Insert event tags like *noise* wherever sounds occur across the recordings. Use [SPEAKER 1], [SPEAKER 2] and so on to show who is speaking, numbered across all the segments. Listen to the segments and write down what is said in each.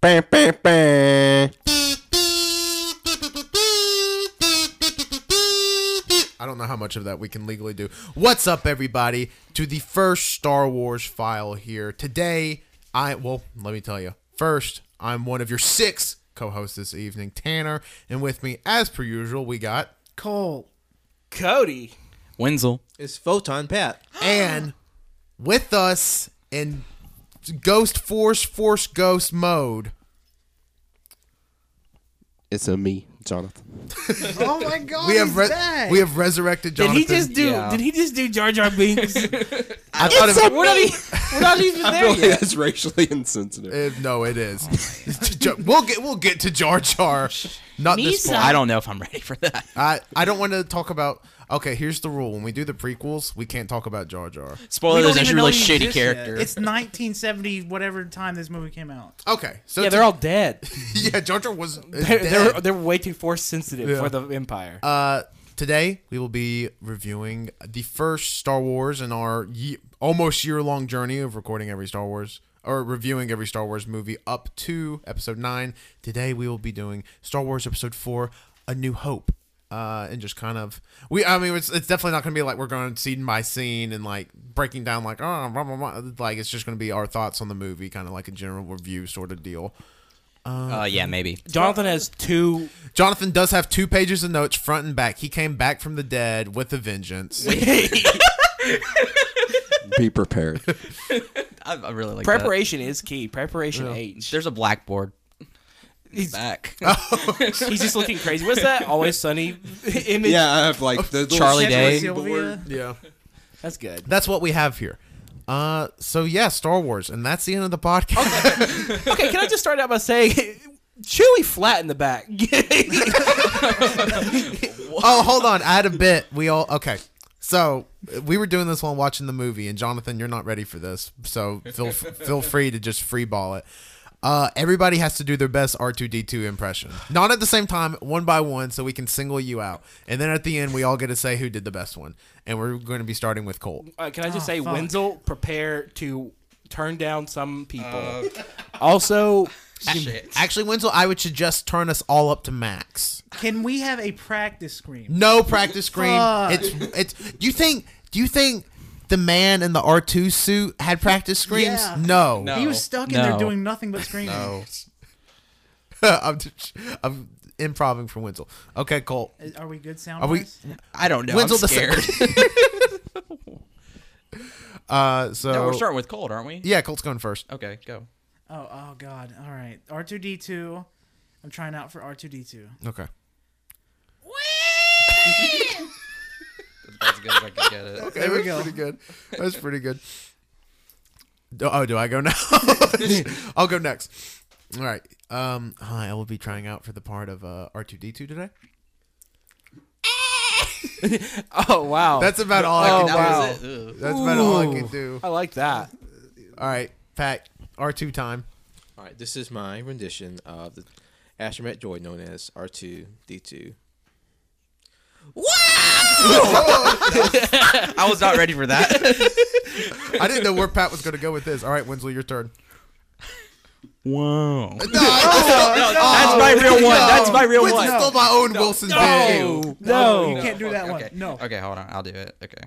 [SPEAKER 1] Bah, bah, bah.
[SPEAKER 2] I don't know how much of that we can legally do. What's up, everybody? To the first Star Wars file here today. I well, let me tell you. First, I'm one of your six co-hosts this evening, Tanner, and with me, as per usual, we got
[SPEAKER 3] Cole
[SPEAKER 4] Cody.
[SPEAKER 5] Wenzel.
[SPEAKER 3] is Photon Pat.
[SPEAKER 2] and with us in Ghost Force Force Ghost mode.
[SPEAKER 1] It's a me, Jonathan.
[SPEAKER 3] Oh my God,
[SPEAKER 2] We have re- we have resurrected
[SPEAKER 4] Did
[SPEAKER 2] Jonathan.
[SPEAKER 4] he just do?
[SPEAKER 5] Yeah.
[SPEAKER 4] Did he just do Jar Jar Binks? *laughs*
[SPEAKER 2] I thought it-
[SPEAKER 4] we're, not even, we're not even there
[SPEAKER 1] Really,
[SPEAKER 2] *laughs*
[SPEAKER 4] yet.
[SPEAKER 1] that's racially insensitive.
[SPEAKER 2] Uh, no, it is. *laughs* Jo- we'll get we'll get to Jar Jar. Not this
[SPEAKER 4] Misa.
[SPEAKER 2] point.
[SPEAKER 5] I don't know if I'm ready for that.
[SPEAKER 2] I I don't want to talk about. Okay, here's the rule: when we do the prequels, we can't talk about Jar Jar.
[SPEAKER 5] Spoiler,
[SPEAKER 4] don't
[SPEAKER 5] there's this
[SPEAKER 4] even
[SPEAKER 5] really
[SPEAKER 4] know he
[SPEAKER 5] shitty
[SPEAKER 4] exists yet.
[SPEAKER 5] character.
[SPEAKER 3] It's
[SPEAKER 4] It's 1970, whatever time this movie came out.
[SPEAKER 2] Okay, so
[SPEAKER 4] Yeah, they're all dead.
[SPEAKER 2] *laughs* yeah. Jar Jar was is
[SPEAKER 4] They're, they're,
[SPEAKER 2] dead.
[SPEAKER 4] they're way too force sensitive
[SPEAKER 2] Yeah.
[SPEAKER 4] for the Empire.
[SPEAKER 2] Uh, today we will be reviewing the first Star Wars in our ye- almost year long journey of recording every Star Wars or reviewing every Star Wars movie up to Episode Nine. Today we will be doing Star Wars Episode Four: A New Hope. Uh, and just kind of we I mean it's, it's definitely not gonna be like we're going scene by scene and like breaking down like oh blah, blah, blah. like it's just gonna be our thoughts on the movie kind of like a general review sort of deal.
[SPEAKER 5] Oh yeah, maybe.
[SPEAKER 4] Jonathan has two.
[SPEAKER 2] Jonathan does have two pages of notes front and back. He came back from the dead with a vengeance.
[SPEAKER 1] Be prepared.
[SPEAKER 5] I, I really like that.
[SPEAKER 4] Preparation is key. Preparation H.
[SPEAKER 5] There's a blackboard
[SPEAKER 4] He's,
[SPEAKER 5] back.
[SPEAKER 4] *laughs* he's just looking crazy. What's that? Always sunny image.
[SPEAKER 1] *laughs* yeah, I have like the little
[SPEAKER 5] Charlie
[SPEAKER 1] shit
[SPEAKER 5] Day.
[SPEAKER 1] board.
[SPEAKER 2] Yeah.
[SPEAKER 4] That's good.
[SPEAKER 2] *laughs* That's what we have here. Uh, so yeah, Star Wars, and that's the end of the *laughs* podcast.
[SPEAKER 4] Okay, can I just start out by saying, *laughs* Chewy flat in the back. *laughs*
[SPEAKER 2] oh, hold on, I had a bit. We all okay. So we were doing this while watching the movie, and Jonathan, you're not ready for this, so feel feel free to just free ball it. Uh, everybody has to do their best R2D2 impression, not at the same time, one by one, so we can single you out. And then at the end, we all get to say who did the best one, and we're going to be starting with Colt.
[SPEAKER 4] Uh, can I just say, Wenzel, prepare to turn down some people.
[SPEAKER 5] *laughs*
[SPEAKER 4] also,
[SPEAKER 5] Shit.
[SPEAKER 2] Actually, Wenzel, I would suggest turn us all up to max.
[SPEAKER 6] Can we have a practice screen?
[SPEAKER 2] No practice screen.
[SPEAKER 6] Fuck.
[SPEAKER 2] It's it's. Do you think? Do you think the man in the R two suit had practice screams?
[SPEAKER 6] Yeah.
[SPEAKER 2] No.
[SPEAKER 5] No.
[SPEAKER 6] He was stuck in
[SPEAKER 5] No.
[SPEAKER 6] there doing nothing but screaming.
[SPEAKER 2] *laughs* I'm just, I'm improving from Wenzel. Okay, Colt.
[SPEAKER 6] Is- Are we good sound?
[SPEAKER 2] Are we-
[SPEAKER 6] wise?
[SPEAKER 5] I don't know.
[SPEAKER 2] Wenzel
[SPEAKER 5] I'm
[SPEAKER 2] the
[SPEAKER 5] scared.
[SPEAKER 2] *laughs* Uh, so
[SPEAKER 5] no, we're starting with cold, aren't we?
[SPEAKER 2] yeah, Colt's going first.
[SPEAKER 5] Okay, go.
[SPEAKER 6] Oh, oh god. All right. R2D2. I'm trying out for R2D2.
[SPEAKER 2] Okay. *laughs*
[SPEAKER 5] That's as good as I can get it.
[SPEAKER 2] There
[SPEAKER 6] we go.
[SPEAKER 2] Pretty good. That's pretty good. Do- Oh, do I go now? *laughs* I'll go next. All right. Um, hi, I will be trying out for the part of uh, R2D2 today.
[SPEAKER 4] oh wow,
[SPEAKER 2] That's about all I
[SPEAKER 4] Oh,
[SPEAKER 2] can do.
[SPEAKER 4] wow.
[SPEAKER 2] That's about all I
[SPEAKER 4] Ooh.
[SPEAKER 2] can do.
[SPEAKER 4] I like that.
[SPEAKER 2] All right, Pat, R2 time.
[SPEAKER 3] All right, this is my rendition of the astronaut droid known as R2D2.
[SPEAKER 5] I was not ready for that.
[SPEAKER 2] I didn't know where Pat was going to go with this. All right, Wenzel, your turn.
[SPEAKER 5] *laughs*
[SPEAKER 2] *laughs*
[SPEAKER 5] Whoa.
[SPEAKER 2] No, *laughs* I
[SPEAKER 5] No, that's my real one. That's my real
[SPEAKER 2] Winston
[SPEAKER 5] one.
[SPEAKER 2] stole my own Wilson bit.
[SPEAKER 4] No, no,
[SPEAKER 6] You can't do that one.
[SPEAKER 5] Okay.
[SPEAKER 6] No.
[SPEAKER 5] Okay, hold on. I'll do it. Okay.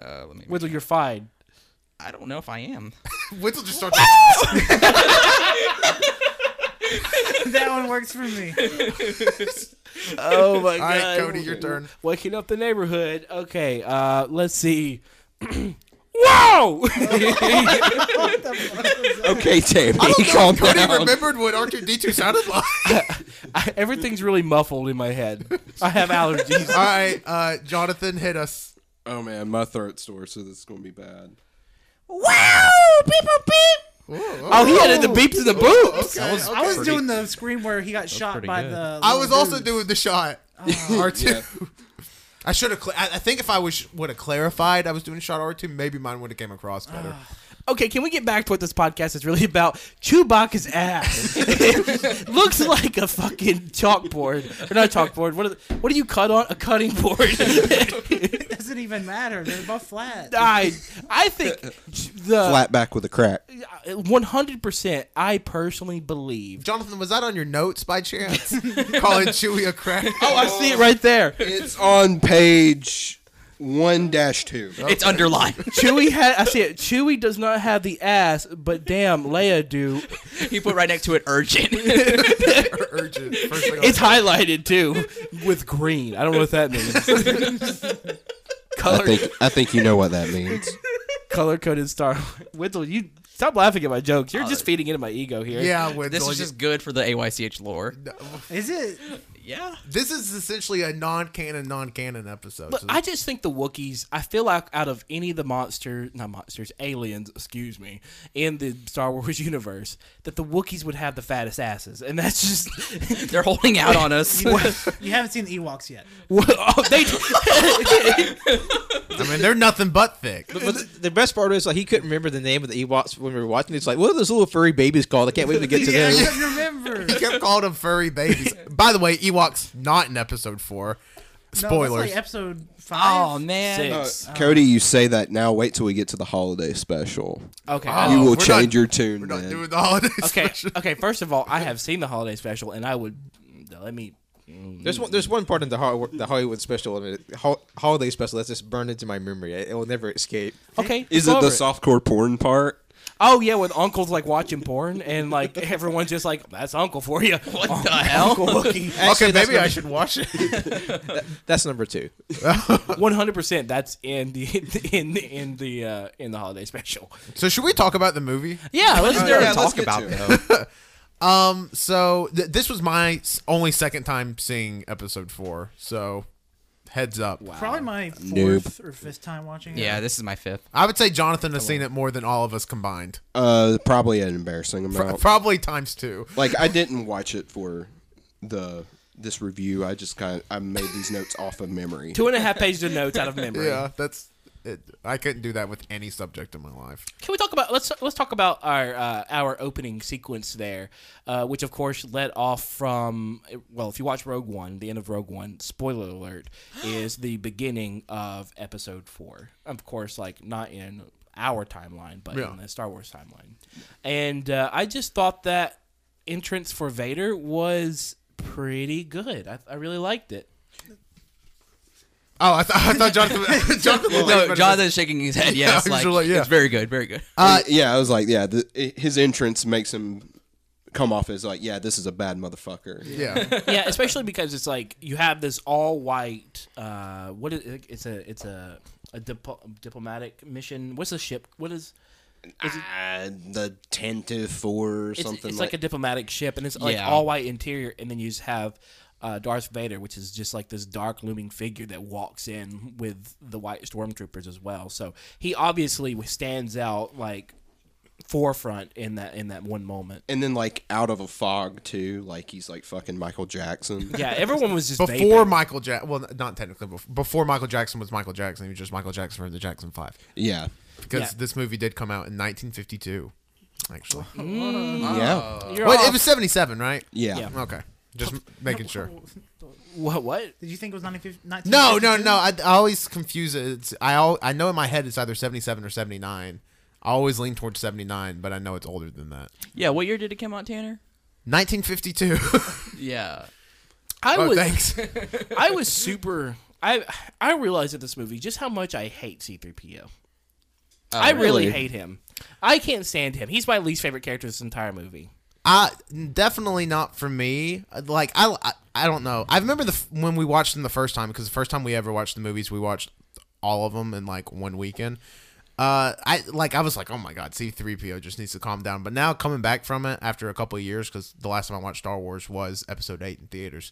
[SPEAKER 5] Uh, let me.
[SPEAKER 4] Whittle, you're fine.
[SPEAKER 5] I don't know if I am.
[SPEAKER 2] Wenzel just *laughs* starts.
[SPEAKER 6] that one works for me.
[SPEAKER 4] Oh *laughs* my
[SPEAKER 2] All right, Cody, your turn.
[SPEAKER 4] Waking up the neighborhood. Okay, uh, let's see. *clears throat* Whoa! *laughs*
[SPEAKER 1] Okay, Tammy,
[SPEAKER 2] *laughs* I don't know
[SPEAKER 1] *laughs* calm
[SPEAKER 2] if Cody
[SPEAKER 1] down.
[SPEAKER 2] remembered what R2D2 sounded like. *laughs*
[SPEAKER 4] I- everything's really muffled in my head. I have allergies.
[SPEAKER 2] All right, uh, Jonathan, hit us.
[SPEAKER 1] Oh man, my throat's sore, so this is gonna be
[SPEAKER 2] *laughs*
[SPEAKER 1] bad.
[SPEAKER 4] wow! Beep, beep, beep. Oh, he added the beeps and the boops.
[SPEAKER 2] That was,
[SPEAKER 6] I was doing the scream where he got shot
[SPEAKER 5] pretty
[SPEAKER 6] by
[SPEAKER 5] good.
[SPEAKER 6] the.
[SPEAKER 2] I was
[SPEAKER 6] little
[SPEAKER 2] also
[SPEAKER 6] dudes.
[SPEAKER 2] doing the shot. R2.
[SPEAKER 1] Yeah.
[SPEAKER 2] I *sighs* should have. Cl- I I think if I was would have clarified, I was doing shot R two. Maybe mine would have came across better.
[SPEAKER 4] Okay, can we get back to what this podcast is really about? Chewbacca's ass *laughs* looks like a fucking chalkboard, or not a chalkboard. What? Are the, what do you cut on? A cutting board. *laughs*
[SPEAKER 6] It doesn't even matter. They're both
[SPEAKER 4] *laughs*
[SPEAKER 6] flat.
[SPEAKER 4] I I think the
[SPEAKER 1] *laughs* Flat back with a crack.
[SPEAKER 4] one hundred percent. I personally believe.
[SPEAKER 2] Jonathan, was that on your notes by *laughs* chance? Calling Chewy a crack.
[SPEAKER 4] Oh, I see it right there.
[SPEAKER 1] It's on page one dash two.
[SPEAKER 5] *laughs* It's underlined.
[SPEAKER 4] Chewie had. I see it. Chewie does not have the ass, but damn, Leia do.
[SPEAKER 5] he put right next to it urgent.
[SPEAKER 2] *laughs* urgent. First thing on-
[SPEAKER 4] It's highlighted too with green. I don't know what that means.
[SPEAKER 1] I
[SPEAKER 4] color
[SPEAKER 1] think I think you know what that *laughs* means.
[SPEAKER 4] color coded Star. Wars. *laughs* Whittle, you stop laughing at my jokes. You're just feeding into my ego here.
[SPEAKER 2] yeah, with
[SPEAKER 5] this is just good for the AYCH lore.
[SPEAKER 6] Is it?
[SPEAKER 5] Yeah.
[SPEAKER 2] this is essentially a non-canon, non-canon episode.
[SPEAKER 4] Look,
[SPEAKER 2] So
[SPEAKER 4] I just think the Wookiees, I feel like out of any of the monsters, not monsters, aliens, excuse me, in the Star Wars *laughs* universe, that the Wookiees would have the fattest asses. And that's just. *laughs*
[SPEAKER 5] They're holding out on us.
[SPEAKER 6] You haven't seen the Ewoks yet.
[SPEAKER 4] oh, they, *laughs*
[SPEAKER 2] I mean, they're nothing but thick. *laughs*
[SPEAKER 3] But the, the best part is like he couldn't remember the name of the Ewoks when we were watching. It's like, what are those little furry babies called? I can't wait to get to
[SPEAKER 6] I
[SPEAKER 2] *laughs*
[SPEAKER 3] them.
[SPEAKER 6] couldn't remember.
[SPEAKER 2] He kept calling them furry *laughs* babies. By the way, Ewoks not in episode four.
[SPEAKER 6] No,
[SPEAKER 2] Spoilers.
[SPEAKER 6] that's like episode five.
[SPEAKER 5] *laughs* oh man.
[SPEAKER 4] Six.
[SPEAKER 1] Cody, you say that now. Wait till we get to the holiday special.
[SPEAKER 4] okay.
[SPEAKER 2] Oh,
[SPEAKER 1] you
[SPEAKER 2] we're
[SPEAKER 1] will
[SPEAKER 2] not-
[SPEAKER 1] change your tune.
[SPEAKER 2] We're not
[SPEAKER 1] man.
[SPEAKER 2] doing the holiday
[SPEAKER 4] okay.
[SPEAKER 2] *laughs* special.
[SPEAKER 4] Okay. First of all, I have seen the holiday special, and I would. Let me.
[SPEAKER 3] There's one, there's one part in the Hollywood, the Hollywood special, and the ho- holiday special that's just burned into my memory. It, it will never escape.
[SPEAKER 4] Okay.
[SPEAKER 1] Is it
[SPEAKER 4] go
[SPEAKER 1] the
[SPEAKER 4] over
[SPEAKER 1] softcore porn part?
[SPEAKER 4] Oh yeah, with uncles like watching porn and like *laughs* everyone's just like, "That's uncle for you." What
[SPEAKER 5] the
[SPEAKER 4] *laughs*
[SPEAKER 5] hell?
[SPEAKER 4] Uncle Wookie.
[SPEAKER 3] Actually,
[SPEAKER 2] Okay,
[SPEAKER 3] that's
[SPEAKER 2] maybe I
[SPEAKER 3] number-
[SPEAKER 2] should watch
[SPEAKER 3] *laughs*
[SPEAKER 2] it.
[SPEAKER 3] That's
[SPEAKER 2] *laughs*
[SPEAKER 3] number two.
[SPEAKER 4] One hundred percent. That's in the *laughs* in the in the uh, in the holiday special.
[SPEAKER 2] So should we talk about the movie?
[SPEAKER 4] Yeah, let's
[SPEAKER 5] They're
[SPEAKER 1] Yeah,
[SPEAKER 5] gonna
[SPEAKER 1] let's
[SPEAKER 5] talk
[SPEAKER 1] get
[SPEAKER 5] about
[SPEAKER 1] to it.
[SPEAKER 5] though.
[SPEAKER 2] Um, so th- this was my s- only second time seeing episode four. So heads up.
[SPEAKER 6] Probably my fourth
[SPEAKER 1] Noob.
[SPEAKER 6] or fifth time watching it.
[SPEAKER 5] Yeah, this is my fifth.
[SPEAKER 2] I would say Jonathan has seen it more than all of us combined.
[SPEAKER 1] Uh, probably an embarrassing amount.
[SPEAKER 2] Probably times two.
[SPEAKER 1] like I didn't watch it for the this review. I just kind of I made these notes off of memory.
[SPEAKER 4] Two and a half pages of notes out of memory.
[SPEAKER 2] Yeah, that's. It, I couldn't do that with any subject in my life.
[SPEAKER 4] Can we talk about let's let's talk about our uh, our opening sequence there, uh, which of course led off from well, if you watch Rogue One, the end of Rogue One, spoiler alert, is the beginning of Episode Four. Of course, like not in our timeline, but
[SPEAKER 2] Yeah.
[SPEAKER 4] in the Star Wars timeline. And uh, I just thought that entrance for Vader was pretty good. I, I really liked it.
[SPEAKER 2] Oh, I, th- I thought Jonathan. *laughs* Jonathan looked like-
[SPEAKER 5] No, Jonathan's shaking his head.
[SPEAKER 2] Yeah,
[SPEAKER 5] Yes,
[SPEAKER 2] he's
[SPEAKER 5] like,
[SPEAKER 2] like, yeah.
[SPEAKER 5] it's very good, very good.
[SPEAKER 1] Uh, yeah, I was like, yeah, the, i- his entrance makes him come off as like, yeah, this is a bad motherfucker.
[SPEAKER 2] Yeah.
[SPEAKER 4] yeah, especially because it's like you have this all white. Uh, what is it's a it's a a dip- diplomatic mission. What's a ship? What is
[SPEAKER 1] Uh, the ten to four or
[SPEAKER 4] it's,
[SPEAKER 1] something
[SPEAKER 4] it's like,
[SPEAKER 1] like.
[SPEAKER 4] a diplomatic ship, and it's like
[SPEAKER 5] Yeah.
[SPEAKER 4] all white interior, and then you just have uh, Darth Vader, which is just like this dark looming figure that walks in with the white stormtroopers as well. So he obviously stands out like forefront in that in that one moment.
[SPEAKER 1] and then like out of a fog too, like he's like fucking Michael Jackson.
[SPEAKER 4] Yeah, everyone was just
[SPEAKER 2] Before
[SPEAKER 4] vaping.
[SPEAKER 2] Michael Jackson, well, not technically, before, before Michael Jackson was Michael Jackson, he was just Michael Jackson from the Jackson Five.
[SPEAKER 1] yeah,
[SPEAKER 2] Because
[SPEAKER 4] Yeah.
[SPEAKER 2] this movie did come out in 1952, actually.
[SPEAKER 5] Mm.
[SPEAKER 1] yeah,
[SPEAKER 4] You're
[SPEAKER 2] Wait,
[SPEAKER 4] off.
[SPEAKER 2] it was 77, right?
[SPEAKER 1] yeah.
[SPEAKER 4] Oh. Yeah.
[SPEAKER 2] Okay. Just m- making sure.
[SPEAKER 4] what what
[SPEAKER 6] Did you think it was 1950?
[SPEAKER 2] No, no, no. I, I always confuse it. It's, I al- I know in my head it's either 77 or 79. I always lean towards 79, but I know it's older than that.
[SPEAKER 5] Yeah, what year did it come out, Tanner?
[SPEAKER 2] *laughs* 1952.
[SPEAKER 5] Yeah.
[SPEAKER 4] I
[SPEAKER 2] oh,
[SPEAKER 4] was.
[SPEAKER 2] thanks.
[SPEAKER 4] *laughs* I was super. I I realized at this movie just how much I hate C-3PO. I really?
[SPEAKER 1] really?
[SPEAKER 4] hate him. I can't stand him. He's my least favorite character this entire movie.
[SPEAKER 2] I definitely not for me. Like I, I, I don't know. I remember the f- when we watched them the first time because the first time we ever watched the movies, we watched all of them in like one weekend. Uh, I like I was like, oh my god, C three PO just needs to calm down. But now coming back from it after a couple of years, because the last time I watched Star Wars was Episode eight in theaters.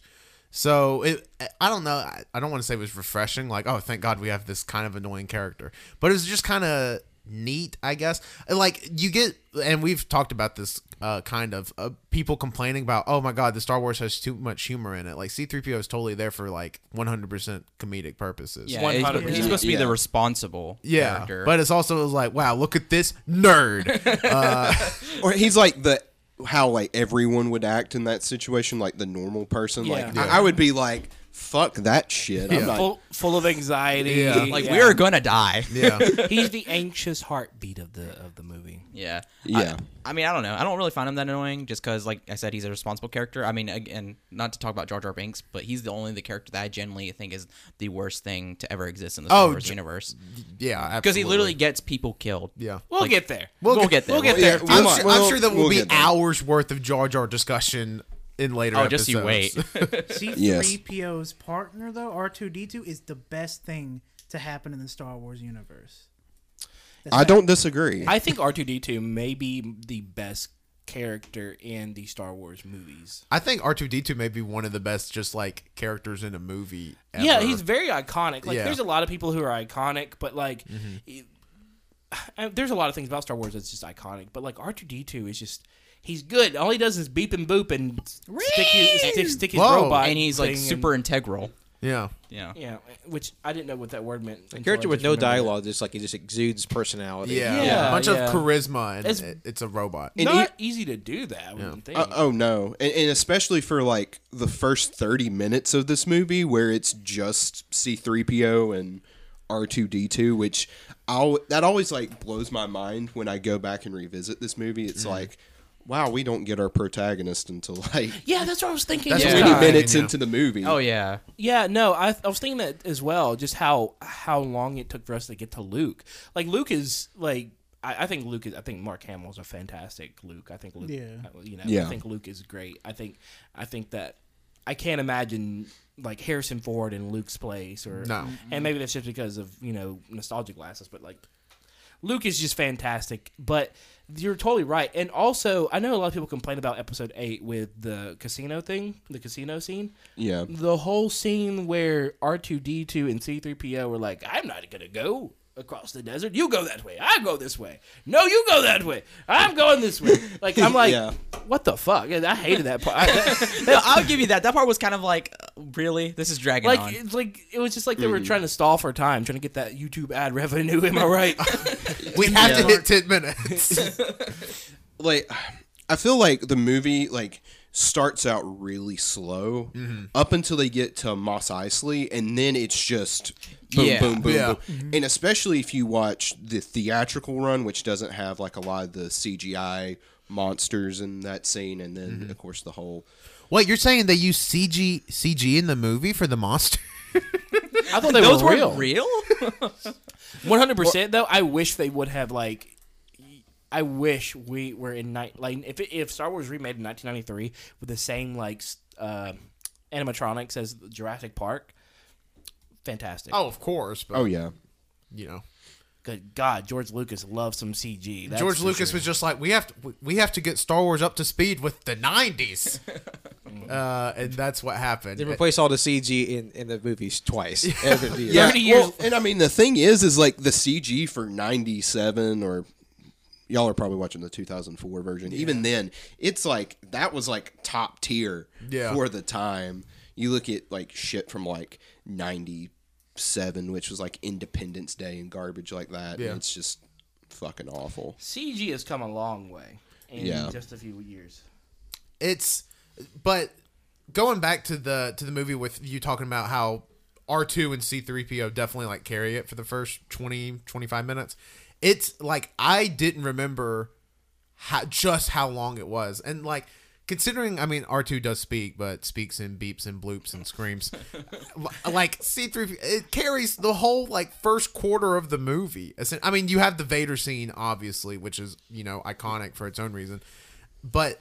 [SPEAKER 2] So it, I don't know. I, I don't want to say it was refreshing. Like, oh, thank God we have this kind of annoying character, but it was just kind of neat, I guess. Like you get, and we've talked about this uh, kind of uh, people complaining about, oh my god, the Star Wars has too much humor in it. Like C-3PO is totally there for like 100% comedic purposes.
[SPEAKER 5] Yeah, he's-
[SPEAKER 4] 100%.
[SPEAKER 5] he's supposed to be
[SPEAKER 1] Yeah.
[SPEAKER 5] the responsible
[SPEAKER 2] Yeah,
[SPEAKER 5] character.
[SPEAKER 2] but it's also like, wow, look at this nerd.
[SPEAKER 5] *laughs*
[SPEAKER 1] Or he's like the how like everyone would act in that situation, like the normal person. Like
[SPEAKER 4] Yeah.
[SPEAKER 1] I, I would be like, fuck that shit. I'm not
[SPEAKER 4] full, full of anxiety.
[SPEAKER 2] Yeah.
[SPEAKER 5] like
[SPEAKER 4] yeah.
[SPEAKER 5] we are gonna die.
[SPEAKER 2] yeah,
[SPEAKER 4] *laughs* He's the anxious heartbeat of the of the movie.
[SPEAKER 5] Yeah.
[SPEAKER 1] Yeah.
[SPEAKER 5] I, I mean, I don't know. I don't really find him that annoying just because, like I said, he's a responsible character. I mean, again, not to talk about Jar Jar Binks, but he's the only the character that I generally think is the worst thing to ever exist in the Star
[SPEAKER 2] Oh,
[SPEAKER 5] Wars
[SPEAKER 2] J-
[SPEAKER 5] universe.
[SPEAKER 2] yeah,
[SPEAKER 5] Because he literally gets people killed.
[SPEAKER 2] yeah.
[SPEAKER 4] We'll get there.
[SPEAKER 5] We'll get there.
[SPEAKER 4] We'll get
[SPEAKER 5] We'll-
[SPEAKER 4] there.
[SPEAKER 1] yeah,
[SPEAKER 4] Come
[SPEAKER 2] I'm,
[SPEAKER 1] we'll-
[SPEAKER 4] on.
[SPEAKER 2] sure, I'm
[SPEAKER 1] we'll-
[SPEAKER 2] sure there will
[SPEAKER 1] we'll
[SPEAKER 2] be
[SPEAKER 1] get there.
[SPEAKER 2] hours worth of Jar Jar discussion in later.
[SPEAKER 5] Oh, just you
[SPEAKER 2] episodes.
[SPEAKER 5] wait.
[SPEAKER 6] C3PO's partner though, R2D2 is the best thing to happen in the Star Wars universe.
[SPEAKER 1] I don't disagree.
[SPEAKER 4] I think R two D two may be the best character in the Star Wars movies.
[SPEAKER 2] I think R two D two may be one of the best just like characters in a movie. Ever.
[SPEAKER 4] Yeah, he's very iconic.
[SPEAKER 2] Yeah.
[SPEAKER 4] Like,
[SPEAKER 2] Mm-hmm.
[SPEAKER 4] there's a lot of people who are iconic, but like, *sighs* it- uh, there's a lot of things about Star Wars that's just iconic. But like, R two D two is just. He's good. All he does is beep and boop and stick his, stick, stick his
[SPEAKER 2] Whoa.
[SPEAKER 4] robot.
[SPEAKER 5] And he's like
[SPEAKER 4] thing and-
[SPEAKER 5] super integral.
[SPEAKER 2] yeah.
[SPEAKER 5] Yeah.
[SPEAKER 4] yeah, which I didn't know what that word meant.
[SPEAKER 3] A character with no dialogue, just like he just exudes personality.
[SPEAKER 2] Yeah,
[SPEAKER 4] Yeah,
[SPEAKER 2] a bunch
[SPEAKER 4] yeah.
[SPEAKER 2] of charisma, and
[SPEAKER 4] It's-
[SPEAKER 2] it's, it's a robot.
[SPEAKER 4] It's not easy to do that. I wouldn't think.
[SPEAKER 1] Uh, oh no, and, and especially for like the first thirty minutes of this movie, where it's just C three PO and R two D two, which I'll that always like blows my mind when I go back and revisit this movie. It's like, wow, we don't get our protagonist until like
[SPEAKER 4] yeah, that's what I was thinking.
[SPEAKER 2] That's
[SPEAKER 4] this
[SPEAKER 2] what we
[SPEAKER 1] twenty
[SPEAKER 2] Yeah.
[SPEAKER 4] time.
[SPEAKER 1] minutes
[SPEAKER 2] Yeah.
[SPEAKER 1] into the movie.
[SPEAKER 5] Oh yeah.
[SPEAKER 4] Yeah, no, I, I was thinking that as well. Just how how long it took for us to get to Luke. Like Luke is like I, I think Luke is I think Mark Hamill's a fantastic Luke. I think Luke, uh,
[SPEAKER 6] Yeah.
[SPEAKER 4] you know,
[SPEAKER 1] Yeah.
[SPEAKER 4] I think Luke is great. I think I think that I can't imagine like Harrison Ford in Luke's place or
[SPEAKER 2] No.
[SPEAKER 4] And maybe that's just because of you know nostalgia glasses, but like Luke is just fantastic, but you're totally right. And also, I know a lot of people complain about episode 8 with the casino thing, the casino scene.
[SPEAKER 1] Yeah.
[SPEAKER 4] The whole scene where R2D2 and C3PO were like, I'm not going to go across the desert. You go that way. I go this way. No, you go that way. I'm going
[SPEAKER 1] *laughs*
[SPEAKER 4] this way. Like, I'm like,
[SPEAKER 1] Yeah.
[SPEAKER 4] what the fuck? And I hated that
[SPEAKER 1] *laughs*
[SPEAKER 4] part. I- that-
[SPEAKER 5] No, I'll give you that. That part was kind of like, uh, really, this is dragging
[SPEAKER 4] like,
[SPEAKER 5] on.
[SPEAKER 4] it's like, it was just like they were
[SPEAKER 1] Mm-hmm.
[SPEAKER 4] trying to stall for time, trying to get that YouTube ad revenue. Am
[SPEAKER 1] *laughs*
[SPEAKER 4] I right?
[SPEAKER 2] We have to hit ten
[SPEAKER 4] *laughs*
[SPEAKER 2] minutes.
[SPEAKER 1] like I feel like the movie like starts out really slow up until they get to Moss Isley, and then it's just boom,
[SPEAKER 5] Yeah.
[SPEAKER 1] boom, boom,
[SPEAKER 2] Yeah.
[SPEAKER 1] boom. And especially if you watch the theatrical run, which doesn't have like a lot of the CGI monsters in that scene, and then of course the whole
[SPEAKER 2] what you're saying? They use CG CG in the movie for the monster?
[SPEAKER 4] I thought they
[SPEAKER 5] Those
[SPEAKER 4] were
[SPEAKER 5] were
[SPEAKER 4] real.
[SPEAKER 5] not real?
[SPEAKER 4] One hundred percent though. I wish they would have like. I wish we were in night like if it, if Star Wars remade in nineteen ninety three with the same like s- uh, animatronics as Jurassic Park. Fantastic.
[SPEAKER 2] *laughs* Oh, of course. But,
[SPEAKER 1] oh yeah.
[SPEAKER 2] you know,
[SPEAKER 4] good God! George Lucas loves some CG. That's
[SPEAKER 2] George
[SPEAKER 4] for
[SPEAKER 2] Lucas
[SPEAKER 4] sure.
[SPEAKER 2] was just like, we have to, we have to get Star Wars up to speed with the
[SPEAKER 4] *laughs*
[SPEAKER 2] '90s, uh, and that's what happened.
[SPEAKER 3] They replace all the CG in, in the
[SPEAKER 2] *laughs*
[SPEAKER 3] movies twice. Every year.
[SPEAKER 1] Yeah,
[SPEAKER 4] 30 years-
[SPEAKER 1] well, and I mean the thing is, is like the CG for '97 or y'all are probably watching the 2004 version. Even then, it's like that was like top tier
[SPEAKER 2] Yeah.
[SPEAKER 1] for the time. You look at like shit from like '97, which was like Independence Day and garbage like that.
[SPEAKER 2] Yeah.
[SPEAKER 1] and it's just fucking awful.
[SPEAKER 4] CG has come a long way in
[SPEAKER 1] Yeah.
[SPEAKER 4] just a few years.
[SPEAKER 2] it's but going back to the to the movie with you talking about how R2 and C3PO definitely like carry it for the first 20 25 minutes. It's like I didn't remember how, just how long it was. And like considering I mean R2 does speak but speaks in beeps and bloops and screams. L- like C3 it carries the whole like first quarter of the movie. Essen- I mean you have the Vader scene obviously which is, you know, iconic for its own reason. But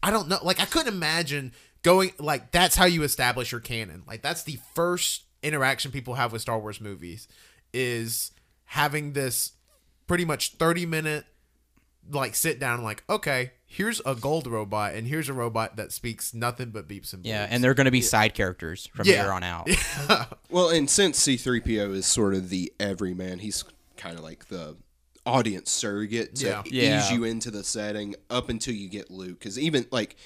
[SPEAKER 2] I don't know. Like I couldn't imagine going like that's how you establish your canon. Like that's the first interaction people have with Star Wars movies is having this pretty much 30 minute like sit down like okay, here's a gold robot and here's a robot that speaks nothing but beeps and
[SPEAKER 5] yeah,
[SPEAKER 2] bleeps.
[SPEAKER 5] and they're going to be side characters from
[SPEAKER 2] Yeah.
[SPEAKER 5] here on out.
[SPEAKER 1] Well, and since C3PO is sort of the everyman, he's kind of like the audience surrogate to
[SPEAKER 2] Yeah.
[SPEAKER 1] ease
[SPEAKER 5] Yeah.
[SPEAKER 1] you into the setting up until you get Luke. Because even like,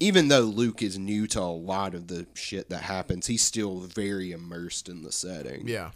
[SPEAKER 1] even though Luke is new to a lot of the shit that happens, he's still very immersed in the setting.
[SPEAKER 2] Yeah.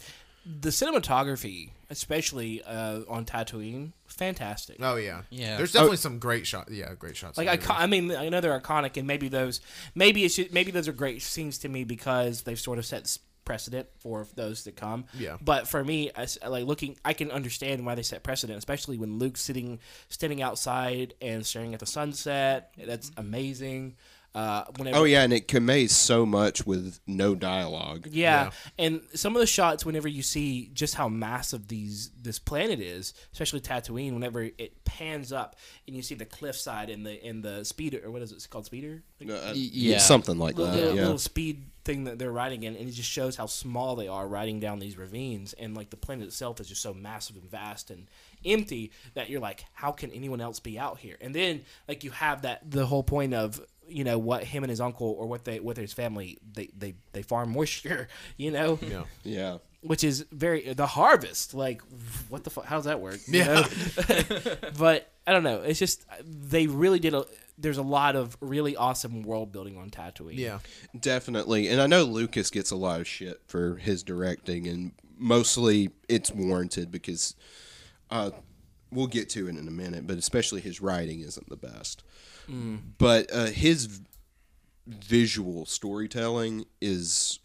[SPEAKER 4] The cinematography, especially uh, on Tatooine, fantastic.
[SPEAKER 2] Oh yeah.
[SPEAKER 5] Yeah.
[SPEAKER 2] There's definitely some great shots. Yeah, great shots.
[SPEAKER 4] Like
[SPEAKER 2] in
[SPEAKER 4] I,
[SPEAKER 2] the
[SPEAKER 4] ca- I mean, I know they're iconic, and maybe those, maybe it's ju- maybe those are great scenes to me because they've sort of set s- precedent for those to come.
[SPEAKER 2] Yeah.
[SPEAKER 4] But for me, I s like looking, I can understand why they set precedent, especially when Luke's sitting, standing outside and staring at the sunset. That's amazing. Uh, whenever,
[SPEAKER 1] Oh yeah, and it conveys so much with no dialogue.
[SPEAKER 4] Yeah. and some of the shots, whenever you see just how massive these this planet is, especially Tatooine, whenever it pans up and you see the cliffside and the and the speeder or what is it it's called speeder,
[SPEAKER 1] Uh,
[SPEAKER 5] yeah.
[SPEAKER 1] something like
[SPEAKER 2] Uh,
[SPEAKER 4] little,
[SPEAKER 1] that.
[SPEAKER 4] little,
[SPEAKER 1] yeah.
[SPEAKER 4] little speed thing that they're riding in, and it just shows how small they are riding down these ravines, and like the planet itself is just so massive and vast and empty that you're like, how can anyone else be out here? And then like you have that the whole point of you know what him and his uncle or what they what his family they they they farm moisture, *laughs* you know,
[SPEAKER 2] Yeah.
[SPEAKER 1] yeah.
[SPEAKER 4] which is very the harvest. Like what the fuck? How does that work? You know? *laughs* but I don't know. It's just they really did a. There's a lot of really awesome world building on Tatooine.
[SPEAKER 2] Yeah.
[SPEAKER 1] Definitely. And I know Lucas gets a lot of shit for his directing, and mostly it's warranted because uh, we'll get to it in a minute, but especially his writing isn't the best.
[SPEAKER 2] Mm.
[SPEAKER 1] But uh, his v- visual storytelling is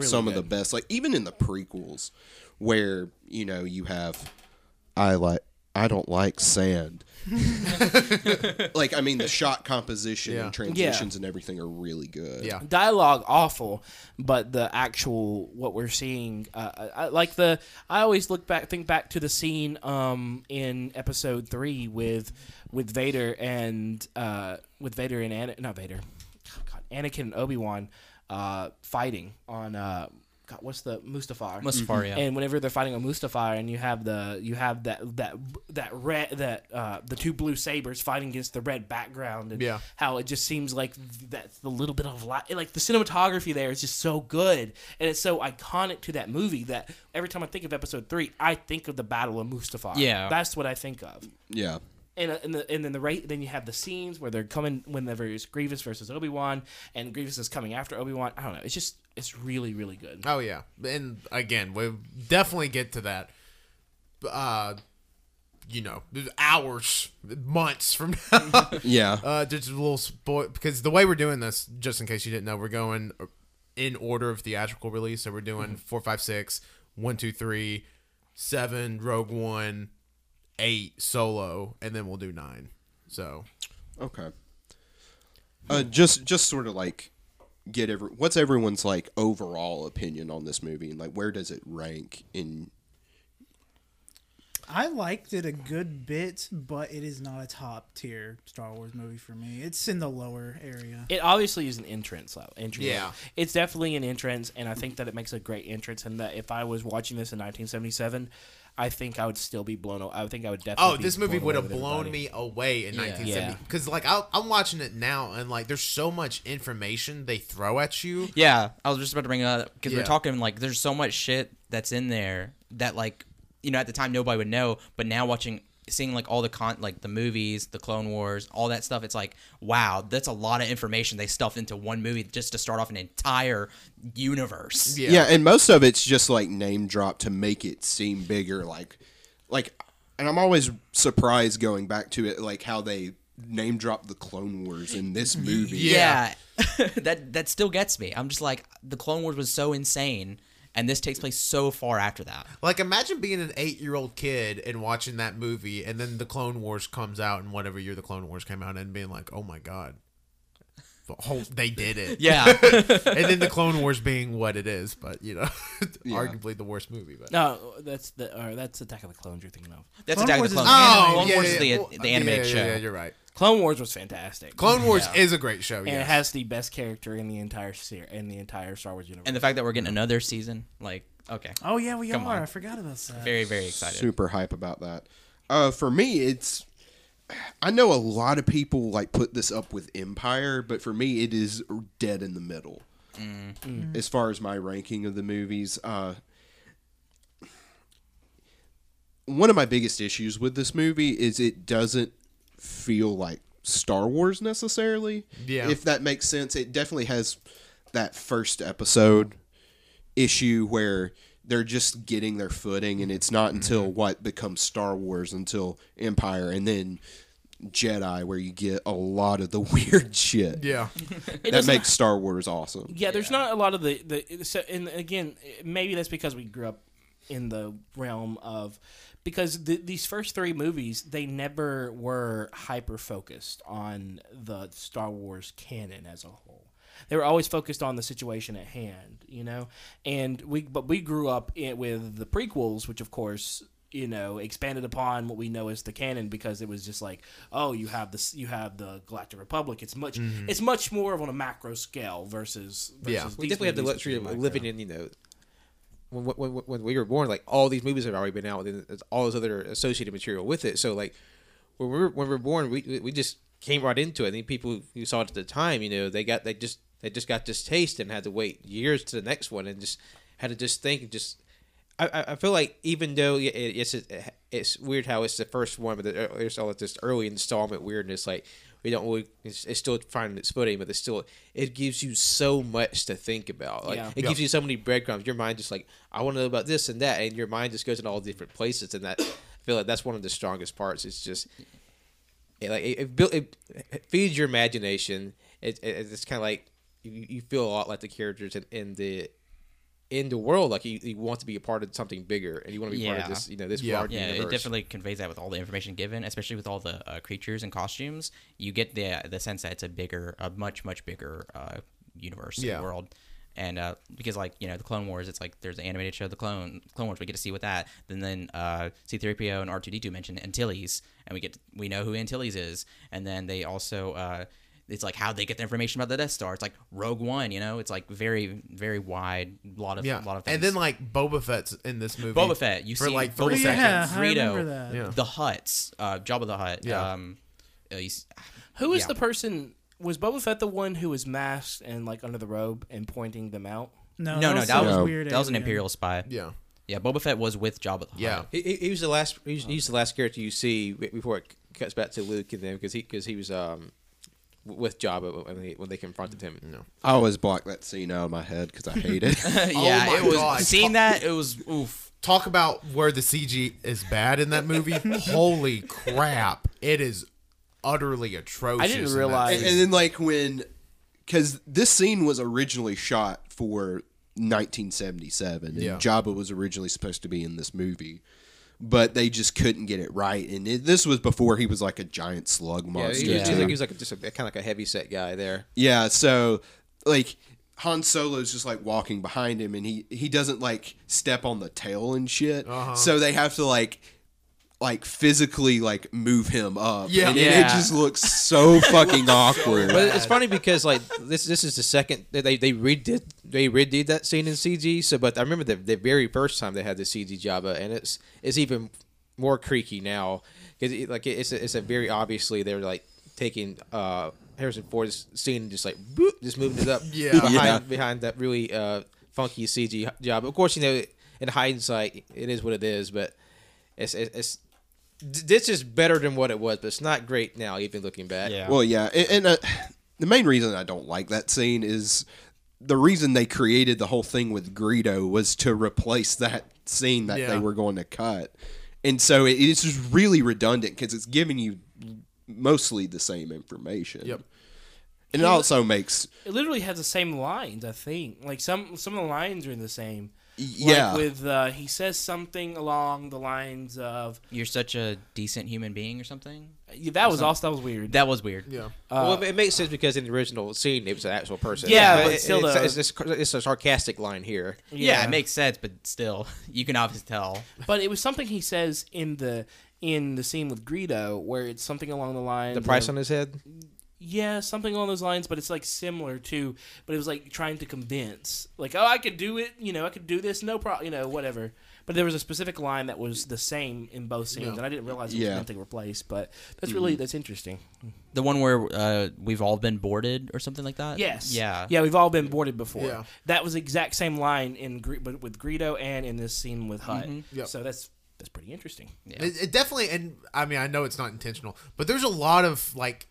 [SPEAKER 1] some of the best. Like, even in the prequels, where, you know, you have, I like. I don't like
[SPEAKER 2] *laughs*
[SPEAKER 1] sand. like, I mean, the shot composition
[SPEAKER 2] Yeah.
[SPEAKER 1] and transitions and everything are really good.
[SPEAKER 2] Yeah.
[SPEAKER 4] dialogue awful but the actual what we're seeing uh, I, I- like the i always look back think back to the scene um in episode three with with vader and uh with vader and Ana- not vader Oh, God, anakin and obi-wan uh fighting on uh God, what's the Mustafar?
[SPEAKER 5] Mustafar, yeah.
[SPEAKER 4] And whenever they're fighting on Mustafar, and you have the you have that that that red that uh, the two blue sabers fighting against the red background, and
[SPEAKER 2] Yeah.
[SPEAKER 4] how it just seems like that's the little bit of light. Like the cinematography there is just so good, and it's so iconic to that movie that every time I think of Episode Three, I think of the Battle of Mustafar.
[SPEAKER 5] Yeah.
[SPEAKER 4] that's what I think of.
[SPEAKER 1] Yeah.
[SPEAKER 4] And, uh, and, the, and then the rate, then you have the scenes where they're coming whenever it's Grievous versus Obi Wan, and Grievous is coming after Obi Wan. I don't know. It's just it's really really good.
[SPEAKER 2] Oh yeah, and again, we'll definitely get to that. Uh, you know, hours, months from now.
[SPEAKER 4] *laughs*
[SPEAKER 1] Yeah.
[SPEAKER 2] uh, just a little spoil because the way we're doing this, just in case you didn't know, we're going in order of theatrical release. So we're doing
[SPEAKER 4] Mm-hmm.
[SPEAKER 2] four, five, six, one, two, three, seven, Rogue One, eight, Solo, and then we'll do nine. So
[SPEAKER 1] Okay. Uh, just just sort of like get every what's everyone's like overall opinion on this movie and like where does it rank in
[SPEAKER 6] I liked it a good bit, but it is not a top tier Star Wars movie for me. It's in the lower area.
[SPEAKER 4] It obviously is an entrance level. Entry
[SPEAKER 2] Yeah.
[SPEAKER 4] level. it's definitely an entrance, and I think that it makes a great entrance. And that if I was watching this in 1977, I think I would still be blown. a- I think I would definitely.
[SPEAKER 2] Oh,
[SPEAKER 4] be
[SPEAKER 2] this movie
[SPEAKER 4] blown
[SPEAKER 2] would
[SPEAKER 4] away
[SPEAKER 2] have
[SPEAKER 4] with
[SPEAKER 2] blown
[SPEAKER 4] everybody.
[SPEAKER 2] me away in
[SPEAKER 5] Yeah.
[SPEAKER 2] 1970
[SPEAKER 4] Yeah.
[SPEAKER 2] because, like, i I'm watching it now, and like, there's so much information they throw at you.
[SPEAKER 5] Yeah, I was just about to bring it up because we
[SPEAKER 2] Yeah.
[SPEAKER 5] are talking like there's so much shit that's in there that like you know at the time nobody would know, but now watching seeing like all the con like the movies, the Clone Wars, all that stuff, it's like wow, that's a lot of information they stuffed into one movie just to start off an entire universe.
[SPEAKER 1] yeah. and most of it's just like name drop to make it seem bigger like like and I'm always surprised going back to it like how they name drop the clone wars in this movie.
[SPEAKER 5] Yeah, *laughs* that that still gets me. I'm just like the Clone Wars was so insane, and this takes place so far after that.
[SPEAKER 2] Like, imagine being an eight year old kid and watching that movie, and then the Clone Wars comes out, and whatever year the Clone Wars came out, and being like, oh my god, The whole- they did it.
[SPEAKER 5] *laughs* Yeah,
[SPEAKER 2] and then the Clone Wars being what it is, but you know, *laughs* arguably the worst movie. But
[SPEAKER 4] No, that's the or that's Attack of the Clones you're thinking of.
[SPEAKER 5] that's
[SPEAKER 6] Clone
[SPEAKER 5] Attack
[SPEAKER 6] Wars
[SPEAKER 5] of the
[SPEAKER 6] is
[SPEAKER 5] Clone
[SPEAKER 6] anime.
[SPEAKER 5] Clone
[SPEAKER 2] Oh, yeah,
[SPEAKER 5] Wars
[SPEAKER 2] yeah,
[SPEAKER 5] is the,
[SPEAKER 2] well,
[SPEAKER 5] the
[SPEAKER 2] yeah,
[SPEAKER 5] animated
[SPEAKER 2] yeah,
[SPEAKER 5] show.
[SPEAKER 2] Yeah, you're right.
[SPEAKER 4] Clone Wars was fantastic.
[SPEAKER 2] Clone Wars is a great show.
[SPEAKER 4] and
[SPEAKER 2] yes.
[SPEAKER 4] it has the best character in the entire ser- in the entire Star Wars universe.
[SPEAKER 5] and the fact that we're getting another season, like okay,
[SPEAKER 6] Oh yeah, we
[SPEAKER 5] Come
[SPEAKER 6] are.
[SPEAKER 5] on.
[SPEAKER 6] I forgot about that.
[SPEAKER 5] very very excited.
[SPEAKER 1] Super hype about that. Uh, for me, it's. I know a lot of people like put this up with Empire, but for me, it is dead in the middle. As far as my ranking of the movies, uh, one of my biggest issues with this movie is it doesn't feel like Star Wars necessarily.
[SPEAKER 2] Yeah.
[SPEAKER 1] If that makes sense, it definitely has that first episode issue where they're just getting their footing, and it's not until
[SPEAKER 3] Mm-hmm.
[SPEAKER 1] what becomes Star Wars until Empire, and then. Jedi, where you get a lot of the *laughs* weird shit.
[SPEAKER 2] Yeah.
[SPEAKER 1] that makes Star Wars awesome.
[SPEAKER 4] Yeah, there's not a lot of the the. So, and again, maybe that's because we grew up in the realm of because the, these first three movies they never were hyper focused on the Star Wars canon as a whole. They were always focused on the situation at hand, you know. And we but we grew up in, with the prequels, which of course you know expanded upon what we know as the canon because it was just like oh you have this you have the galactic republic it's much it's much more of on a macro scale versus, versus
[SPEAKER 2] Yeah.
[SPEAKER 3] we
[SPEAKER 4] these
[SPEAKER 3] definitely have the
[SPEAKER 4] movies.
[SPEAKER 3] luxury of living in you know when, when, when we were born like all these movies have already been out and there's all this other associated material with it so like when we were when we were born we we just came right into it and the people who saw it at the time you know they got they just they just got this taste and had to wait years to the next one and just had to just think and just I- I, I feel like even though y- it, it's it, it's weird how it's the first one, but there- there's all this early installment weirdness. Like we don't, really, it's, it's still finding its footing, but it's still it gives you so much to think about. Like
[SPEAKER 4] Yeah.
[SPEAKER 3] it gives you so many breadcrumbs. Your mind just like I want to know about this and that, and your mind just goes in all different places. And that I feel like that's one of the strongest parts. It's just it, like it, it, built, it, it feeds your imagination. It, it it's kind of like you, you feel a lot like the characters in, in the in the world. Like you, you want to be a part of something bigger, and you want to be part
[SPEAKER 5] Yeah.
[SPEAKER 3] of this you know this
[SPEAKER 2] Yeah.
[SPEAKER 3] broad
[SPEAKER 5] Yeah,
[SPEAKER 3] universe.
[SPEAKER 5] it definitely conveys that with all the information given, especially with all the uh, creatures and costumes. You get the uh, the sense that it's a bigger, a much much bigger uh, universe
[SPEAKER 2] Yeah.
[SPEAKER 5] and world. And uh, because like you know the Clone Wars, it's like there's an animated show, the Clone Clone Wars. We get to see what that. Then then uh, C-3PO and R2D2 mention Antilles, and we get we know who Antilles is. And then they also uh, it's like how they get the information about the Death Star. It's like Rogue One, you know. It's like very very wide, lot of
[SPEAKER 2] Yeah.
[SPEAKER 5] lot of things.
[SPEAKER 2] And then like Boba Fett's in this movie.
[SPEAKER 5] Boba Fett, you
[SPEAKER 2] for
[SPEAKER 5] see
[SPEAKER 2] like
[SPEAKER 5] Boba
[SPEAKER 2] three
[SPEAKER 5] Fett,
[SPEAKER 6] Yeah,
[SPEAKER 2] seconds.
[SPEAKER 6] I remember that.
[SPEAKER 5] Greedo,
[SPEAKER 2] Yeah.
[SPEAKER 5] the Huts, uh, Jabba the Hutt.
[SPEAKER 2] Yeah.
[SPEAKER 5] Um, uh, he's-
[SPEAKER 4] Who is
[SPEAKER 5] Yeah.
[SPEAKER 4] the person? Was Boba Fett the one who was masked and like under the robe and pointing them out?
[SPEAKER 6] No,
[SPEAKER 5] no, no, that
[SPEAKER 6] some
[SPEAKER 5] was
[SPEAKER 6] weird
[SPEAKER 5] that was an
[SPEAKER 6] alien.
[SPEAKER 5] Imperial spy.
[SPEAKER 2] Yeah.
[SPEAKER 5] yeah. Boba Fett was with Jabba the
[SPEAKER 2] Yeah.
[SPEAKER 5] *laughs* Hutt.
[SPEAKER 3] He, he- he was the last. He was, he was the last character you see b- before it c- cuts back to Luke and them because he because he was um w- with Jabba when they when they confronted him. No.
[SPEAKER 1] I always block that scene out of my head because I hate it. *laughs*
[SPEAKER 5] yeah,
[SPEAKER 2] Oh my
[SPEAKER 5] it was
[SPEAKER 2] God.
[SPEAKER 5] seeing that
[SPEAKER 2] *laughs*
[SPEAKER 5] it was oof.
[SPEAKER 2] Talk about where the CG is bad in that
[SPEAKER 5] *laughs*
[SPEAKER 2] movie. Holy crap. It is utterly atrocious. in that scene.
[SPEAKER 4] realize-
[SPEAKER 1] and, and then like when because this scene was originally shot for 1977 and
[SPEAKER 2] Yeah.
[SPEAKER 1] jabba was originally supposed to be in this movie but they just couldn't get it right and it, this was before he was like a giant slug
[SPEAKER 3] Yeah,
[SPEAKER 1] monster
[SPEAKER 3] he, was- he was
[SPEAKER 1] too.
[SPEAKER 3] like, he was like a- just a, kind of like a heavy set guy there.
[SPEAKER 1] Yeah, so like Han Solo's just like walking behind him and he he doesn't like step on the tail and shit. So they have to like like physically like move him up.
[SPEAKER 2] Yeah.
[SPEAKER 1] and it, it
[SPEAKER 5] Yeah.
[SPEAKER 1] just looks so fucking awkward.
[SPEAKER 3] But it's funny because like this this is the second they they redid they redid that scene in CG. So, but I remember the, the very first time they had the CG Jabba, and it's it's even more creaky now because it, like it's a, it's a very obviously they're like taking uh Harrison Ford's scene and just like boop, just moving it up
[SPEAKER 2] Yeah.
[SPEAKER 3] behind
[SPEAKER 1] Yeah.
[SPEAKER 3] behind that really uh funky CG job. Of course, you know in hindsight it is what it is, but it's it's. it's this is better than what it was, but it's not great now. Even looking back,
[SPEAKER 5] Yeah.
[SPEAKER 1] Well, yeah, and, and uh, the main reason I don't like that scene is the reason they created the whole thing with Greedo was to replace that scene that
[SPEAKER 2] Yeah.
[SPEAKER 1] they were going to cut, and so it, it's just really redundant because it's giving you mostly the same information.
[SPEAKER 2] Yep.
[SPEAKER 1] and it also makes
[SPEAKER 4] It literally has the same lines, I think. Like some some of the lines are the same.
[SPEAKER 1] yeah.
[SPEAKER 4] Like with uh, he says something along the lines of
[SPEAKER 5] You're such a decent human being or something.
[SPEAKER 4] yeah, that was also that was weird.
[SPEAKER 5] That was weird.
[SPEAKER 2] Yeah.
[SPEAKER 3] well, it makes sense because in the original scene, it was an actual person.
[SPEAKER 4] Yeah, but still
[SPEAKER 3] it's,
[SPEAKER 4] though-
[SPEAKER 3] it's, it's, it's a sarcastic line here.
[SPEAKER 5] Yeah,
[SPEAKER 4] Yeah.
[SPEAKER 5] it makes sense, but still, *laughs* you can obviously tell.
[SPEAKER 4] but it was something he says in the in the scene with Greedo where it's something along the lines
[SPEAKER 3] The price
[SPEAKER 4] of-
[SPEAKER 3] on his head.
[SPEAKER 4] yeah something along those lines but it's like similar to but it was like trying to convince like oh I could do it you know I could do this no problem you know whatever but there was a specific line that was the same in both scenes and I didn't realize it was
[SPEAKER 1] Yeah.
[SPEAKER 4] meant to replace but that's really that's interesting
[SPEAKER 5] The one where uh, we've all been boarded or something like that.
[SPEAKER 4] Yes.
[SPEAKER 5] Yeah.
[SPEAKER 4] Yeah, we've all been boarded before.
[SPEAKER 2] Yeah.
[SPEAKER 4] That was the exact same line in Gre- but with Greedo and in this scene with Hut.
[SPEAKER 2] Yep.
[SPEAKER 4] So that's that's pretty interesting.
[SPEAKER 2] It, it definitely, and I mean, I know it's not intentional, but there's a lot of like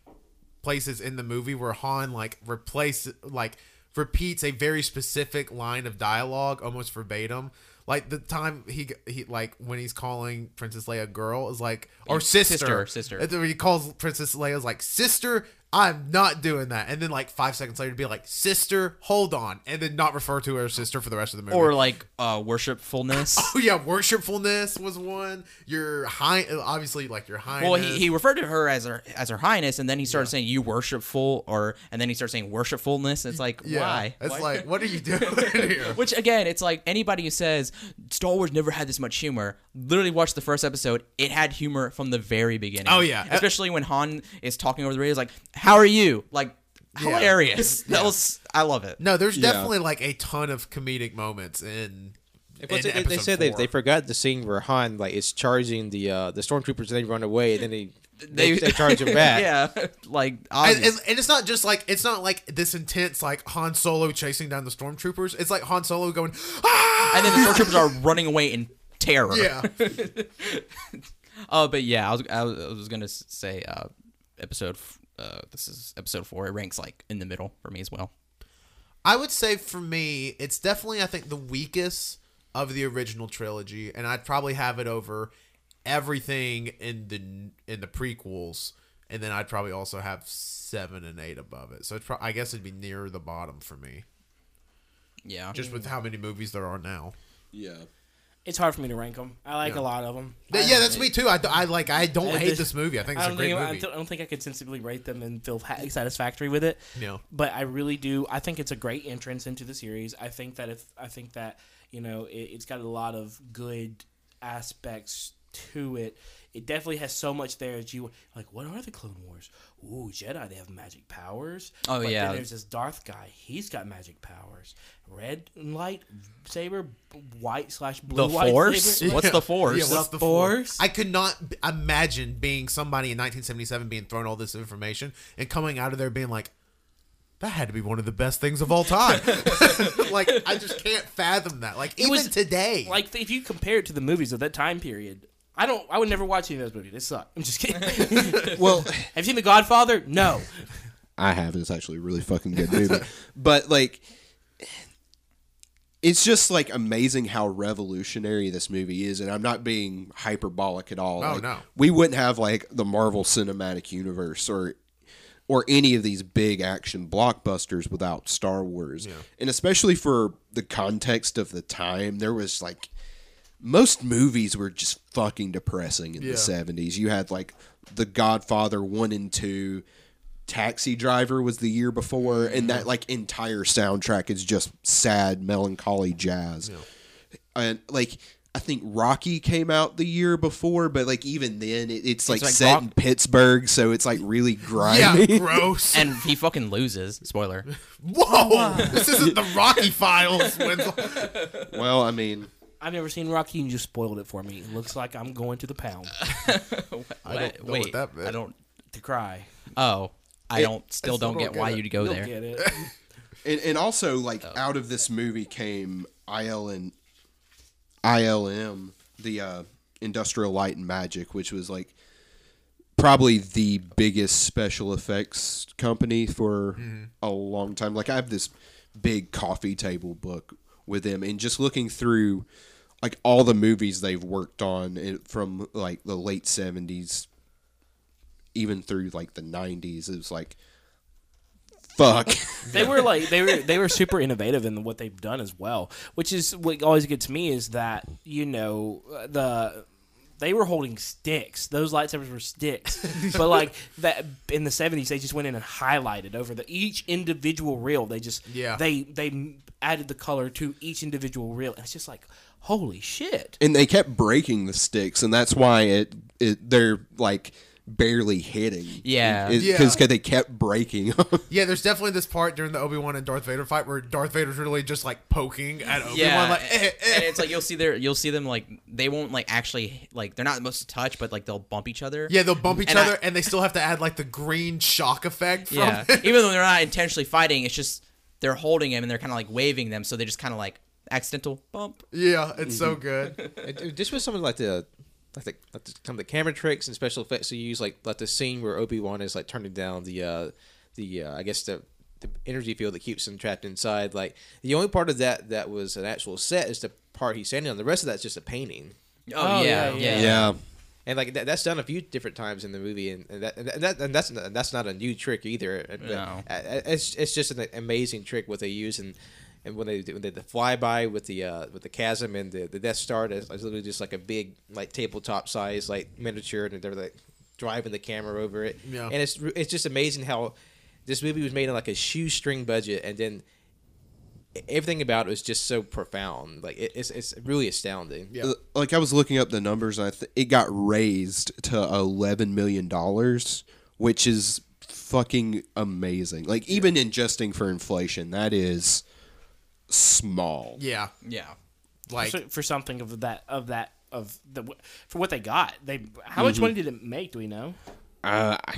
[SPEAKER 2] places in the movie where Han like replace like repeats a very specific line of dialogue almost verbatim. Like the time he he like when he's calling Princess Leia girl is like or sister
[SPEAKER 5] Mm, sister, sister.
[SPEAKER 2] And then He calls Princess Leia's like sister. I'm not doing that. And then like five seconds later, be like sister, hold on, and then not refer to her as sister for the rest of the movie.
[SPEAKER 5] or like uh,
[SPEAKER 2] *laughs*
[SPEAKER 5] worshipfulness.
[SPEAKER 2] Oh yeah, worshipfulness was one. Your high, obviously, like your highness.
[SPEAKER 5] Well, he, he referred to her as her as her highness, and then he started saying "you worshipful," or and then he started saying "worshipfulness." It's like
[SPEAKER 2] yeah,
[SPEAKER 5] why?
[SPEAKER 2] It's
[SPEAKER 5] Why?
[SPEAKER 2] like, what are
[SPEAKER 5] *laughs*
[SPEAKER 2] you doing here?
[SPEAKER 5] Which again, it's like anybody who says Star Wars never had this much humor. Literally, watch the first episode; it had humor from the very beginning.
[SPEAKER 2] Oh, yeah.
[SPEAKER 5] especially when Han is talking over the radio, he's like, "How are you?" Like
[SPEAKER 2] Yeah. *laughs*
[SPEAKER 5] hilarious. That was I love it.
[SPEAKER 2] No, there's
[SPEAKER 1] Yeah.
[SPEAKER 2] definitely like a ton of comedic moments in.
[SPEAKER 3] And plus,
[SPEAKER 2] in
[SPEAKER 3] they, they
[SPEAKER 2] episode
[SPEAKER 3] said they,
[SPEAKER 2] four.
[SPEAKER 3] they forgot the scene where Han like is charging the uh, the stormtroopers and they run away and then they they, they charge him back.
[SPEAKER 5] *laughs* yeah, like
[SPEAKER 2] And,
[SPEAKER 5] obvious.
[SPEAKER 2] and, and it's not just like it's not like this intense like Han Solo chasing down the stormtroopers. It's like Han Solo going, ah!
[SPEAKER 5] and then
[SPEAKER 2] *laughs*
[SPEAKER 5] the stormtroopers are running away in terror.
[SPEAKER 2] yeah,
[SPEAKER 5] Uh, but yeah, I was I was, I was gonna s- say uh, episode. f- Uh, this is episode four. It ranks like in the middle for me as well.
[SPEAKER 2] I would say for me, it's definitely I think the weakest of the original trilogy, and I'd probably have it over everything in the in the prequels, and then I'd probably also have seven and eight above it. So it's pro- I guess it'd be near the bottom for me,
[SPEAKER 5] Yeah.
[SPEAKER 2] just
[SPEAKER 4] Mm.
[SPEAKER 2] with how many movies there are now. *laughs*
[SPEAKER 1] Yeah.
[SPEAKER 4] It's hard for me to rank them. I like a lot of them.
[SPEAKER 2] Th- yeah, that's me too. I, d- I, like I don't
[SPEAKER 4] I
[SPEAKER 2] hate
[SPEAKER 4] just-
[SPEAKER 2] this movie. I think
[SPEAKER 4] I
[SPEAKER 2] it's
[SPEAKER 4] don't,
[SPEAKER 2] a great
[SPEAKER 4] think, I
[SPEAKER 2] movie.
[SPEAKER 4] don't- I don't think I could sensibly rate them and feel ha- satisfactory with it.
[SPEAKER 2] No.
[SPEAKER 4] But I really do. I think it's a great entrance into the series. I think that if I think that you know it, it's got a lot of good aspects to it. It definitely has so much there that you like. What are the Clone Wars? Ooh, Jedi. They have magic powers.
[SPEAKER 5] Oh,
[SPEAKER 4] but
[SPEAKER 5] yeah.
[SPEAKER 4] Then there's this Darth guy. He's got magic powers. Red light saber, b- white slash blue.
[SPEAKER 5] The
[SPEAKER 4] white
[SPEAKER 5] Force?
[SPEAKER 4] saber.
[SPEAKER 5] *laughs* What's the Force?
[SPEAKER 2] Yeah, what's
[SPEAKER 4] The
[SPEAKER 2] the force?
[SPEAKER 4] Force?
[SPEAKER 2] I could not b- imagine being somebody in 1977 being thrown all this information and coming out of there being like, that had to be one of the best things of all time. *laughs* like, I just can't fathom that. Like, even
[SPEAKER 4] was
[SPEAKER 2] today.
[SPEAKER 4] like if you compare it to the movies of that time period, I don't. I would never watch any of those movies. They suck. I'm just kidding.
[SPEAKER 1] Well,
[SPEAKER 4] Have you seen The Godfather? No.
[SPEAKER 1] I have. It's actually a really fucking good
[SPEAKER 2] *laughs*
[SPEAKER 1] movie. but like, it's just like amazing how revolutionary this movie is, and I'm not being hyperbolic at all.
[SPEAKER 2] Oh,
[SPEAKER 1] Like,
[SPEAKER 2] no.
[SPEAKER 1] we wouldn't have like the Marvel Cinematic Universe or or any of these big action blockbusters without Star Wars, and especially for the context of the time, there was like most movies were just fucking depressing in
[SPEAKER 2] Yeah.
[SPEAKER 1] the 70s. You had like The Godfather 1 and 2, Taxi Driver was the year before, and that like entire soundtrack is just sad, melancholy jazz. And like, I think Rocky came out the year before, but like even then, it, it's like
[SPEAKER 5] like
[SPEAKER 1] set
[SPEAKER 5] Rock-
[SPEAKER 1] in Pittsburgh, so it's like really grimy. *laughs*
[SPEAKER 2] yeah, gross.
[SPEAKER 5] And he fucking loses. Spoiler.
[SPEAKER 2] *laughs* Whoa, this isn't the Rocky Files. Winslow.
[SPEAKER 1] Well, I mean,
[SPEAKER 4] I've never seen Rocky and you just spoiled it for me. It looks like I'm going to the pound
[SPEAKER 5] I
[SPEAKER 2] don't know what that meant.
[SPEAKER 5] I don't.
[SPEAKER 4] to cry.
[SPEAKER 5] Oh, I don't. Still,
[SPEAKER 2] still
[SPEAKER 5] don't
[SPEAKER 2] don't
[SPEAKER 5] get why
[SPEAKER 2] get it.
[SPEAKER 5] you'd go
[SPEAKER 4] You'll
[SPEAKER 5] there.
[SPEAKER 4] get it.
[SPEAKER 1] and, and also like out of this movie came IL and ILM, the uh, Industrial Light and Magic, which was like probably the biggest special effects company for a long time. Like I have this big coffee table book with them, and just looking through like all the movies they've worked on it- from like the late seventies, even through like the nineties, it was like. Fuck. *laughs*
[SPEAKER 4] They were like they were they were super innovative in what they've done as well, which is what always gets me is that you know the they were holding sticks. Those lightsabers
[SPEAKER 2] *laughs*
[SPEAKER 4] were sticks, but like that in the seventies, they just went in and highlighted over the each individual reel. They just
[SPEAKER 2] Yeah.
[SPEAKER 4] they they added the color to each individual reel, and it's just like holy shit.
[SPEAKER 1] and they kept breaking the sticks, and that's why it, it they're like barely hitting.
[SPEAKER 5] Yeah.
[SPEAKER 1] because
[SPEAKER 2] Yeah.
[SPEAKER 1] they kept breaking. *laughs* 'em.
[SPEAKER 2] *laughs* yeah, there's definitely this part during the Obi Wan and Darth Vader fight where Darth Vader's really just like poking at Obi Wan,
[SPEAKER 5] Yeah,
[SPEAKER 2] like, eh,
[SPEAKER 5] and,
[SPEAKER 2] eh.
[SPEAKER 5] and it's like you'll see their, you'll see them like they won't like actually like they're not supposed to touch, but like they'll bump each other.
[SPEAKER 2] yeah, they'll bump each
[SPEAKER 5] And I-
[SPEAKER 2] other, and they still have to add like the green shock effect. From
[SPEAKER 5] yeah.
[SPEAKER 2] *laughs* it.
[SPEAKER 5] *laughs* Even though they're not intentionally fighting, it's just they're holding him and they're kind of like waving them, so they just kind of like accidental bump. Mm-hmm.
[SPEAKER 2] Yeah, it's so good.
[SPEAKER 5] *laughs*
[SPEAKER 3] And, uh, This was something like the like the, like the, some of the camera tricks and special effects they use, like like the scene where Obi Wan is like turning down the uh, the uh, I guess the the energy field that keeps him trapped inside. Like the only part of that that was an actual set is the part he's standing on. The rest of that's just a painting.
[SPEAKER 5] Oh,
[SPEAKER 4] Oh,
[SPEAKER 5] yeah,
[SPEAKER 4] yeah,
[SPEAKER 5] yeah,
[SPEAKER 4] yeah.
[SPEAKER 1] Yeah.
[SPEAKER 3] And like that, that's done a few different times in the movie, and, and that and, that, and that's and that's not a new trick either. uh, But
[SPEAKER 5] No.
[SPEAKER 3] I- I- It's it's just an amazing trick what they use and. And when they do when they, the flyby with the uh, with the chasm and the, the Death Star, that's that's literally just like a big like tabletop size like miniature, and they're like driving the camera over it.
[SPEAKER 2] Yeah.
[SPEAKER 3] And it's re- it's just amazing how this movie was made on like a shoestring budget, and then e-, everything about it was just so profound. Like it, it's it's really astounding.
[SPEAKER 2] Yeah.
[SPEAKER 1] Uh, Like I was looking up the numbers, and I th- it got raised to eleven million dollars, which is fucking amazing. Like even adjusting for inflation, that is small.
[SPEAKER 2] Yeah,
[SPEAKER 5] yeah.
[SPEAKER 2] like
[SPEAKER 4] for, for something of that of that of the for what they got. They how
[SPEAKER 2] Mm-hmm.
[SPEAKER 4] much money did it make? Do we know?
[SPEAKER 1] Uh, I-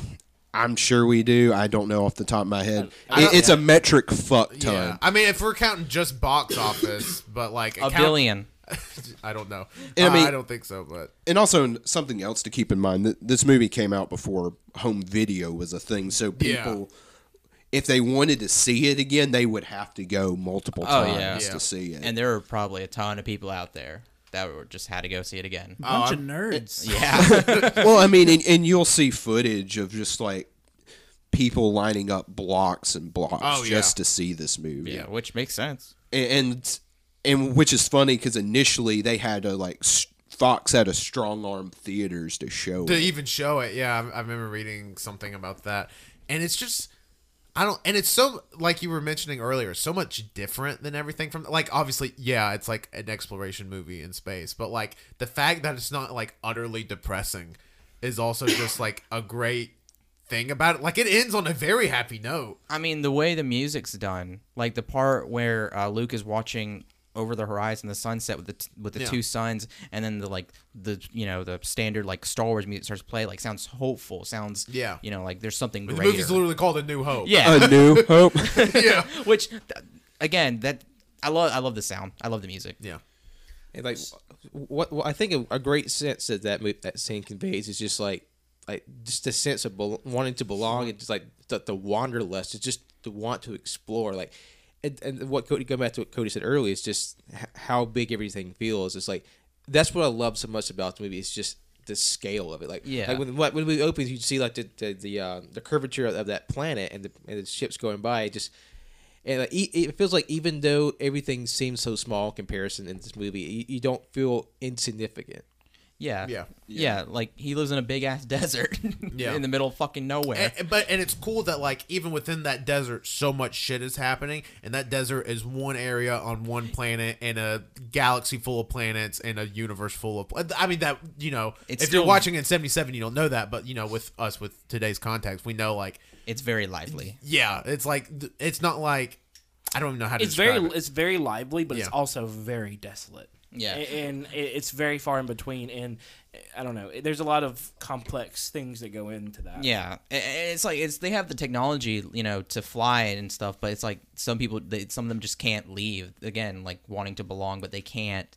[SPEAKER 1] I'm sure we do. I don't know off the top of my head. It, it's a metric fuck ton.
[SPEAKER 2] yeah. I mean, if we're counting just box
[SPEAKER 5] *coughs*
[SPEAKER 2] office, but like
[SPEAKER 5] A
[SPEAKER 2] account-
[SPEAKER 5] billion.
[SPEAKER 2] *laughs* I don't know.
[SPEAKER 1] And I
[SPEAKER 2] I,
[SPEAKER 1] mean-
[SPEAKER 2] I don't think so, but
[SPEAKER 1] and also n- something else to keep in mind that this movie came out before home video was a thing so
[SPEAKER 2] Yeah.
[SPEAKER 1] people if they wanted to see it again they would have to go multiple
[SPEAKER 5] Oh,
[SPEAKER 1] times
[SPEAKER 5] yeah.
[SPEAKER 2] Yeah.
[SPEAKER 1] to see it
[SPEAKER 5] And there were probably a ton of people out there that were just had to go see it again.
[SPEAKER 6] *laughs* Bunch of
[SPEAKER 2] *laughs*
[SPEAKER 6] nerds.
[SPEAKER 5] yeah.
[SPEAKER 1] well i mean and, and you'll see footage of just like people lining up blocks and blocks
[SPEAKER 2] Oh, yeah.
[SPEAKER 1] just to see this movie
[SPEAKER 5] yeah, which makes sense.
[SPEAKER 1] and and which is funny because initially they had a like s- fox had a strong arm theaters to show
[SPEAKER 2] to
[SPEAKER 1] it.
[SPEAKER 2] even show it, yeah, I, I remember reading something about that, and it's just. I don't, and it's so like you were mentioning earlier, so much different than everything from like obviously, yeah, it's like an exploration movie in space, but like the fact that it's not like utterly depressing is also just like a great thing about it. Like it ends on a very happy note.
[SPEAKER 5] I mean, the way the music's done, like the part where uh, Luke is watching over the horizon, the sunset with the t- with the
[SPEAKER 2] Yeah.
[SPEAKER 5] two suns, and then the like the you know the standard like Star Wars music starts to play, like sounds hopeful, sounds
[SPEAKER 2] Yeah.
[SPEAKER 5] you know like there's something
[SPEAKER 2] The
[SPEAKER 5] greater.
[SPEAKER 2] movie's literally called A New Hope.
[SPEAKER 5] yeah,
[SPEAKER 1] a new hope
[SPEAKER 2] yeah,
[SPEAKER 5] which th- again that I love I love the sound, I love the music.
[SPEAKER 2] yeah.
[SPEAKER 3] And like, what, what I think a, a great sense that that move, that scene conveys is just like, like just the sense of bel wanting to belong and just like the, the wanderlust. It's just the want to explore. Like, and, and what Cody going back to what Cody said earlier is just h- how big everything feels. It's like that's what I love so much about the movie. It's just the scale of it. Like,
[SPEAKER 5] Yeah.
[SPEAKER 3] like when when when we opens, you see like the the the, uh, the curvature of, of that planet and the and the ships going by. It just and like, e- it feels like even though everything seems so small in comparison in this movie, you, you don't feel insignificant.
[SPEAKER 5] Yeah.
[SPEAKER 2] Yeah.
[SPEAKER 5] Yeah. Like he lives in a big ass *laughs* desert
[SPEAKER 2] Yeah. Eh,
[SPEAKER 5] in the middle of fucking nowhere.
[SPEAKER 2] And, but and it's cool that like even within that desert, so much shit is happening, and that desert is one area on one planet and a galaxy full of planets and a universe full of. pla- I mean that you know,
[SPEAKER 5] It's
[SPEAKER 2] if you're
[SPEAKER 5] still-
[SPEAKER 2] watching in '77, you don't know that, but you know, with us with today's context, we know like
[SPEAKER 5] it's very lively.
[SPEAKER 2] yeah, it's like th- it's not like I don't even know how to
[SPEAKER 4] It's very
[SPEAKER 2] describe it.
[SPEAKER 4] it's very lively, but it's
[SPEAKER 2] Yeah.
[SPEAKER 4] also very desolate.
[SPEAKER 5] Yeah.
[SPEAKER 4] A- and it- it's very far in between. And I don't know. There's a lot of complex things that go into that.
[SPEAKER 5] Yeah, A- a- it's like it's they have the technology, you know, to fly and stuff, but it's like some people, they, some of them just can't leave. Again, like wanting to belong, but they can't.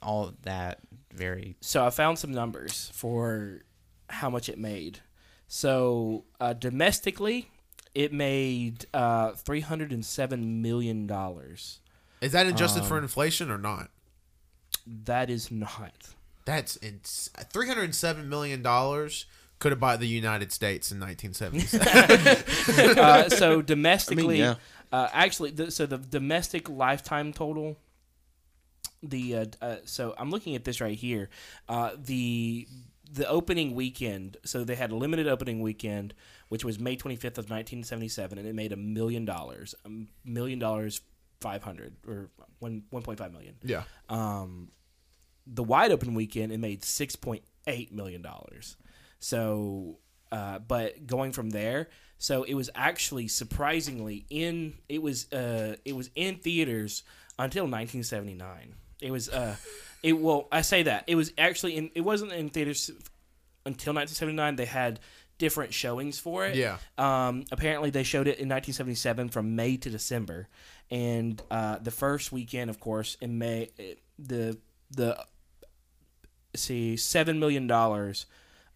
[SPEAKER 5] All of that very
[SPEAKER 4] So I found some numbers for how much it made. So uh, domestically, it made uh, three hundred and seven million dollars.
[SPEAKER 2] Is that adjusted
[SPEAKER 5] Um,
[SPEAKER 2] for inflation or not?
[SPEAKER 4] That is not.
[SPEAKER 2] That's ins- 307 million dollars could have bought the United States in 1977.
[SPEAKER 4] uh, so domestically,
[SPEAKER 1] yeah.
[SPEAKER 4] uh, actually, the, so the domestic lifetime total. The uh, d- uh, so I'm looking at this right here. Uh, the the opening weekend. So they had a limited opening weekend, which was May 25th of 1977, and it made a million dollars, a million dollars five hundred or one one point five million.
[SPEAKER 2] *laughs* yeah.
[SPEAKER 4] The wide open weekend, it made six point eight million dollars. So, uh, but going from there, so it was actually surprisingly in it was uh, it was in theaters until 1979. It was uh, *laughs* it well I say that it was actually in it wasn't in theaters until 1979. They had different showings for it.
[SPEAKER 2] Yeah.
[SPEAKER 4] Um, apparently, they showed it in 1977 from May to December, and eh, uh, the first weekend, of course, in May, it- the the see seven million dollars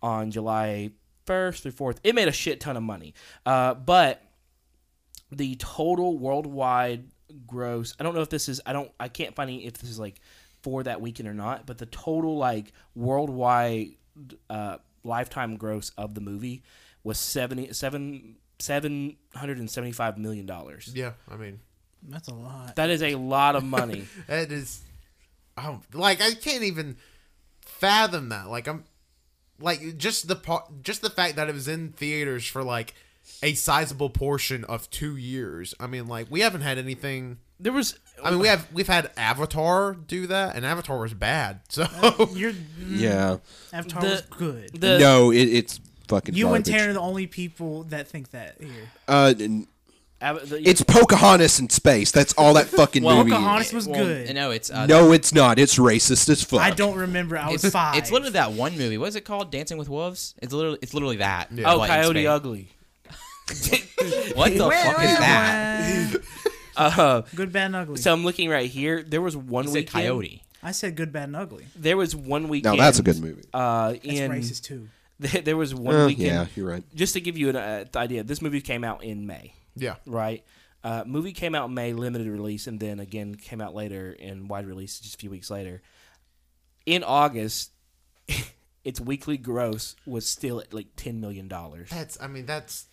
[SPEAKER 4] on July first through fourth. It made a shit ton of money, uh, but the total worldwide gross. I don't know if this is. I don't. I can't find any, if this is like for that weekend or not. But the total like worldwide uh, lifetime gross of the movie was seventy seven seven hundred and seventy five million dollars.
[SPEAKER 2] Yeah, I mean,
[SPEAKER 6] That's a lot.
[SPEAKER 4] That is a lot
[SPEAKER 2] *laughs*
[SPEAKER 4] of money.
[SPEAKER 2] that is, I'm like I can't even fathom that. Like I'm, like just the part, just the fact that it was in theaters for like a sizable portion of two years. I mean, like we haven't had anything.
[SPEAKER 4] there was.
[SPEAKER 2] I mean, we have we've had Avatar do that, and Avatar was bad. *laughs* So
[SPEAKER 6] You're
[SPEAKER 1] Yeah.
[SPEAKER 6] Avatar
[SPEAKER 4] The-
[SPEAKER 6] was good.
[SPEAKER 4] the,
[SPEAKER 1] no, it, it's fucking.
[SPEAKER 6] you
[SPEAKER 1] garbage.
[SPEAKER 6] and Taryn are the only people that think that here.
[SPEAKER 1] Uh, n-
[SPEAKER 4] av- the-
[SPEAKER 1] it's Pocahontas in space. That's all that fucking
[SPEAKER 4] Well,
[SPEAKER 1] movie.
[SPEAKER 6] Pocahontas was
[SPEAKER 5] Well,
[SPEAKER 6] good.
[SPEAKER 5] No, it's uh,
[SPEAKER 1] no, it's not. It's racist as fuck.
[SPEAKER 6] I don't remember. I was
[SPEAKER 5] It's,
[SPEAKER 6] five.
[SPEAKER 5] it's literally that one movie. What is it called? Dancing with Wolves. It's literally it's literally that.
[SPEAKER 4] oh,
[SPEAKER 5] but in
[SPEAKER 4] Coyote uh,
[SPEAKER 5] Spain.
[SPEAKER 4] Ugly.
[SPEAKER 5] What the fuck is that?
[SPEAKER 4] Uh,
[SPEAKER 6] Good, bad, and ugly.
[SPEAKER 4] so I'm looking right here. There was one
[SPEAKER 5] It's a
[SPEAKER 4] weekend.
[SPEAKER 5] coyote.
[SPEAKER 6] I said good, bad, and ugly.
[SPEAKER 4] There was one
[SPEAKER 1] Now
[SPEAKER 4] weekend.
[SPEAKER 1] that's a good movie.
[SPEAKER 4] Uh,
[SPEAKER 6] That's
[SPEAKER 4] in
[SPEAKER 6] racist too.
[SPEAKER 4] *laughs* there there was one
[SPEAKER 1] Uh,
[SPEAKER 4] weekend.
[SPEAKER 1] yeah, you're right.
[SPEAKER 4] Just to give you an uh, idea, this movie came out in May,
[SPEAKER 2] yeah,
[SPEAKER 4] right? Uh, movie came out in May, limited release, and then again came out later in wide release just a few weeks later. In August, *laughs* its weekly gross was still at like ten million dollars.
[SPEAKER 2] that's I mean that's.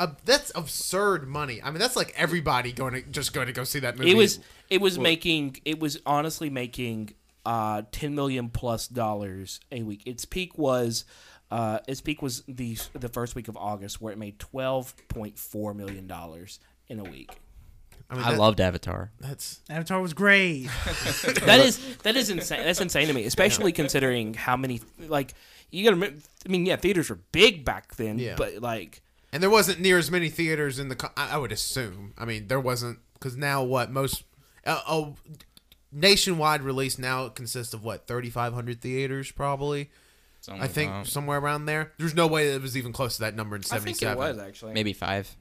[SPEAKER 2] Uh, that's absurd money. I mean, that's like everybody going to just going to go see that movie.
[SPEAKER 4] It was it was making it was honestly making uh 10 million plus dollars a week. Its peak was uh its peak was the the first week of August where it made 12.4 million dollars in a week.
[SPEAKER 2] I, mean,
[SPEAKER 5] I
[SPEAKER 2] that-
[SPEAKER 5] loved Avatar.
[SPEAKER 2] that's
[SPEAKER 6] Avatar was great.
[SPEAKER 4] That is that is insane. That's insane to me, especially considering how many like you got to I mean yeah, theaters were big back then,
[SPEAKER 2] Yeah.
[SPEAKER 4] but like
[SPEAKER 2] And there wasn't near as many theaters in the. co- I I would assume. I mean, there wasn't because now what most a, a nationwide release now consists of what thirty five hundred theaters probably.
[SPEAKER 5] Something
[SPEAKER 2] I think
[SPEAKER 5] like that.
[SPEAKER 2] somewhere around there. There's no way that it was even close to that number in
[SPEAKER 4] I think
[SPEAKER 2] seventy
[SPEAKER 4] it was
[SPEAKER 2] seven.
[SPEAKER 4] actually.
[SPEAKER 5] maybe five.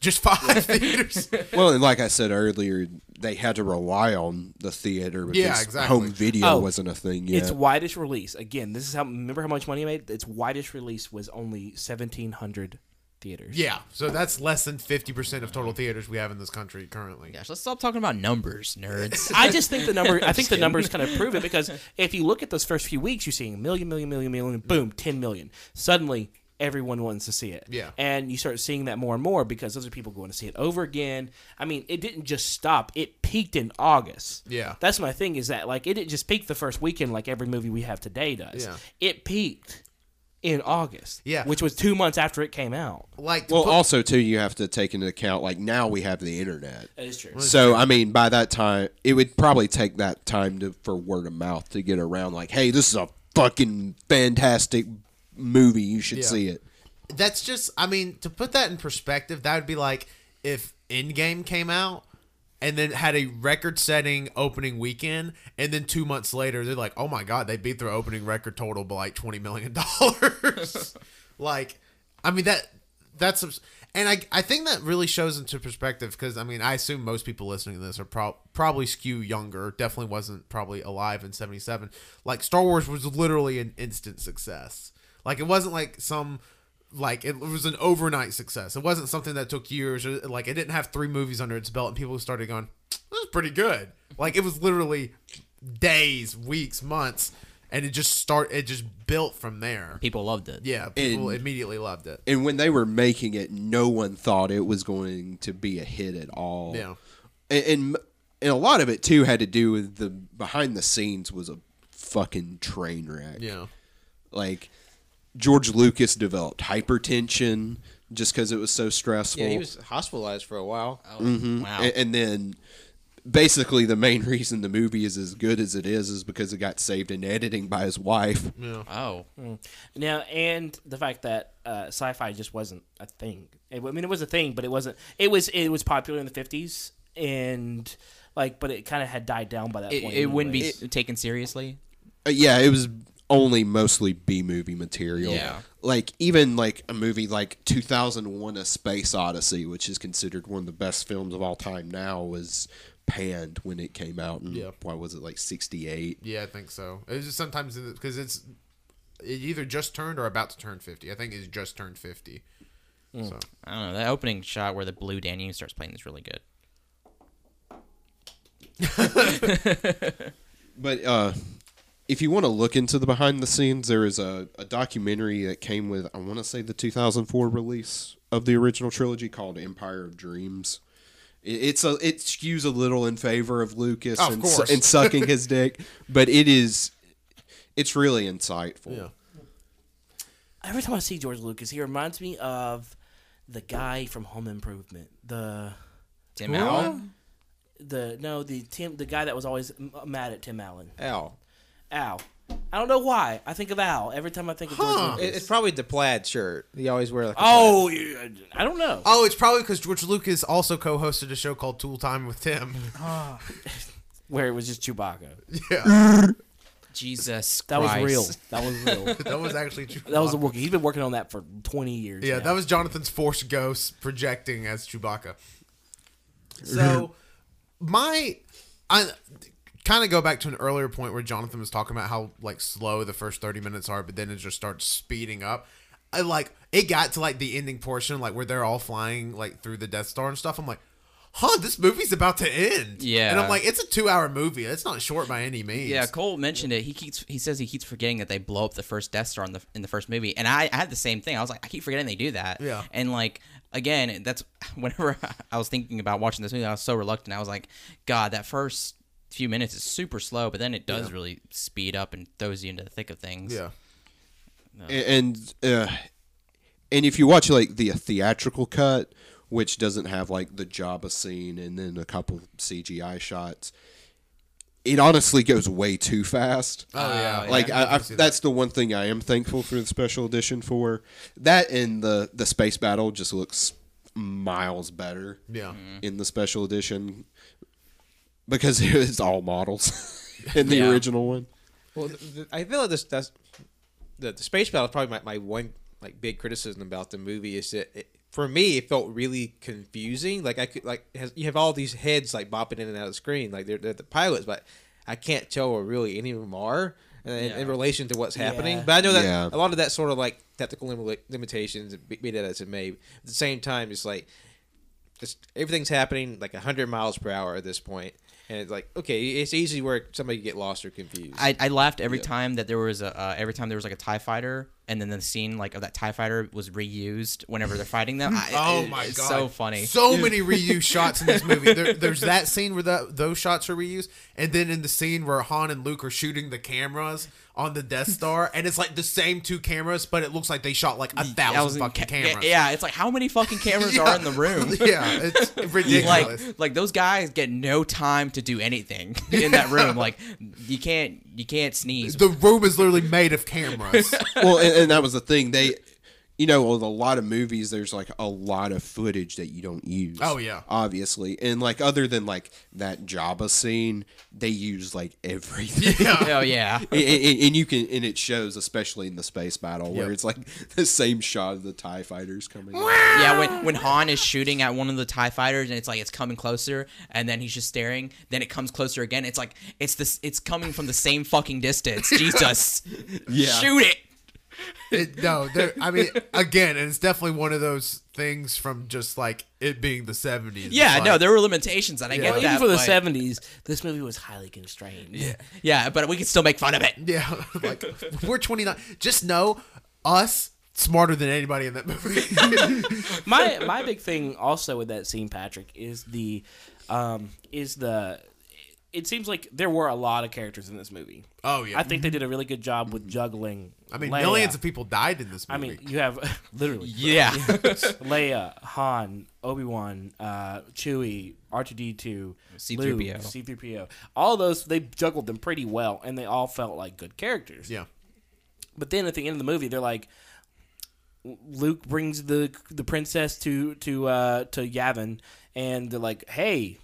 [SPEAKER 2] Just five theaters. *laughs*
[SPEAKER 1] Well, and like I said earlier, they had to rely on the theater because
[SPEAKER 2] Yeah, exactly.
[SPEAKER 1] home video
[SPEAKER 4] Oh,
[SPEAKER 1] wasn't a thing yet.
[SPEAKER 4] Its widest release again. This is how remember how much money it made. Its widest release was only seventeen hundred theaters.
[SPEAKER 2] yeah, so that's less than fifty percent of total theaters we have in this country currently.
[SPEAKER 5] Gosh, let's stop talking about numbers,
[SPEAKER 4] *laughs*
[SPEAKER 5] nerds.
[SPEAKER 4] I just think the number. I think the numbers kind of prove it because if you look at those first few weeks, you're seeing million, million, million, million, boom, ten million. Suddenly, everyone wants to see it.
[SPEAKER 2] Yeah.
[SPEAKER 4] and you start seeing that more and more because those are people going to see it over again. I mean, it didn't just stop; it peaked in August.
[SPEAKER 2] Yeah.
[SPEAKER 4] that's my thing is that like it didn't just peak the first weekend like every movie we have today does.
[SPEAKER 2] Yeah.
[SPEAKER 4] it peaked in August.
[SPEAKER 2] Yeah.
[SPEAKER 4] which was two months after it came out.
[SPEAKER 2] Like, to
[SPEAKER 1] well,
[SPEAKER 2] put-
[SPEAKER 1] also too, you have to take into account like now we have the internet.
[SPEAKER 4] That is true.
[SPEAKER 1] So I mean, by that time, it would probably take that time to for word of mouth to get around. Like, hey, this is a fucking fantastic movie. You should
[SPEAKER 2] Yeah.
[SPEAKER 1] see it.
[SPEAKER 2] that's just I mean, to put that in perspective, that would be like if Endgame came out and then had a record setting opening weekend and then two months later they're like, Oh my god, they beat their opening record total by like twenty million dollars. *laughs* like I mean that that's abs- and I, I think that really shows into perspective because I mean I assume most people listening to this are pro- probably skew younger definitely wasn't probably alive in 77 like Star Wars was literally an instant success like it wasn't like some like it was an overnight success. It wasn't something that took years. Or, like it didn't have three movies under its belt, and people started going, "This is pretty good." Like it was literally days, weeks, months, and it just start. It just built from there.
[SPEAKER 5] People loved it.
[SPEAKER 2] Yeah, people
[SPEAKER 1] And-
[SPEAKER 2] immediately loved it.
[SPEAKER 1] And when they were making it, no one thought it was going to be a hit at all.
[SPEAKER 2] Yeah.
[SPEAKER 1] and and, and a lot of it too had to do with the behind the scenes was a fucking train wreck.
[SPEAKER 2] Yeah,
[SPEAKER 1] like George Lucas developed hypertension just because it was so stressful.
[SPEAKER 3] Yeah, he was hospitalized for a while.
[SPEAKER 5] Oh, Wow.
[SPEAKER 1] A- and then basically the main *laughs* reason the movie is as good as it is is because it got saved in editing by his wife.
[SPEAKER 5] oh.
[SPEAKER 4] Mm. Now, and the fact that uh, sci-fi just wasn't a thing. It- I mean, it was a thing, but it wasn't. It was it was popular in the fifties, and like, but it kind of had died down by that
[SPEAKER 5] It,
[SPEAKER 4] point.
[SPEAKER 5] it wouldn't be
[SPEAKER 4] anyways.
[SPEAKER 5] taken seriously.
[SPEAKER 1] Uh, yeah, it was only mostly B movie material.
[SPEAKER 5] Yeah.
[SPEAKER 1] Like even like a movie like 2001 A Space Odyssey, which is considered one of the best films of all time now was panned when it came out. And
[SPEAKER 2] Yeah.
[SPEAKER 1] Why was it like sixty eight?
[SPEAKER 2] Yeah, I think so. It's just sometimes because it's it either just turned or about to turn fifty. I think it's just turned fifty. So
[SPEAKER 5] I don't know. That opening shot where the blue Danube starts playing is really good.
[SPEAKER 1] But uh, if you want to look into the behind the scenes, there is a, a documentary that came with, I want to say, the 2004 release of the original trilogy called Empire of Dreams. It- It's a it skews a little in favor of Lucas
[SPEAKER 2] Of
[SPEAKER 1] and,
[SPEAKER 2] course.
[SPEAKER 1] su- and sucking his dick, but it is it's really insightful.
[SPEAKER 2] yeah,
[SPEAKER 4] Every time I see George Lucas, he reminds me of the guy from Home Improvement. The
[SPEAKER 5] Tim Allen.
[SPEAKER 4] the no the Tim the guy that was always m- mad at Tim Allen.
[SPEAKER 3] Al.
[SPEAKER 4] Al. I don't know why. I think of Al every time I think of George
[SPEAKER 2] Huh.
[SPEAKER 4] Lucas.
[SPEAKER 3] It- It's probably the plaid shirt. He always wear like. a
[SPEAKER 4] Oh, you- I don't know.
[SPEAKER 2] Oh, it's probably because George Lucas also co-hosted a show called Tool Time with Tim.
[SPEAKER 6] Ah,
[SPEAKER 4] Where it was just Chewbacca.
[SPEAKER 2] Yeah,
[SPEAKER 5] Jesus
[SPEAKER 4] That was
[SPEAKER 5] Christ.
[SPEAKER 4] real. That was
[SPEAKER 5] *laughs*
[SPEAKER 2] *laughs*
[SPEAKER 4] real.
[SPEAKER 2] that was actually Chewbacca.
[SPEAKER 4] That was a Wookiee. He's been working on that for 20 years.
[SPEAKER 2] yeah,
[SPEAKER 4] now.
[SPEAKER 2] that was Jonathan's Force Ghost projecting as Chewbacca. *laughs* So my I kind of go back to an earlier point where Jonathan was talking about how like slow the first 30 minutes are, but then it just starts speeding up. I like it got to like the ending portion, like where they're all flying like through the Death Star and stuff. I'm like, huh, this movie's about to end.
[SPEAKER 5] Yeah.
[SPEAKER 2] And I'm like, it's a two hour movie. It's not short by any means.
[SPEAKER 5] Yeah, Cole mentioned it. He keeps he says he keeps forgetting that they blow up the first Death Star in the in the first movie, and I, I had the same thing. I was like, I keep forgetting they do that.
[SPEAKER 2] Yeah.
[SPEAKER 5] and like again, that's *laughs* whenever I was thinking about watching this movie, I was so reluctant. I was like, God, that first few minutes is super slow, but then it does really speed up and throws you into the thick of things.
[SPEAKER 2] Yeah.
[SPEAKER 1] A- and uh, and if you watch like the theatrical cut, which doesn't have like the Jabba scene and then a couple CGI shots, it honestly goes way too fast.
[SPEAKER 2] Oh, yeah.
[SPEAKER 1] like
[SPEAKER 2] Yeah,
[SPEAKER 1] I,
[SPEAKER 2] can
[SPEAKER 1] I,
[SPEAKER 2] see that.
[SPEAKER 1] that's the one thing I am thankful for the special edition for. That and the the space battle just looks miles better.
[SPEAKER 2] Yeah.
[SPEAKER 1] in the special edition because *laughs* it was all models *laughs* in the
[SPEAKER 5] Yeah.
[SPEAKER 1] original one.
[SPEAKER 3] Well, th th I feel like this that's the, the space battle is probably my, my one like big criticism about the movie is that it, for me it felt really confusing. Like I could like it has, you have all these heads like bopping in and out of the screen, like they're, they're the pilots, but I can't tell where really any of them are. uh, In, in relation to what's happening,
[SPEAKER 4] Yeah.
[SPEAKER 3] but I know that
[SPEAKER 1] Yeah.
[SPEAKER 3] a lot of that sort of like technical lim- limitations, be be that as it may. At the same time, it's like it's, everything's happening like hundred miles per hour at this point, and it's like okay, it's easy where somebody could get lost or confused.
[SPEAKER 5] I, I laughed every time that there was a uh, every time there was like a Tie Fighter, and then the scene like of that Tie Fighter was reused whenever they're fighting
[SPEAKER 2] *laughs*
[SPEAKER 5] them. I,
[SPEAKER 2] Oh
[SPEAKER 5] it-
[SPEAKER 2] my
[SPEAKER 5] it's
[SPEAKER 2] god!
[SPEAKER 5] so funny.
[SPEAKER 2] So many reused shots in this movie.
[SPEAKER 5] *laughs*
[SPEAKER 2] There, there's that scene where that, those shots are reused, and then in the scene where Han and Luke are shooting the cameras on the Death Star, and it's like the same two cameras, but it looks like they shot like a thousand
[SPEAKER 5] Thousand
[SPEAKER 2] fucking
[SPEAKER 5] ca-
[SPEAKER 2] cameras.
[SPEAKER 5] Yeah, it's like how
[SPEAKER 2] *laughs*
[SPEAKER 5] many fucking cameras are in the room?
[SPEAKER 2] yeah, it's ridiculous.
[SPEAKER 5] *laughs* Like, like those guys get no time to do anything *laughs* in
[SPEAKER 2] *laughs*
[SPEAKER 5] that room. Like, you can't, you can't sneeze.
[SPEAKER 2] the room is literally made of
[SPEAKER 5] *laughs*
[SPEAKER 2] cameras.
[SPEAKER 1] well, and, and that was the thing. They, you know, with a lot of movies, there's like a lot of footage that you don't use.
[SPEAKER 2] Oh, yeah.
[SPEAKER 1] obviously, and like other than like that Jabba scene, they use like *laughs* everything.
[SPEAKER 5] *laughs* oh yeah,
[SPEAKER 1] And, and- and you can, and it shows, especially in the space battle, where
[SPEAKER 2] Yep.
[SPEAKER 1] it's like the same shot of the Tie fighters coming. in.
[SPEAKER 5] yeah.
[SPEAKER 4] Ah.
[SPEAKER 5] When when Han is shooting at one of the Tie fighters and it's like it's coming closer, and then he's just staring. Then it comes closer again. It's like it's this. It's coming from the same
[SPEAKER 4] *laughs*
[SPEAKER 5] fucking distance. Jesus,
[SPEAKER 1] Yeah.
[SPEAKER 5] shoot it.
[SPEAKER 2] It- no, there- I mean, again, and it's definitely one of those things from just like it being the seventies.
[SPEAKER 5] Yeah, no, there were limitations, and I
[SPEAKER 2] Yeah.
[SPEAKER 5] get
[SPEAKER 4] Well,
[SPEAKER 5] that.
[SPEAKER 4] even for the
[SPEAKER 5] but-
[SPEAKER 4] 70s, this movie was highly constrained. Yeah.
[SPEAKER 5] yeah, but we can still make fun of it.
[SPEAKER 2] Yeah, *laughs* like we're 29. Just know us smarter than anybody in that movie.
[SPEAKER 4] *laughs* my my big thing also with that scene, Patrick, is the um is the it seems like there were a lot of characters in this movie.
[SPEAKER 2] *laughs* oh yeah, Mm-hmm.
[SPEAKER 4] I think they did a really good job with juggling.
[SPEAKER 2] I mean,
[SPEAKER 4] Leia.
[SPEAKER 2] millions of people died in this movie.
[SPEAKER 4] I mean, you have *laughs* literally
[SPEAKER 5] Yeah,
[SPEAKER 4] Leia, Han, Obi Wan, uh, Chewie, R two D two,
[SPEAKER 5] C-3PO.
[SPEAKER 4] C three PO. All those they juggled them pretty well, and they all felt like good characters.
[SPEAKER 2] yeah,
[SPEAKER 4] But then at the end of the movie, they're like, Luke brings the the princess to to uh, to Yavin, and they're like, "Hey,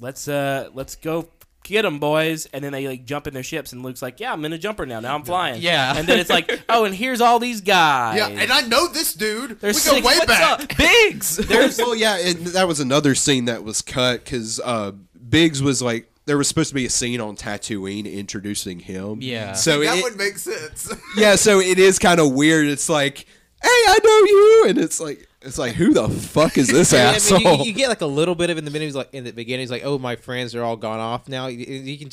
[SPEAKER 4] let's uh let's go." Get them, boys, and then they like jump in their ships, and Luke's like, "Yeah, I'm in a jumper now. Now I'm flying." *laughs*
[SPEAKER 5] Yeah.
[SPEAKER 4] and then it's like, "Oh, and here's all these guys."
[SPEAKER 2] yeah, and I know this dude.
[SPEAKER 4] There's
[SPEAKER 2] we go
[SPEAKER 4] six-
[SPEAKER 2] way
[SPEAKER 4] what's
[SPEAKER 2] back.
[SPEAKER 5] Biggs.
[SPEAKER 2] *laughs*
[SPEAKER 1] oh, well, yeah, and that was another scene that was cut because uh, Biggs was like there was supposed to be a scene on Tatooine introducing him.
[SPEAKER 5] Yeah.
[SPEAKER 1] So
[SPEAKER 2] that
[SPEAKER 1] it,
[SPEAKER 2] would make sense.
[SPEAKER 1] yeah, so it is kind of weird. It's like, hey, I know you, and it's like it's like who the fuck is this
[SPEAKER 3] *laughs* Yeah, I
[SPEAKER 1] asshole?
[SPEAKER 3] mean, you, you get like a little bit of in the beginning, like in the beginning, he's like, "Oh, my friends are all gone off now." You, you can,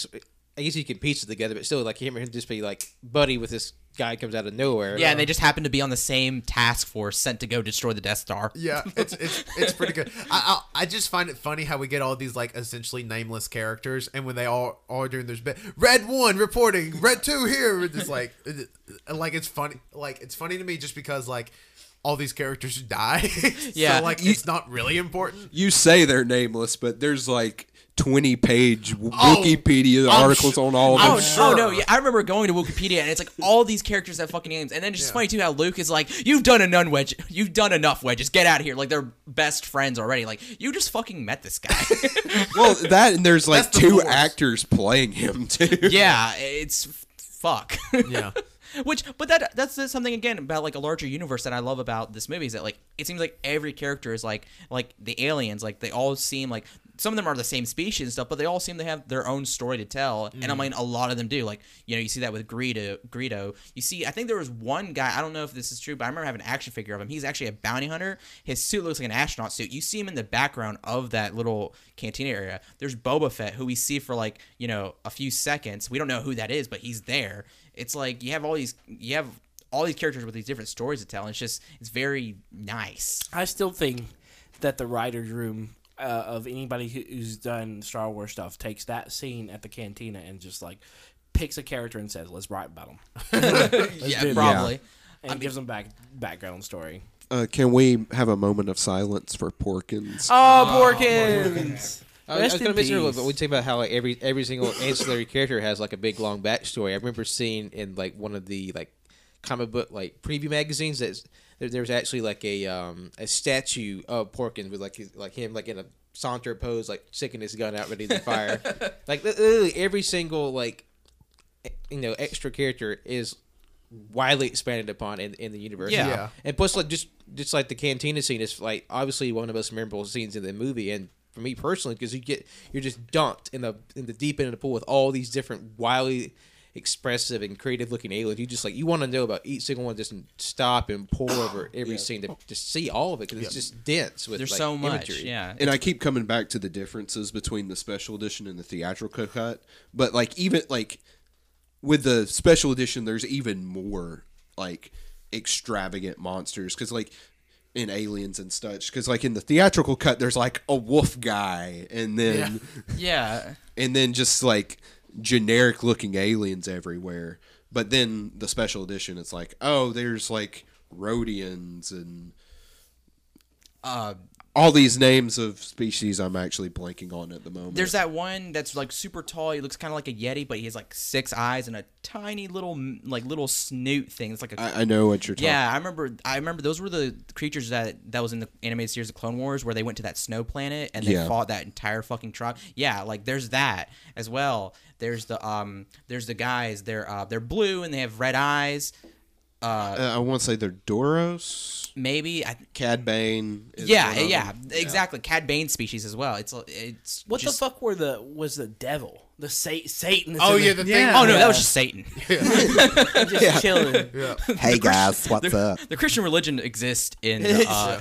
[SPEAKER 3] I guess you can piece it together, but still, like him and him just be like buddy with this guy comes out of nowhere.
[SPEAKER 5] Yeah, and they just happen to be on the same task force sent to go destroy the Death Star.
[SPEAKER 2] *laughs* Yeah, it's it's it's pretty good. I, I I just find it funny how we get all these like essentially nameless characters, and when they all all are doing their bit, red one reporting, red two here, it's just like *laughs* it- like it's funny, like it's funny to me just because like all these characters *laughs* die.
[SPEAKER 5] Yeah.
[SPEAKER 2] so, like it's not really important.
[SPEAKER 1] you say they're nameless, but there's like twenty page w
[SPEAKER 2] Oh,
[SPEAKER 1] Wikipedia
[SPEAKER 2] I'm
[SPEAKER 1] articles
[SPEAKER 2] su-
[SPEAKER 1] on all of
[SPEAKER 2] I'm
[SPEAKER 1] them.
[SPEAKER 5] Oh,
[SPEAKER 2] sure.
[SPEAKER 5] oh, no! Yeah, I remember going to Wikipedia and it's like all these characters have fucking names, and then it's just funny too how Luke is like, "You've done a nun wedge, you've done enough wedges, get out of here!" Like they're best friends already. Like you just fucking met this guy.
[SPEAKER 1] Well, that and there's like
[SPEAKER 2] That's the
[SPEAKER 1] two
[SPEAKER 2] force.
[SPEAKER 1] actors playing him too.
[SPEAKER 5] yeah, *laughs* it's f- fuck. *laughs*
[SPEAKER 2] Yeah.
[SPEAKER 5] Which, but that that's just something again about like a larger universe that I love about this movie is that like it seems like every character is like like the aliens like they all seem like some of them are the same species and stuff, but they all seem to have their own story to tell, and I mean a lot of them do. Like you know you see that with Greedo. Greedo, you see I think there was one guy I don't know if this is true, but I remember having an action figure of him. He's actually a bounty hunter. His suit looks like an astronaut suit. You see him in the background of that little cantina area. There's Boba Fett who we see for like you know a few seconds. We don't know who that is, but he's there it's like you have all these you have all these characters with these different stories to tell and it's just it's very nice
[SPEAKER 4] I still think that the writers' room uh, of anybody who, who's done Star Wars stuff takes that scene at the cantina and just like picks a character and says, "Let's write about him,"
[SPEAKER 5] yeah probably
[SPEAKER 4] and gives them back background story.
[SPEAKER 1] Uh, can we have a moment of silence for Porkins?
[SPEAKER 4] Oh, Porkins!
[SPEAKER 3] I, was- I was going to mention earlier, but we talk about how like every every single ancillary character has like a big long backstory. I remember seeing in like one of the like comic book like preview magazines that there, there was actually like a um a statue of Porkins with like his, like him like in a saunter pose like sticking his gun out ready to fire. like li- literally every single like e- you know extra character is widely expanded upon in, in the universe.
[SPEAKER 5] Yeah.
[SPEAKER 2] Yeah.
[SPEAKER 3] And plus, like just just like the cantina scene is like obviously one of the most memorable scenes in the movie, and for me personally, because you get you're just dumped in the in the deep end of the pool with all these different wildly expressive and creative looking aliens. You just like you want to know about each single one. Just stop and pour over every scene to just see all of it because it's just dense with
[SPEAKER 5] there's
[SPEAKER 3] like,
[SPEAKER 5] so much
[SPEAKER 3] imagery.
[SPEAKER 5] yeah
[SPEAKER 1] and I keep coming back to the differences between the special edition and the theatrical cut. But like even like with the special edition, there's even more like extravagant monsters because like in aliens and such. Because like in the theatrical cut, there's like a wolf guy, and then *laughs*
[SPEAKER 5] yeah
[SPEAKER 1] and then just like generic looking aliens everywhere. But then the special edition, it's like oh, there's like Rhodians and
[SPEAKER 5] uh,
[SPEAKER 1] all these names of species I'm actually blanking on at the moment.
[SPEAKER 5] there's that one that's like super tall he looks kind of like a yeti but he has like six eyes and a tiny little m- like little snoot thing it's like a
[SPEAKER 1] I, I know what you're talking.
[SPEAKER 5] yeah, I remember. I remember those were the creatures that that was in the animated series of Clone Wars, where they went to that snow planet and they
[SPEAKER 1] Yeah.
[SPEAKER 5] fought that entire fucking tribe. Yeah, like there's that as well. There's the um, there's the guys. They're uh, they're blue and they have red eyes.
[SPEAKER 1] Uh, I want to say they're Doros,
[SPEAKER 5] Maybe I,
[SPEAKER 1] Cad Bane. is
[SPEAKER 5] yeah,
[SPEAKER 1] one of
[SPEAKER 5] yeah,
[SPEAKER 1] them.
[SPEAKER 5] exactly. Cad Bane species as well. It's it's
[SPEAKER 4] What
[SPEAKER 5] just-
[SPEAKER 4] the fuck were the was the devil the sa- Satan? that's
[SPEAKER 2] Oh
[SPEAKER 4] in
[SPEAKER 2] yeah, the thing.
[SPEAKER 6] Yeah.
[SPEAKER 5] Oh no,
[SPEAKER 4] Yeah.
[SPEAKER 5] that was just Satan.
[SPEAKER 4] just chilling.
[SPEAKER 7] Hey guys, what's up?
[SPEAKER 5] *laughs* the Christian religion exists in the, uh,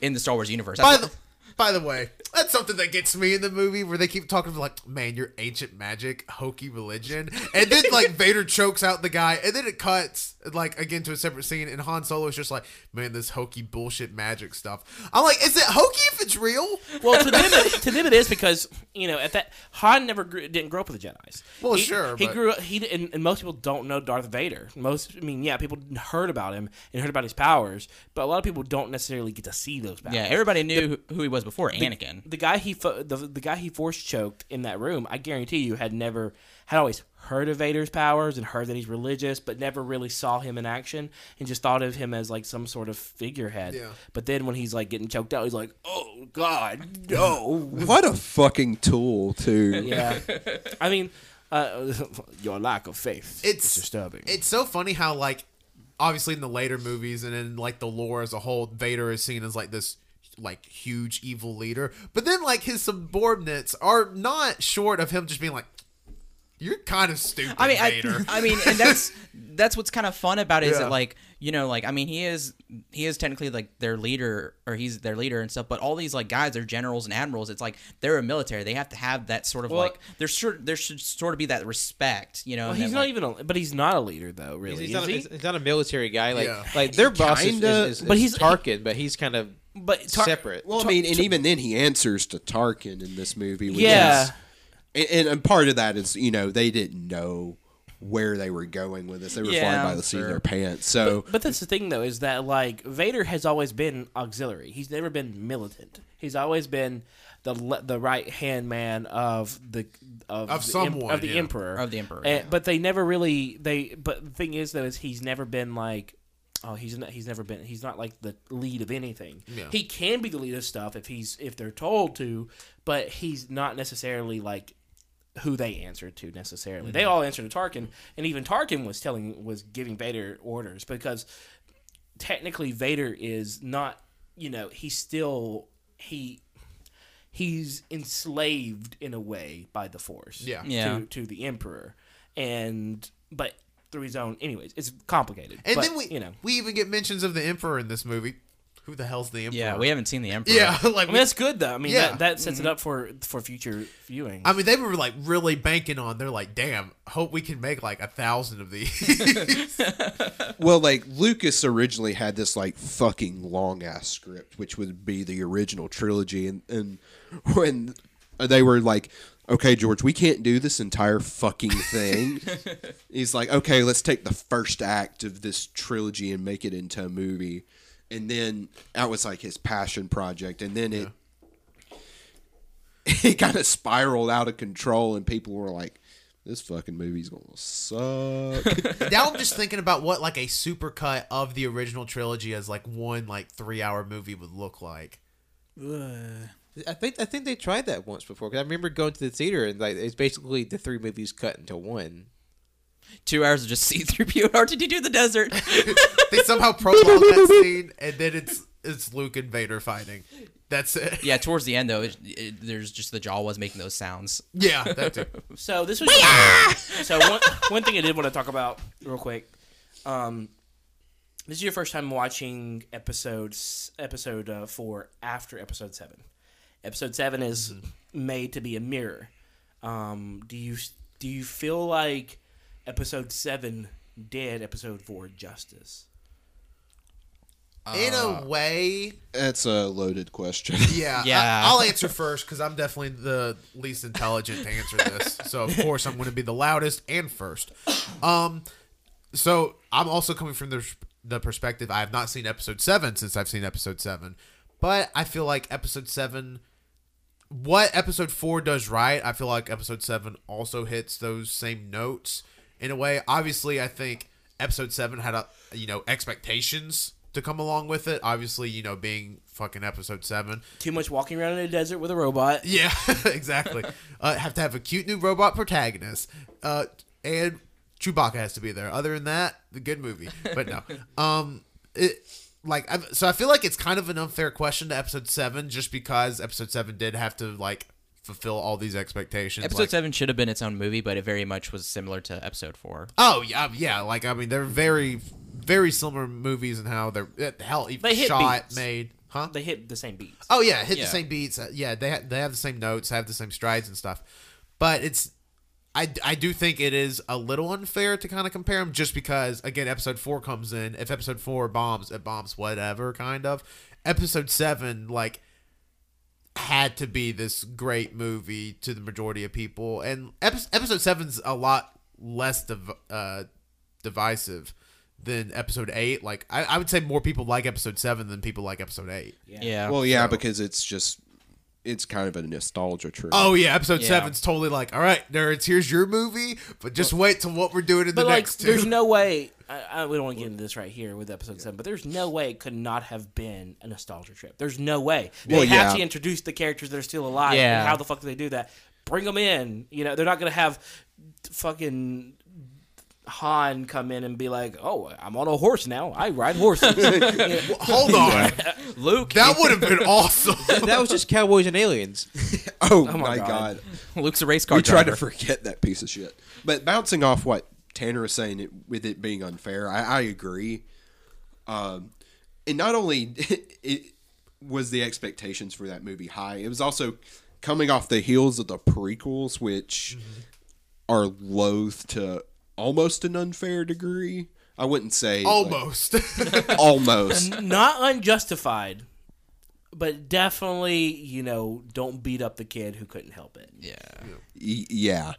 [SPEAKER 5] in the Star Wars universe.
[SPEAKER 2] By the by the way, that's something that gets me in the movie where they keep talking like, man, your ancient magic, hokey religion, and *laughs* then like Vader chokes out the guy, and then it cuts like again to a separate scene, and Han Solo is just like, man, this hokey bullshit magic stuff. I'm like, is it hokey if it's real?
[SPEAKER 4] Well, to them, it, to them it is because you know at that Han never grew, didn't grow up with the Jedi's.
[SPEAKER 2] Well,
[SPEAKER 4] he,
[SPEAKER 2] sure,
[SPEAKER 4] he
[SPEAKER 2] but-
[SPEAKER 4] grew up. He di- and, and most people don't know Darth Vader. Most, I mean, yeah, people heard about him and heard about his powers, but a lot of people don't necessarily get to see those powers.
[SPEAKER 5] yeah, everybody knew who, who he was before Anakin.
[SPEAKER 4] the guy he fo- the, the guy he force choked in that room, I guarantee you had never had always heard of Vader's powers and heard that he's religious, but never really saw him in action and just thought of him as like some sort of figurehead.
[SPEAKER 2] Yeah.
[SPEAKER 4] But then when he's like getting choked out, he's like, "Oh God,
[SPEAKER 3] *laughs*
[SPEAKER 4] no!"
[SPEAKER 1] Oh, What a fucking tool, too.
[SPEAKER 4] yeah, I mean, uh, *laughs* your lack of faith
[SPEAKER 2] It's
[SPEAKER 4] is disturbing.
[SPEAKER 2] It's so funny how like obviously in the later movies and in like the lore as a whole, Vader is seen as like this like huge evil leader. But then like his subordinates are not short of him just being like, "You're kind of stupid,
[SPEAKER 5] I mean,
[SPEAKER 2] Vader." *laughs*
[SPEAKER 5] *laughs* I, I mean, and that's that's what's kind of fun about it is
[SPEAKER 2] Yeah.
[SPEAKER 5] that like you know, like I mean, he is he is technically like their leader or he's their leader and stuff. But all these like guys, they're generals and admirals. It's like they're a military. They have to have that sort of
[SPEAKER 4] Well-
[SPEAKER 5] like there should there should sort of be that respect, you know.
[SPEAKER 4] Well,
[SPEAKER 5] and
[SPEAKER 4] he's
[SPEAKER 5] that,
[SPEAKER 4] not
[SPEAKER 5] like-
[SPEAKER 4] even, a, but he's not a leader though, really.
[SPEAKER 3] He's, he's
[SPEAKER 4] is
[SPEAKER 3] not, a,
[SPEAKER 4] he?
[SPEAKER 3] he's- he's not a military guy. Like
[SPEAKER 2] Yeah.
[SPEAKER 3] like their boss is,
[SPEAKER 1] Kinda,
[SPEAKER 3] is, is,
[SPEAKER 4] but
[SPEAKER 3] but
[SPEAKER 4] he's-
[SPEAKER 3] he's Tarkin, but he's kind of
[SPEAKER 4] but Tar-
[SPEAKER 3] separate.
[SPEAKER 1] Well, I mean, and even then, he answers to Tarkin in this movie. Which
[SPEAKER 4] Yeah.
[SPEAKER 1] Is, and- and, and part of that is, you know, they didn't know where they were going with this. They were
[SPEAKER 5] Yeah,
[SPEAKER 1] flying by the seat of their pants. So,
[SPEAKER 4] But that's the thing, though, is that like Vader has always been auxiliary. He's never been militant. He's always been the le- the right hand man of the of,
[SPEAKER 2] Of
[SPEAKER 4] the
[SPEAKER 2] someone,
[SPEAKER 4] of the
[SPEAKER 2] yeah.
[SPEAKER 4] emperor
[SPEAKER 5] Of the emperor,
[SPEAKER 4] And-
[SPEAKER 5] yeah.
[SPEAKER 4] But they never really they. But the thing is, though, is he's never been like. Oh, he's not, he's never been he's not like the lead of anything. He can be the lead of stuff if he's if they're told to, but he's not necessarily like who they answered to necessarily.
[SPEAKER 5] Mm-hmm.
[SPEAKER 4] They all answered to Tarkin, and even Tarkin was telling was giving Vader orders because technically Vader is not, you know, he's still he he's enslaved in a way by the Force.
[SPEAKER 2] Yeah.
[SPEAKER 5] Yeah.
[SPEAKER 4] To, to the Emperor, and but through his own. Anyways, it's complicated.
[SPEAKER 2] and
[SPEAKER 4] but,
[SPEAKER 2] then we
[SPEAKER 4] you know.
[SPEAKER 2] we even get mentions of the emperor in this movie. Who the hell's the emperor?
[SPEAKER 5] yeah, we haven't seen the
[SPEAKER 2] *laughs*
[SPEAKER 5] emperor.
[SPEAKER 2] yeah, like
[SPEAKER 4] I mean, that's good though. I mean, Mm-hmm.
[SPEAKER 2] Yeah.
[SPEAKER 4] that, that sets it up for for future viewing.
[SPEAKER 2] I mean, they were like really banking on. They're like, "Damn, hope we can make like a thousand of these."
[SPEAKER 1] well, like Lucas originally had this like fucking long ass script, which would be the original trilogy, and and *laughs* when they were like. Okay, George, we can't do this entire fucking thing. He's like, okay, let's take the first act of this trilogy and make it into a movie. And then that was like his passion project. And then it *laughs* it kind of spiraled out of control, and people were like, "This fucking movie's gonna suck."
[SPEAKER 2] now I'm just thinking about what like a supercut of the original trilogy as like one like three hour movie would look like.
[SPEAKER 3] I think I think they tried that once before because I remember going to the theater and like it's basically the three movies cut into
[SPEAKER 5] *laughs*
[SPEAKER 3] one.
[SPEAKER 5] two hours of just *laughs* see through r 2 d in the *laughs* desert.
[SPEAKER 2] They somehow prolong that scene, and then it's it's Luke and Vader fighting. That's it.
[SPEAKER 5] yeah, towards the end though, it, it, there's just the jaw was making those sounds.
[SPEAKER 2] Yeah, that too.
[SPEAKER 4] So this was so one, one thing I did want to talk about real quick. Um, this is your first time watching episodes episode uh, four after episode seven. Episode seven is made to be a mirror. Um, do you do you feel like episode seven did episode four justice?
[SPEAKER 2] In a way,
[SPEAKER 1] That's a loaded question.
[SPEAKER 2] *laughs* yeah.
[SPEAKER 5] Yeah.
[SPEAKER 2] I, will answer first because I'm definitely the least intelligent to answer this. So of course I'm going to be the loudest and first. Um, so I'm also coming from the the perspective I have not seen episode seven since I've seen episode seven, but I feel like episode seven. What episode four does right, I feel like episode seven also hits those same notes in a way. Obviously, I think episode seven had a you know expectations to come along with it. Obviously, you know being fucking episode seven,
[SPEAKER 4] Too much walking around in a desert with a robot.
[SPEAKER 2] yeah, *laughs* exactly. uh, have to have a cute new robot protagonist, uh, and Chewbacca has to be there. Other than that, the good movie. But
[SPEAKER 4] *laughs*
[SPEAKER 2] no, um, it like i so I feel like it's kind of an unfair question to episode seven, just because episode seven did have to like fulfill all these expectations.
[SPEAKER 5] Episode
[SPEAKER 2] like,
[SPEAKER 5] seven should have been its own movie, but it very much was similar to episode four.
[SPEAKER 2] Oh yeah, um, yeah. Like I mean, they're very, very similar movies and how they're eh, hell even
[SPEAKER 4] They hit
[SPEAKER 2] shot
[SPEAKER 4] beats.
[SPEAKER 2] made, huh?
[SPEAKER 4] They hit the same beats.
[SPEAKER 2] Oh yeah, hit
[SPEAKER 5] Yeah.
[SPEAKER 2] the same beats. Uh, yeah, they ha- they have the same notes, have the same strides and stuff. But it's I, I do think it is a little unfair to kind of compare them just because again episode 4 comes in if episode 4 bombs it bombs whatever kind of episode 7 like had to be this great movie to the majority of people and epi- episode seven's a lot less div- uh, divisive than episode 8 like I, I would say more people like episode 7 than people like episode 8
[SPEAKER 5] Yeah.
[SPEAKER 1] well, yeah, because it's just it's kind of a nostalgia trip.
[SPEAKER 2] Oh yeah, episode
[SPEAKER 5] Yeah.
[SPEAKER 2] seven's totally like, all right, nerds, here's your movie, but just wait till what we're doing in the
[SPEAKER 4] But like,
[SPEAKER 2] next
[SPEAKER 4] there's
[SPEAKER 2] two.
[SPEAKER 4] no way. I, I, we don't want to get into this right here with episode seven, but there's no way it could not have been a nostalgia trip. There's no way they
[SPEAKER 1] Well,
[SPEAKER 4] have
[SPEAKER 1] yeah.
[SPEAKER 4] to introduce the characters that are still alive.
[SPEAKER 5] Yeah.
[SPEAKER 4] And how the fuck do they do that? Bring them in. You know, they're not gonna have fucking Han come in and be like, "Oh, I'm on a horse now. I ride horses." Yeah.
[SPEAKER 2] *laughs* Hold on.
[SPEAKER 5] Luke,
[SPEAKER 2] That would have been awesome.
[SPEAKER 3] that was just Cowboys and Aliens.
[SPEAKER 1] Oh,
[SPEAKER 4] my
[SPEAKER 1] my,
[SPEAKER 4] God.
[SPEAKER 1] god.
[SPEAKER 5] *laughs* Luke's a race car
[SPEAKER 1] We tried
[SPEAKER 5] driver.
[SPEAKER 1] to forget that piece of shit. But bouncing off what Tanner was saying it, with it being unfair, I, I agree. Um, and not only *laughs* it was the expectations for that movie high, it was also coming off the heels of the prequels, which are loath to almost an unfair degree. I wouldn't say like,
[SPEAKER 2] Almost. *laughs*
[SPEAKER 1] almost.
[SPEAKER 4] Not unjustified, but definitely, you know, don't beat up the kid who couldn't help it.
[SPEAKER 5] yeah.
[SPEAKER 1] Y- yeah.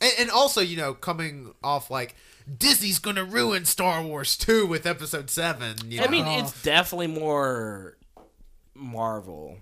[SPEAKER 2] And, and also, you know, coming off like Disney's gonna ruin Star Wars two with Episode seven. You know?
[SPEAKER 4] I mean, it's definitely more Marvel.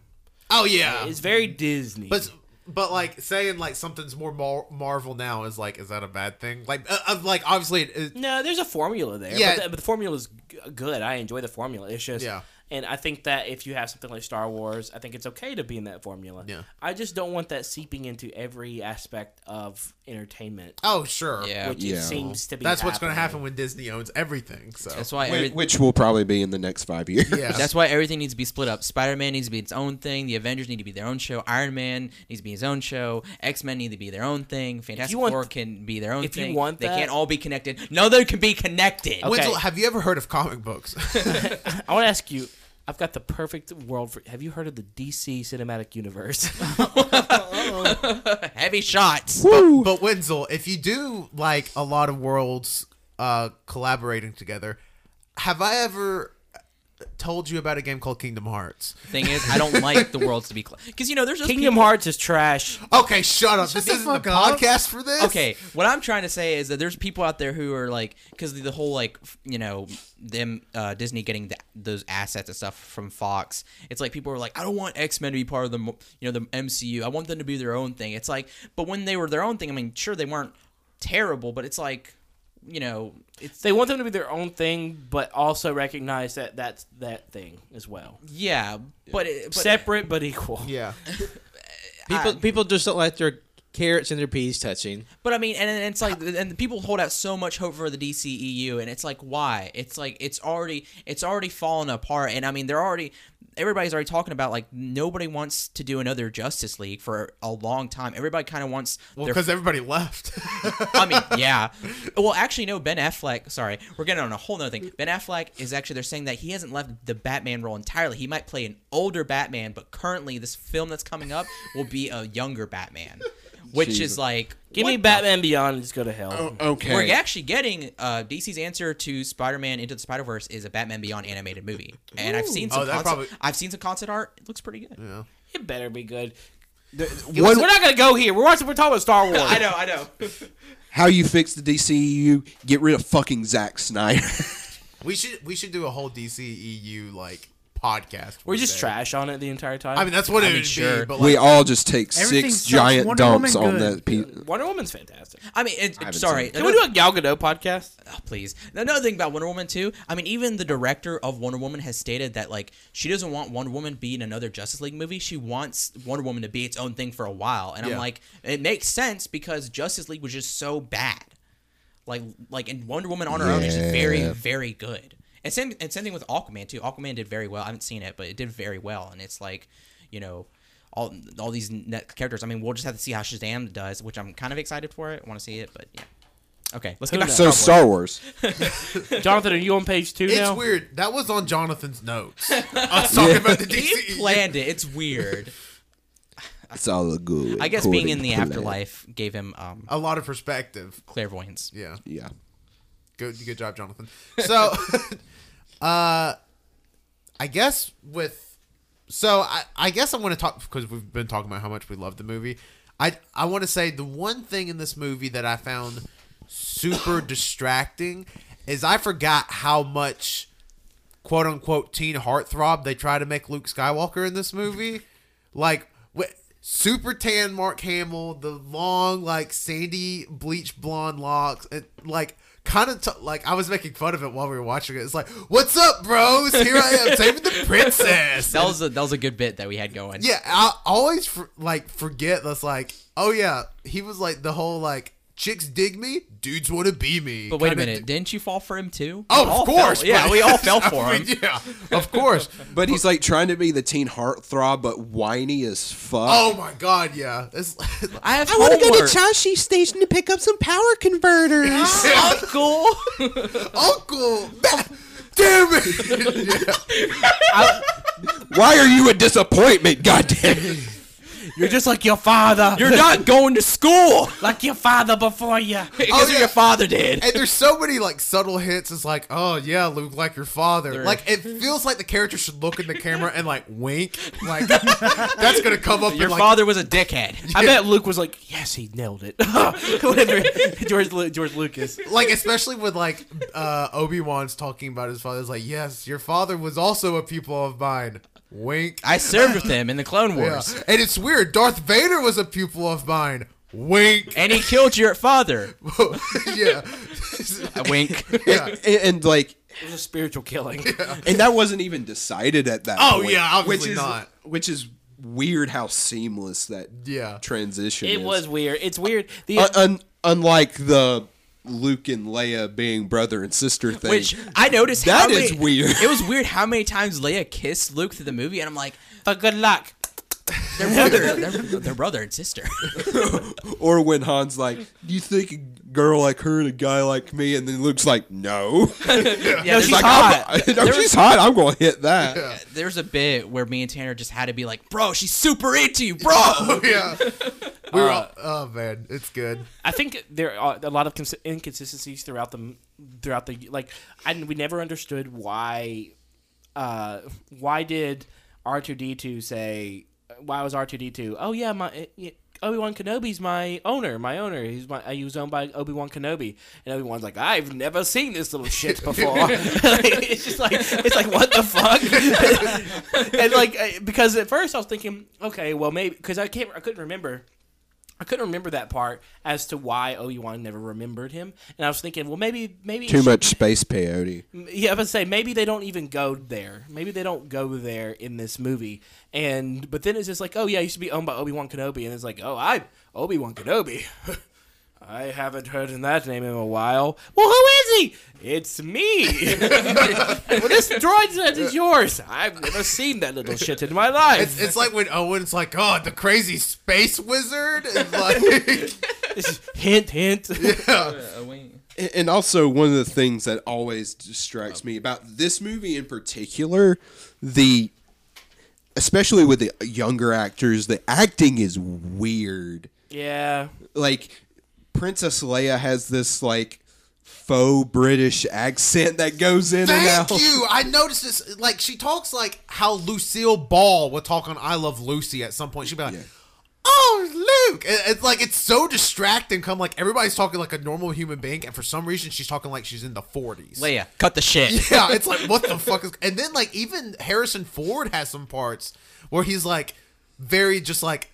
[SPEAKER 2] oh yeah,
[SPEAKER 4] It's very Disney.
[SPEAKER 2] but but like saying like something's more mar- Marvel now is like, is that a bad thing? Like, uh, uh, like obviously, it, it-
[SPEAKER 4] No, there's a formula there.
[SPEAKER 2] Yeah.
[SPEAKER 4] But, the, but the formula is g- good. I enjoy the formula. It's just,
[SPEAKER 2] Yeah.
[SPEAKER 4] and I think that if you have something like Star Wars, I think it's okay to be in that formula.
[SPEAKER 2] Yeah.
[SPEAKER 4] I just don't want that seeping into every aspect of entertainment,
[SPEAKER 2] oh sure,
[SPEAKER 5] Yeah.
[SPEAKER 4] which it
[SPEAKER 1] Yeah.
[SPEAKER 4] seems to be.
[SPEAKER 2] that's what's gonna happen
[SPEAKER 4] happening.
[SPEAKER 2] when Disney owns everything. So
[SPEAKER 5] That's why
[SPEAKER 1] Whi-
[SPEAKER 5] every,
[SPEAKER 1] Which will probably be in the next five years.
[SPEAKER 2] yeah,
[SPEAKER 5] That's why everything needs to be split up. Spider Man needs to be its own thing. The Avengers need to be their own show. Iron Man needs to be his own show. X Men need to be their own thing. Fantastic
[SPEAKER 4] you want-
[SPEAKER 5] Four can be their own
[SPEAKER 4] if you
[SPEAKER 5] thing.
[SPEAKER 4] want
[SPEAKER 5] they
[SPEAKER 4] that-
[SPEAKER 5] can't all be connected. No, they can be connected.
[SPEAKER 4] Okay.
[SPEAKER 2] When's the- have you ever heard of comic books? *laughs*
[SPEAKER 4] I want to ask you. I've got the perfect world for. Have you heard of the DC
[SPEAKER 2] *laughs*
[SPEAKER 4] cinematic universe? *laughs*
[SPEAKER 5] Heavy shots.
[SPEAKER 2] But Wenzel, if you do like a lot of worlds uh, collaborating together, have I ever told you about a game called Kingdom Hearts?
[SPEAKER 5] thing is, I don't like the worlds to be because you know there's those
[SPEAKER 4] Kingdom
[SPEAKER 5] people-
[SPEAKER 4] Hearts is trash.
[SPEAKER 2] Okay, shut up. this
[SPEAKER 6] the
[SPEAKER 2] isn't a
[SPEAKER 6] fuck up.
[SPEAKER 2] podcast for this.
[SPEAKER 5] Okay, what I'm trying to say is that there's people out there who are like, because the whole like, f- you know, them uh, Disney getting the, those assets and stuff from Fox. It's like people are like, I don't want X Men to be part of the, mo- you know, the MCU. I want them to be their own thing. It's like, but when they were their own thing, I mean, sure they weren't terrible, but it's like, you know, it's
[SPEAKER 4] They want them to be their own thing, but also recognize that that's that thing as well.
[SPEAKER 5] yeah, but, it, but
[SPEAKER 4] Separate but equal.
[SPEAKER 2] Yeah.
[SPEAKER 3] People people just don't like their carrots and their peas touching.
[SPEAKER 5] But I mean, and, and it's like, and the people hold out so much hope for the DCEU, and it's like, why? It's like it's already it's already fallen apart, and I mean, they're already everybody's already talking about like nobody wants to do another Justice League for a long time. Everybody kind of wants
[SPEAKER 2] Well,
[SPEAKER 5] their
[SPEAKER 2] because everybody left.
[SPEAKER 5] *laughs*
[SPEAKER 2] *laughs*
[SPEAKER 5] I mean, *laughs* yeah. Well, actually, no. Ben Affleck. Sorry, we're getting on a whole nother thing. Ben Affleck is actually they're saying that he hasn't left the Batman role entirely. He might play an older Batman, but currently this film that's coming up will be a younger Batman, which is like
[SPEAKER 4] Give me
[SPEAKER 5] what the
[SPEAKER 4] Batman Beyond and just go to hell.
[SPEAKER 3] oh.
[SPEAKER 1] Okay.
[SPEAKER 5] We're actually getting uh, DC's answer to Spider-Man Into the Spider-Verse is a Batman Beyond animated movie, and I've seen some.
[SPEAKER 2] Oh, that
[SPEAKER 5] concept,
[SPEAKER 2] probably-
[SPEAKER 5] I've seen some concept art. It looks pretty good.
[SPEAKER 4] It better be good.
[SPEAKER 1] One-
[SPEAKER 4] we're not gonna go here. We're watching. We're talking about Star Wars.
[SPEAKER 5] I know, I know.
[SPEAKER 1] *laughs* how you fix the DCU? Get rid of fucking Zack Snyder. *laughs*
[SPEAKER 2] we should we should do a whole DCEU like podcast.
[SPEAKER 4] We're
[SPEAKER 2] one
[SPEAKER 4] just
[SPEAKER 2] day.
[SPEAKER 4] trash on it the entire time.
[SPEAKER 2] I mean, that's what it would
[SPEAKER 5] sure.
[SPEAKER 2] be. But like,
[SPEAKER 1] we all just take
[SPEAKER 6] Everything
[SPEAKER 1] six
[SPEAKER 6] sucks.
[SPEAKER 1] giant
[SPEAKER 6] Wonder
[SPEAKER 1] dumps
[SPEAKER 6] Woman
[SPEAKER 1] on
[SPEAKER 6] good.
[SPEAKER 1] that piece.
[SPEAKER 4] Wonder Woman's fantastic.
[SPEAKER 5] I mean, it,
[SPEAKER 1] haven't
[SPEAKER 5] sorry.
[SPEAKER 1] seen it.
[SPEAKER 4] Can we do a Gal Gadot podcast?
[SPEAKER 5] Oh, please. Another thing about Wonder Woman too. I mean, even the director of Wonder Woman has stated that like she doesn't want Wonder Woman be in another Justice League movie. She wants Wonder Woman to be its own thing for a while. And
[SPEAKER 2] Yeah.
[SPEAKER 5] I'm like, it makes sense because Justice League was just so bad. Like, like, and Wonder Woman on her own is just very, very good. And same, and same thing with Aquaman too. Aquaman did very well. I haven't seen it, but it did very well. And it's like, you know. All, all these net characters. I mean, we'll just have to see how Shazam does, which I'm kind of excited for it. I want to see it, but yeah. Okay, let's get back to
[SPEAKER 1] So
[SPEAKER 5] Star Wars.
[SPEAKER 1] Star Wars.
[SPEAKER 4] Jonathan, are you on page two
[SPEAKER 2] it's
[SPEAKER 4] now?
[SPEAKER 2] weird. That was on Jonathan's notes. Us talking about the E
[SPEAKER 5] He
[SPEAKER 2] DCEU.
[SPEAKER 5] planned it. It's weird.
[SPEAKER 1] It's all good.
[SPEAKER 5] I guess being in the
[SPEAKER 1] according to
[SPEAKER 5] afterlife gave him um,
[SPEAKER 2] A lot of perspective.
[SPEAKER 5] clairvoyance.
[SPEAKER 2] Yeah.
[SPEAKER 1] plan. Yeah.
[SPEAKER 2] good good job jonathan so *laughs* uh i guess with so i i guess i want to talk because we've been talking about how much we love the movie i i want to say the one thing in this movie that i found super distracting is i forgot how much quote unquote teen heartthrob they try to make Luke Skywalker in this movie. Like wh- super tan Mark Hamill, the long like sandy bleach blonde locks, and like kind of t- like I was making fun of it while we were watching it. It's like, what's up, bros? Here I am saving the princess.
[SPEAKER 5] That was a, that was a good bit that we had going.
[SPEAKER 2] Yeah, I always for, like forget that's like, oh yeah, he was like the whole like Chicks dig me, dudes want to be me.
[SPEAKER 5] But wait a
[SPEAKER 2] Kinda
[SPEAKER 5] minute, didn't you fall for him too?
[SPEAKER 2] Oh,
[SPEAKER 5] We
[SPEAKER 2] of
[SPEAKER 5] all
[SPEAKER 2] course.
[SPEAKER 5] fell- yeah,
[SPEAKER 2] but- *laughs*
[SPEAKER 5] we all fell for
[SPEAKER 2] I
[SPEAKER 5] him.
[SPEAKER 2] mean, yeah, of course.
[SPEAKER 1] But he's like trying to be the teen heartthrob, but whiny as fuck.
[SPEAKER 2] Oh my god, yeah. It's, *laughs*
[SPEAKER 5] I have homework.
[SPEAKER 1] Chashi Station to pick up some power converters.
[SPEAKER 5] *laughs* Uncle.
[SPEAKER 2] Uncle, ba- damn it. Yeah.
[SPEAKER 1] Why are you a disappointment, *laughs* goddamn?
[SPEAKER 4] You're just like your father.
[SPEAKER 5] You're not going to school
[SPEAKER 4] like your father before you.
[SPEAKER 5] because
[SPEAKER 2] yeah.
[SPEAKER 5] your father did.
[SPEAKER 2] And there's so many like subtle hints. It's like, oh yeah, Luke, like your father. Like it feels like the character should look in the camera and like
[SPEAKER 5] *laughs*
[SPEAKER 2] wink. Like that's gonna come up.
[SPEAKER 5] Your
[SPEAKER 2] in, like,
[SPEAKER 5] father was
[SPEAKER 2] *laughs*
[SPEAKER 5] a dickhead.
[SPEAKER 4] I bet Luke was like, "Yes, he nailed it." When George Lu- George *laughs* Lucas.
[SPEAKER 2] like especially with like uh obi-wan's talking about his father it's like yes your father was also a pupil of mine wink
[SPEAKER 5] I served with him in the Clone
[SPEAKER 2] Yeah.
[SPEAKER 5] Wars,
[SPEAKER 2] and it's weird darth vader was a pupil of mine wink
[SPEAKER 5] and he killed your father.
[SPEAKER 2] *laughs* yeah
[SPEAKER 5] A wink.
[SPEAKER 2] yeah
[SPEAKER 1] and, and like,
[SPEAKER 4] It was a spiritual killing.
[SPEAKER 1] and that wasn't even decided at that.
[SPEAKER 2] Oh,
[SPEAKER 1] point,
[SPEAKER 2] yeah, obviously
[SPEAKER 1] which is,
[SPEAKER 2] not.
[SPEAKER 1] Which is weird how seamless that
[SPEAKER 2] Yeah.
[SPEAKER 1] transition.
[SPEAKER 4] It
[SPEAKER 1] is. Uh,
[SPEAKER 4] was weird. It's weird. The
[SPEAKER 1] Un- un- unlike the Luke and Leia being brother and sister thing.
[SPEAKER 5] Which I noticed
[SPEAKER 1] That
[SPEAKER 5] how
[SPEAKER 1] is
[SPEAKER 5] many-
[SPEAKER 1] weird.
[SPEAKER 5] It was weird how many times Leia kissed Luke through the movie, and I'm like,
[SPEAKER 4] for
[SPEAKER 2] *laughs*
[SPEAKER 4] good luck.
[SPEAKER 5] they're brother, they're, they're brother and sister.
[SPEAKER 1] or when Han's like, "Do you think a girl like her and a guy like me?" and then Luke's like, "No."
[SPEAKER 5] Yeah,
[SPEAKER 1] He's
[SPEAKER 5] there's,
[SPEAKER 1] like,
[SPEAKER 5] like,
[SPEAKER 1] "I'm- *laughs* no,
[SPEAKER 5] There
[SPEAKER 1] she's hot. I'm gonna hit that.
[SPEAKER 5] there's a bit where me and Tanner just had to be like, bro, she's super into you,
[SPEAKER 1] *laughs*
[SPEAKER 5] bro.
[SPEAKER 2] yeah we
[SPEAKER 5] Uh,
[SPEAKER 2] were all, oh man it's good
[SPEAKER 4] I think there are a lot of cons- inconsistencies throughout the throughout the like. I we never understood why. Uh, why did R two D two say? Why was R two D two? Oh yeah, my. Obi Wan Kenobi's my owner. My owner. He's my. He was owned by Obi Wan Kenobi, and Obi Wan's like, I've never seen this little shit before. *laughs* Like, it's just like, it's like, what the fuck? *laughs* and like, I- because at first I was thinking, okay, well maybe because I can't, I couldn't remember. I couldn't remember that part as to why Obi Wan never remembered him, and I was thinking, well, maybe, maybe
[SPEAKER 1] Too much space peyote.
[SPEAKER 4] Yeah, I was say maybe they don't even go there. Maybe they don't go there in this movie. And but then it's just like, oh yeah, he used to be owned by Obi Wan Kenobi, and it's like, oh, I Obi Wan Kenobi. *laughs* I haven't heard that name in a while. Well, who is he? It's me. *laughs* well, this droid set is yours. I've never seen that little shit in my life.
[SPEAKER 2] it's, it's like when owen's like oh the crazy space wizard and like
[SPEAKER 4] hint, hint. *laughs*
[SPEAKER 1] A- And also, one of the things that always distracts me about this movie in particular, the especially with the younger actors, the acting is weird.
[SPEAKER 4] yeah.
[SPEAKER 1] Like Princess Leia has this like faux British accent that goes in and out.
[SPEAKER 2] Thank you. I noticed this. Like she talks like how Lucille Ball would talk on "I Love Lucy" at some point. She'd be like, "Oh, Luke!" It- it's like it's so distracting. Come like everybody's talking like a normal human being, and for some reason she's talking like she's in the forties.
[SPEAKER 5] Leia, cut the shit.
[SPEAKER 2] Yeah, it's like what the fuck is? And then like even Harrison Ford has some parts where he's like very just like.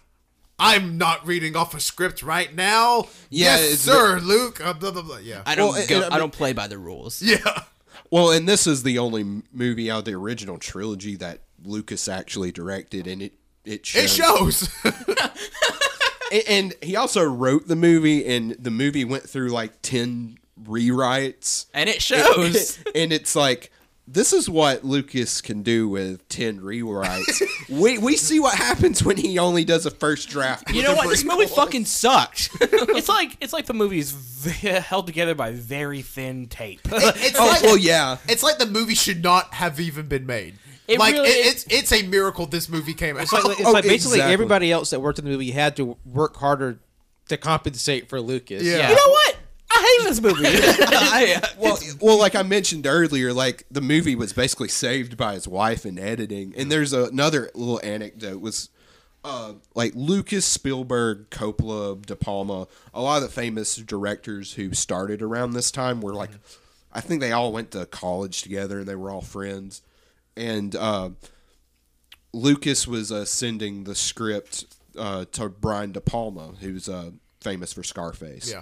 [SPEAKER 2] I'm not reading off a script right now.
[SPEAKER 1] Yeah,
[SPEAKER 2] yes,
[SPEAKER 1] it's-
[SPEAKER 2] sir, Luke. Uh, blah, blah, blah. Yeah.
[SPEAKER 5] I don't
[SPEAKER 1] Well, and-
[SPEAKER 5] go,
[SPEAKER 1] and I
[SPEAKER 5] I,
[SPEAKER 1] mean-
[SPEAKER 5] don't play by the rules.
[SPEAKER 2] yeah.
[SPEAKER 1] Well, and this is the only m- movie out of the original trilogy that Lucas actually directed, and it it shows.
[SPEAKER 2] It shows. *laughs*
[SPEAKER 1] A- and he also wrote the movie, and the movie went through like ten rewrites.
[SPEAKER 5] And
[SPEAKER 1] *laughs*
[SPEAKER 5] it shows.
[SPEAKER 1] and it's like this is what Lucas can do with ten rewrites. we we see what happens when he only does a first draft.
[SPEAKER 5] you know what? This movie fucking sucked.
[SPEAKER 4] *laughs* it's like it's like the movie's v- *laughs* held together by very thin tape.
[SPEAKER 2] It's
[SPEAKER 1] Oh
[SPEAKER 2] like-
[SPEAKER 1] well, yeah.
[SPEAKER 2] It's like the movie should not have even been made.
[SPEAKER 4] It
[SPEAKER 2] like
[SPEAKER 4] really-
[SPEAKER 2] it, it's it's a miracle this movie came out.
[SPEAKER 3] It's like, it's
[SPEAKER 1] Oh,
[SPEAKER 3] like basically
[SPEAKER 1] exactly.
[SPEAKER 3] everybody else that worked in the movie had to work harder to compensate for Lucas.
[SPEAKER 2] Yeah.
[SPEAKER 5] You know
[SPEAKER 4] what? I hate this movie.
[SPEAKER 5] *laughs*
[SPEAKER 4] *laughs*
[SPEAKER 5] I,
[SPEAKER 1] Well, well, like I mentioned earlier, like the movie was basically saved by his wife in editing. And there's another little anecdote was uh, like Lucas, Spielberg, Coppola, De Palma, a lot of the famous directors who started around this time were like, I think they all went to college together and they were all friends. And uh, Lucas was uh, sending the script uh, to Brian De Palma, who's uh, famous for Scarface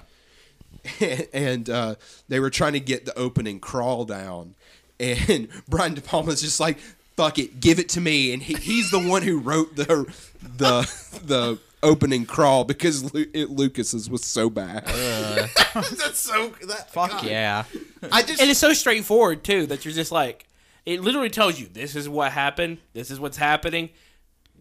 [SPEAKER 2] *laughs* yeah.
[SPEAKER 1] *laughs* and uh, they were trying to get the opening crawl down. And *laughs* Brian De Palma's just like, "Fuck it, give it to me." And he, he's the one who wrote the the the opening crawl because Lu- it, Lucas's was so bad.
[SPEAKER 2] *laughs* That's so. That,
[SPEAKER 5] Fuck
[SPEAKER 2] God.
[SPEAKER 5] yeah.
[SPEAKER 2] I just.
[SPEAKER 4] and it's so straightforward too that you're just like it literally tells you this is what happened this is what's happening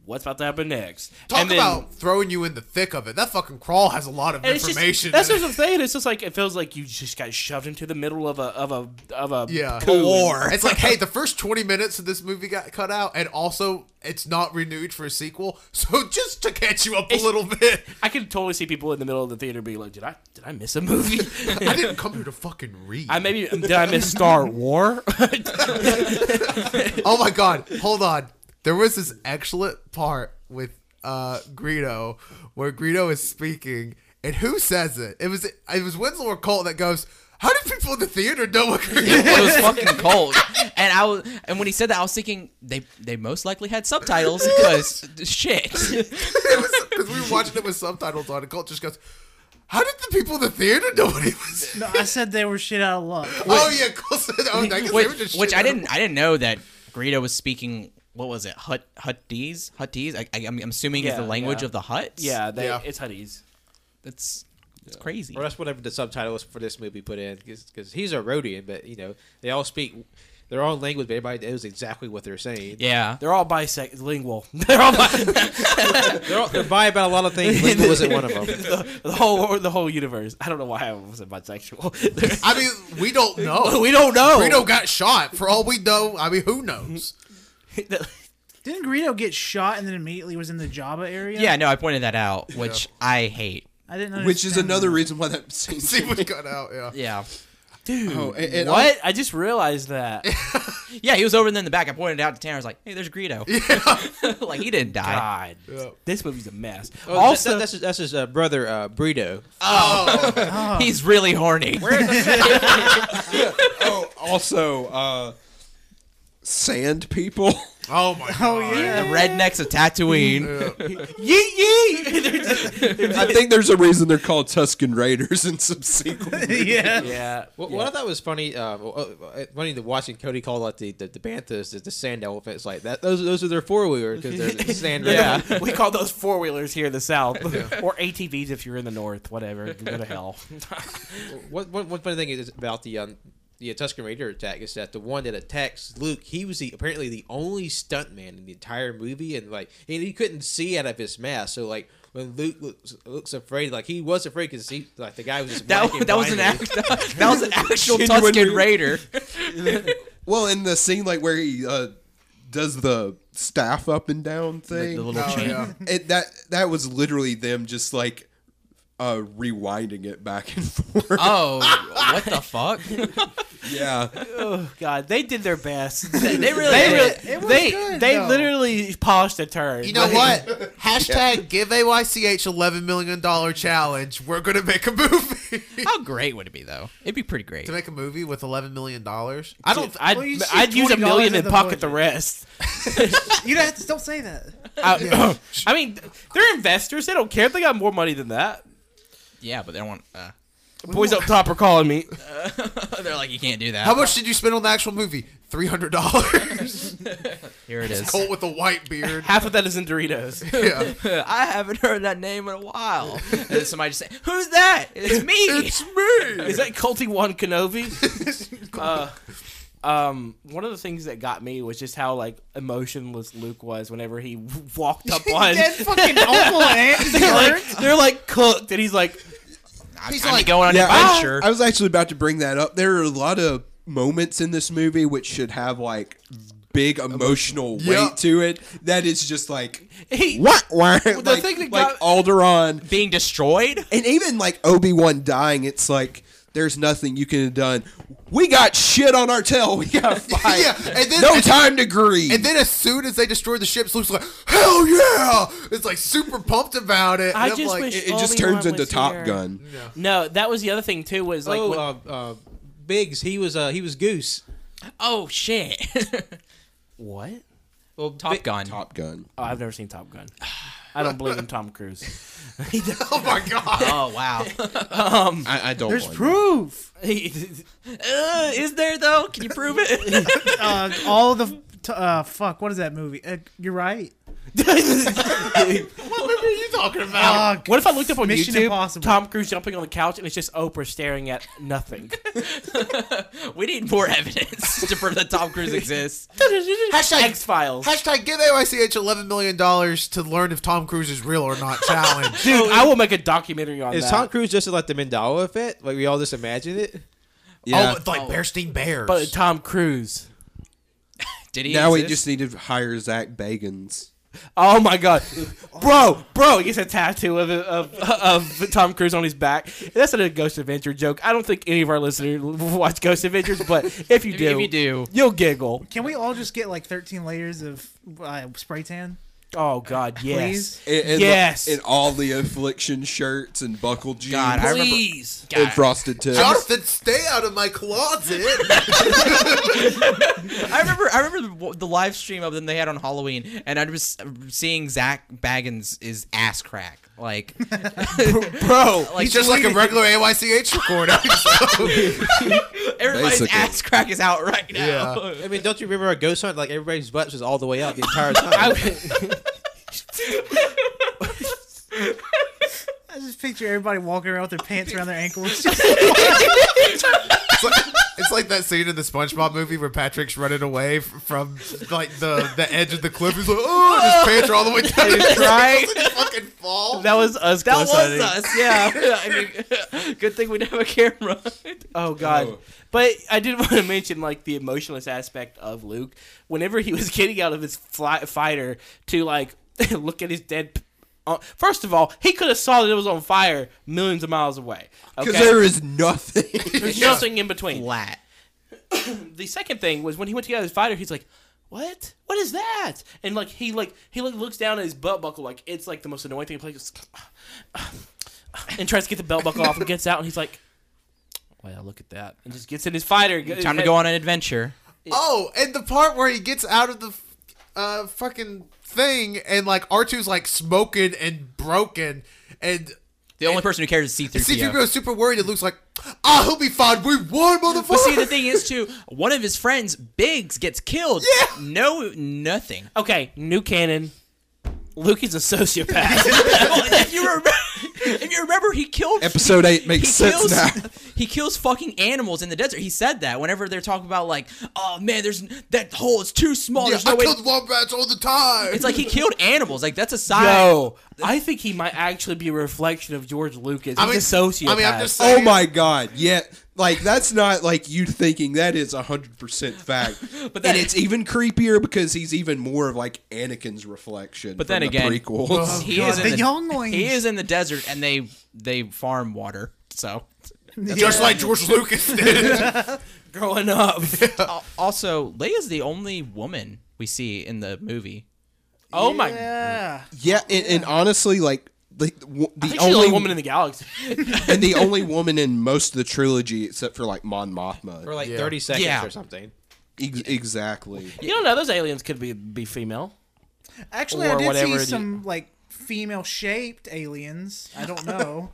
[SPEAKER 4] what's about to happen next
[SPEAKER 2] Talk
[SPEAKER 4] and then,
[SPEAKER 2] about throwing you in the thick of it. That fucking crawl has a lot of
[SPEAKER 4] and it's just-
[SPEAKER 2] information.
[SPEAKER 4] that's
[SPEAKER 2] in
[SPEAKER 4] what I'm saying. It's just like it feels like you just got shoved into the middle of a of a of a
[SPEAKER 2] it.
[SPEAKER 5] *laughs*
[SPEAKER 2] yeah.
[SPEAKER 4] coup.
[SPEAKER 2] It's like, hey, the first 20 minutes of this movie got cut out, and also it's not renewed for a sequel. *laughs* So just to catch you up a little bit,
[SPEAKER 4] I could totally see people in the middle of the theater being like, "Did I did I miss a movie? *laughs*
[SPEAKER 2] I didn't come here to fucking read.
[SPEAKER 4] I maybe did I miss Star War?
[SPEAKER 2] oh my god, hold on. There was this excellent part with uh Greedo where Greedo is speaking, and who says it? It was it was Winslow or Colt that goes, "How do people in the theater know what Greedo
[SPEAKER 5] It was fucking cold. And I was, and when he said that, I was thinking they they most likely had subtitles
[SPEAKER 1] *laughs*
[SPEAKER 5] because shit.
[SPEAKER 2] Because we were watching it with subtitles on, and Colt just goes, "How did the people in the theater know what he was?"
[SPEAKER 6] No, I said they were shit out of luck.
[SPEAKER 4] *laughs*
[SPEAKER 2] oh yeah, Colt said, "Oh, I guess they were
[SPEAKER 5] which,
[SPEAKER 2] just
[SPEAKER 5] which
[SPEAKER 2] shit
[SPEAKER 5] I
[SPEAKER 2] out of
[SPEAKER 5] didn't I didn't know that Greedo was speaking. What was it? Hut Huttese Huttese. I, I, I'm assuming is
[SPEAKER 4] Yeah,
[SPEAKER 5] the language
[SPEAKER 4] yeah.
[SPEAKER 5] of the Huts.
[SPEAKER 4] yeah, they,
[SPEAKER 2] Yeah.
[SPEAKER 4] it's Huddies.
[SPEAKER 5] that's that's crazy.
[SPEAKER 3] or that's whatever the subtitle was for this movie put in because he's a Rhodian, but you know they all speak their own language, but everybody knows exactly what they're saying.
[SPEAKER 5] Yeah.
[SPEAKER 4] They're all bisexual. *laughs* They're all bi-
[SPEAKER 3] They're, all, they're bi about a lot of things. Lingual isn't one of them.
[SPEAKER 4] the, the whole the whole universe. I don't know why I wasn't bisexual. *laughs*
[SPEAKER 2] I mean, we don't know.
[SPEAKER 4] we don't know.
[SPEAKER 2] Greedo got shot. For all we know, I mean, who knows? *laughs*
[SPEAKER 6] Didn't Greedo get shot and then immediately was in the Jabba area?
[SPEAKER 5] Yeah. No, I pointed that out, which I hate.
[SPEAKER 6] I didn't. Understand
[SPEAKER 1] Which is another
[SPEAKER 6] that.
[SPEAKER 1] reason why that scene.
[SPEAKER 2] See what got out. Yeah.
[SPEAKER 5] Yeah.
[SPEAKER 1] Oh, and- and
[SPEAKER 4] what? I just realized that.
[SPEAKER 5] Yeah. He was over there in the back. I pointed it out to Tanner. I was like, Hey, there's Greedo. *laughs* like he didn't die.
[SPEAKER 4] God,
[SPEAKER 2] Yeah.
[SPEAKER 4] this movie's a mess.
[SPEAKER 3] Oh,
[SPEAKER 4] also,
[SPEAKER 3] that- that's his, that's his uh, brother uh, Brito.
[SPEAKER 2] Oh.
[SPEAKER 5] He's really horny.
[SPEAKER 1] oh, also, uh, sand people.
[SPEAKER 2] Oh my.
[SPEAKER 6] Oh
[SPEAKER 2] God.
[SPEAKER 5] *laughs* the
[SPEAKER 6] yeah.
[SPEAKER 5] rednecks of Tatooine.
[SPEAKER 4] yeet yeet.
[SPEAKER 1] *laughs* I think there's a reason they're called Tuscan Raiders in some *laughs* sequel.
[SPEAKER 6] yeah.
[SPEAKER 4] yeah.
[SPEAKER 3] What,
[SPEAKER 4] yeah.
[SPEAKER 3] what I thought was funny, uh, uh, uh, funny to watching Cody call like the the, the banthas, the, the sand elephants, like that. Those those are their four wheelers because they're the
[SPEAKER 5] *laughs*
[SPEAKER 3] sand.
[SPEAKER 4] Yeah,
[SPEAKER 3] elephants.
[SPEAKER 4] we call those four wheelers here in the south, or ATVs if you're in the north. Whatever, go to hell. *laughs*
[SPEAKER 3] What one, one funny thing is about the um, the Tuscan Raider attack is that the one that attacks Luke, he was the, apparently the only stuntman in the entire movie, and like and he couldn't see out of his mask, so like. When Luke looks, looks afraid, like he was afraid because he, like the guy was just
[SPEAKER 5] That,
[SPEAKER 3] blanking
[SPEAKER 5] that was an
[SPEAKER 3] blindly.
[SPEAKER 5] act, *laughs* that was an actual
[SPEAKER 1] Genuine
[SPEAKER 5] Tuscan
[SPEAKER 1] real-
[SPEAKER 4] *laughs*
[SPEAKER 5] Raider.
[SPEAKER 1] well, in the scene like where he uh, does the staff up and down thing,
[SPEAKER 2] Oh, yeah.
[SPEAKER 1] *laughs* it, that that was literally them just like uh, rewinding it back and *laughs* forth.
[SPEAKER 5] Oh, what the fuck?
[SPEAKER 1] yeah,
[SPEAKER 4] oh God, they did their best. *laughs*
[SPEAKER 5] They
[SPEAKER 4] They
[SPEAKER 5] really,
[SPEAKER 4] they,
[SPEAKER 5] did.
[SPEAKER 4] really,
[SPEAKER 6] It was
[SPEAKER 4] they,
[SPEAKER 6] good,
[SPEAKER 4] they
[SPEAKER 6] though.
[SPEAKER 4] literally polished a turn.
[SPEAKER 2] You know what? *laughs* Hashtag give AYCH eleven million dollar challenge. We're gonna make a movie.
[SPEAKER 5] How great would it be though? It'd be pretty
[SPEAKER 2] *laughs*
[SPEAKER 5] great.
[SPEAKER 2] to make a movie with eleven million dollars, I don't. Th-
[SPEAKER 4] I'd,
[SPEAKER 6] Well, you
[SPEAKER 4] I'd
[SPEAKER 6] see
[SPEAKER 4] use a
[SPEAKER 6] $20
[SPEAKER 4] million
[SPEAKER 6] of
[SPEAKER 4] and
[SPEAKER 6] the
[SPEAKER 4] pocket
[SPEAKER 6] budget.
[SPEAKER 4] the rest.
[SPEAKER 6] You don't have to, don't say that.
[SPEAKER 4] I, I mean, they're investors. They don't care. They got more money than that.
[SPEAKER 5] Yeah, but they don't want. Uh, *laughs*
[SPEAKER 4] Boys up top are calling me.
[SPEAKER 5] they're like, you can't do that.
[SPEAKER 2] how much did you spend on the actual movie? Three hundred dollars.
[SPEAKER 5] Here
[SPEAKER 2] *laughs*
[SPEAKER 5] it is.
[SPEAKER 2] Colt with a white beard.
[SPEAKER 4] Half of that is in Doritos.
[SPEAKER 2] *laughs* Yeah.
[SPEAKER 5] *laughs* I haven't heard that name in a
[SPEAKER 4] *laughs*
[SPEAKER 5] while. And then somebody just say, "Who's that?" It's me.
[SPEAKER 2] *laughs* It's me.
[SPEAKER 4] Is that Colty One
[SPEAKER 3] *laughs*
[SPEAKER 4] Kenobi? uh, um, one of the things that got me was just how like emotionless Luke was whenever he *laughs* walked up on.
[SPEAKER 6] That fucking
[SPEAKER 2] *laughs*
[SPEAKER 6] awful ant.
[SPEAKER 4] *laughs* they're like they're like cooked, and he's like,
[SPEAKER 5] I'm,
[SPEAKER 2] He's
[SPEAKER 5] I'm
[SPEAKER 2] like,
[SPEAKER 5] going on
[SPEAKER 1] yeah.
[SPEAKER 5] an
[SPEAKER 1] I,
[SPEAKER 5] adventure.
[SPEAKER 1] I was actually about to bring that up. There are a lot of moments in this movie which should have like big emotional
[SPEAKER 2] Yeah.
[SPEAKER 1] weight to it. That is just like
[SPEAKER 4] he,
[SPEAKER 1] what? Why?
[SPEAKER 4] the
[SPEAKER 1] like,
[SPEAKER 4] thing that
[SPEAKER 1] like
[SPEAKER 4] got-
[SPEAKER 1] Alderaan
[SPEAKER 5] Being destroyed. *laughs*
[SPEAKER 1] And even like Obi Wan dying, it's like there's nothing you can have done. We got shit on our tail. *laughs* We got to fight.
[SPEAKER 2] Yeah, and then-
[SPEAKER 1] no time to grieve.
[SPEAKER 2] And then as soon as they destroy the ships, Luke's like, "Hell yeah!" It's like super pumped about it.
[SPEAKER 4] I
[SPEAKER 2] and I'm
[SPEAKER 4] just
[SPEAKER 2] like,
[SPEAKER 4] wish-
[SPEAKER 1] it, it just
[SPEAKER 4] Obi-Wan
[SPEAKER 1] turns into
[SPEAKER 4] was
[SPEAKER 1] Top
[SPEAKER 4] here.
[SPEAKER 1] Gun.
[SPEAKER 4] no, that was the other thing too was like,
[SPEAKER 3] oh,
[SPEAKER 4] when-
[SPEAKER 3] uh, uh, Biggs, he was uh, he was Goose.
[SPEAKER 5] Oh shit.
[SPEAKER 4] what?
[SPEAKER 3] Well,
[SPEAKER 5] Top Gun.
[SPEAKER 1] Top Gun.
[SPEAKER 4] Oh, I've never seen Top
[SPEAKER 3] *sighs*
[SPEAKER 4] Gun. I don't believe in
[SPEAKER 3] *laughs*
[SPEAKER 4] Tom Cruise.
[SPEAKER 2] Oh *laughs* my god!
[SPEAKER 5] Oh wow.
[SPEAKER 1] I, I don't.
[SPEAKER 6] There's
[SPEAKER 1] want
[SPEAKER 6] proof.
[SPEAKER 4] He-
[SPEAKER 5] Uh, is there though? Can you prove it? *laughs*
[SPEAKER 6] Uh, all the t- uh, fuck. What is that movie? Uh, you're right.
[SPEAKER 2] what movie are you talking about?
[SPEAKER 4] What if I looked up on
[SPEAKER 6] Uh, Mission
[SPEAKER 4] YouTube
[SPEAKER 6] Impossible.
[SPEAKER 4] Tom Cruise jumping on the couch and it's just Oprah staring at
[SPEAKER 3] *laughs*
[SPEAKER 4] nothing?
[SPEAKER 5] We need more evidence to prove that Tom
[SPEAKER 2] *laughs*
[SPEAKER 5] Cruise exists.
[SPEAKER 2] Hashtag-
[SPEAKER 4] X Files.
[SPEAKER 2] Hashtag give AYCH eleven million dollars to learn if Tom Cruise is real or not. *laughs* Challenge.
[SPEAKER 4] Dude, I will make a documentary on
[SPEAKER 3] Is
[SPEAKER 4] that.
[SPEAKER 3] Tom Cruise just like the Mandela effect? Like we all just imagine it.
[SPEAKER 2] Oh,
[SPEAKER 1] Yeah.
[SPEAKER 2] it's like Bearstein Bears.
[SPEAKER 4] but Tom Cruise.
[SPEAKER 5] Did he?
[SPEAKER 1] now we just
[SPEAKER 5] exist?
[SPEAKER 1] need to hire Zach Bagans.
[SPEAKER 4] Oh my god, bro, bro, he gets a tattoo of of, of Tom Cruise on his back. That's not a Ghost Adventure joke. I don't think any of our listeners watch Ghost Adventures, but if you
[SPEAKER 5] If-
[SPEAKER 4] do,
[SPEAKER 5] if you do.
[SPEAKER 4] you'll giggle.
[SPEAKER 6] Can we all just get like 13 layers of uh, spray tan?
[SPEAKER 4] Oh god, yes,
[SPEAKER 6] Please?
[SPEAKER 1] And, and
[SPEAKER 4] yes.
[SPEAKER 1] In all the affliction shirts and buckle jeans.
[SPEAKER 5] God, I remember.
[SPEAKER 4] Please.
[SPEAKER 5] God,
[SPEAKER 1] and frosted tips.
[SPEAKER 2] Jonathan, stay out of my *laughs* closet.
[SPEAKER 5] I remember, I remember the, the live stream of them they had on Halloween, and I was seeing Zach Baggins is ass crack,
[SPEAKER 2] *laughs*
[SPEAKER 5] like, *laughs* bro, like
[SPEAKER 2] He's just like a regular AYCH *laughs* recorder.
[SPEAKER 5] everybody's
[SPEAKER 1] Basically.
[SPEAKER 5] ass crack is out right now.
[SPEAKER 2] Yeah.
[SPEAKER 3] I mean, don't you remember a ghost hunt? Like everybody's butts was all the way out the
[SPEAKER 5] *laughs*
[SPEAKER 3] entire time. *laughs*
[SPEAKER 6] I just picture everybody walking around with their pants around their
[SPEAKER 5] *laughs*
[SPEAKER 6] ankles.
[SPEAKER 2] It's like, it's like that scene in the SpongeBob movie where Patrick's running away f- from like the, the edge of the cliff. He's like, oh, and
[SPEAKER 5] *laughs*
[SPEAKER 2] his pants are all the way down. *laughs* His ankles
[SPEAKER 4] right.
[SPEAKER 2] and he fucking fall.
[SPEAKER 4] That was us.
[SPEAKER 5] That was
[SPEAKER 4] co-signing.
[SPEAKER 5] us, yeah. *laughs* I mean, *laughs* good thing we didn't have a camera.
[SPEAKER 4] Oh god.
[SPEAKER 1] Oh.
[SPEAKER 4] But I did *laughs* want to mention like the emotionless aspect of Luke. Whenever he was *laughs* getting out of his fly- fighter to like *laughs* look at his dead p- uh, First of all, he could have saw that it was on fire millions of miles away. Okay.
[SPEAKER 1] Because there is nothing. *laughs*
[SPEAKER 4] There's nothing in between.
[SPEAKER 5] *laughs* Flat.
[SPEAKER 4] The second thing was when he went to get out of his fighter, he's like, "What? What is that?" And like he like he like looks down at his belt buckle like it's like the most annoying thing. He plays *sighs* and tries to get the belt buckle off and gets out and he's like, "Well, look at that!" and just gets in his fighter.
[SPEAKER 5] Time to go on an adventure.
[SPEAKER 2] Oh, and the part where he gets out of the f- uh, fucking thing and like R2's like smoking and broken and
[SPEAKER 5] The only person who cares is C-3PO.
[SPEAKER 2] C3PO is super worried. It looks like, ah, he'll be fine. We won, motherfucker.
[SPEAKER 5] But see, the thing is, too, one of his friends, Biggs, gets killed.
[SPEAKER 2] Yeah.
[SPEAKER 5] No, nothing.
[SPEAKER 4] Okay, new canon. Luke is a sociopath.
[SPEAKER 5] Well,
[SPEAKER 2] *laughs*
[SPEAKER 5] if you remember, if you remember, he killed.
[SPEAKER 1] Episode eight makes sense *laughs*
[SPEAKER 5] kills,
[SPEAKER 1] now.
[SPEAKER 5] He kills fucking animals in the desert. He said that whenever they're talking about like, oh man, there's that hole is too small.
[SPEAKER 2] yeah,
[SPEAKER 5] Oh, there's no
[SPEAKER 2] I
[SPEAKER 5] way.
[SPEAKER 2] killed wombats all the time. *laughs*
[SPEAKER 5] It's like he killed animals. Like that's a sign.
[SPEAKER 4] no, I think he might actually be a reflection of George Lucas. He's
[SPEAKER 2] I mean-
[SPEAKER 4] a sociopath.
[SPEAKER 2] I mean, I'm just saying.
[SPEAKER 1] Oh my god! Yeah, like that's not like you thinking that is hundred percent fact. but
[SPEAKER 5] then-
[SPEAKER 1] and it's even creepier because he's even more of like Anakin's reflection.
[SPEAKER 5] But
[SPEAKER 1] from
[SPEAKER 5] then
[SPEAKER 1] the
[SPEAKER 5] again-
[SPEAKER 1] prequels.
[SPEAKER 5] he
[SPEAKER 6] God,
[SPEAKER 5] is
[SPEAKER 6] the
[SPEAKER 5] in
[SPEAKER 6] younglings.
[SPEAKER 5] He is in the desert, and they they farm water. So
[SPEAKER 2] Just like George
[SPEAKER 5] *laughs*
[SPEAKER 2] Lucas did.
[SPEAKER 4] growing up.
[SPEAKER 5] Al- also, Leia's the only woman we see in the movie.
[SPEAKER 4] Oh my!
[SPEAKER 6] yeah.
[SPEAKER 1] yeah, and, and honestly, like the w- the
[SPEAKER 4] I think she's the
[SPEAKER 1] only
[SPEAKER 4] only woman in the galaxy.
[SPEAKER 1] and the only woman in most of the trilogy except for like Mon Mothma.
[SPEAKER 3] for like 30 seconds
[SPEAKER 5] Yeah.
[SPEAKER 3] or something.
[SPEAKER 1] Ex- exactly.
[SPEAKER 4] you don't know those aliens could be be female.
[SPEAKER 6] Actually,
[SPEAKER 4] Or
[SPEAKER 6] I did
[SPEAKER 4] whatever it
[SPEAKER 6] see
[SPEAKER 4] is.
[SPEAKER 6] some like female shaped aliens. I
[SPEAKER 5] *laughs*
[SPEAKER 6] don't know.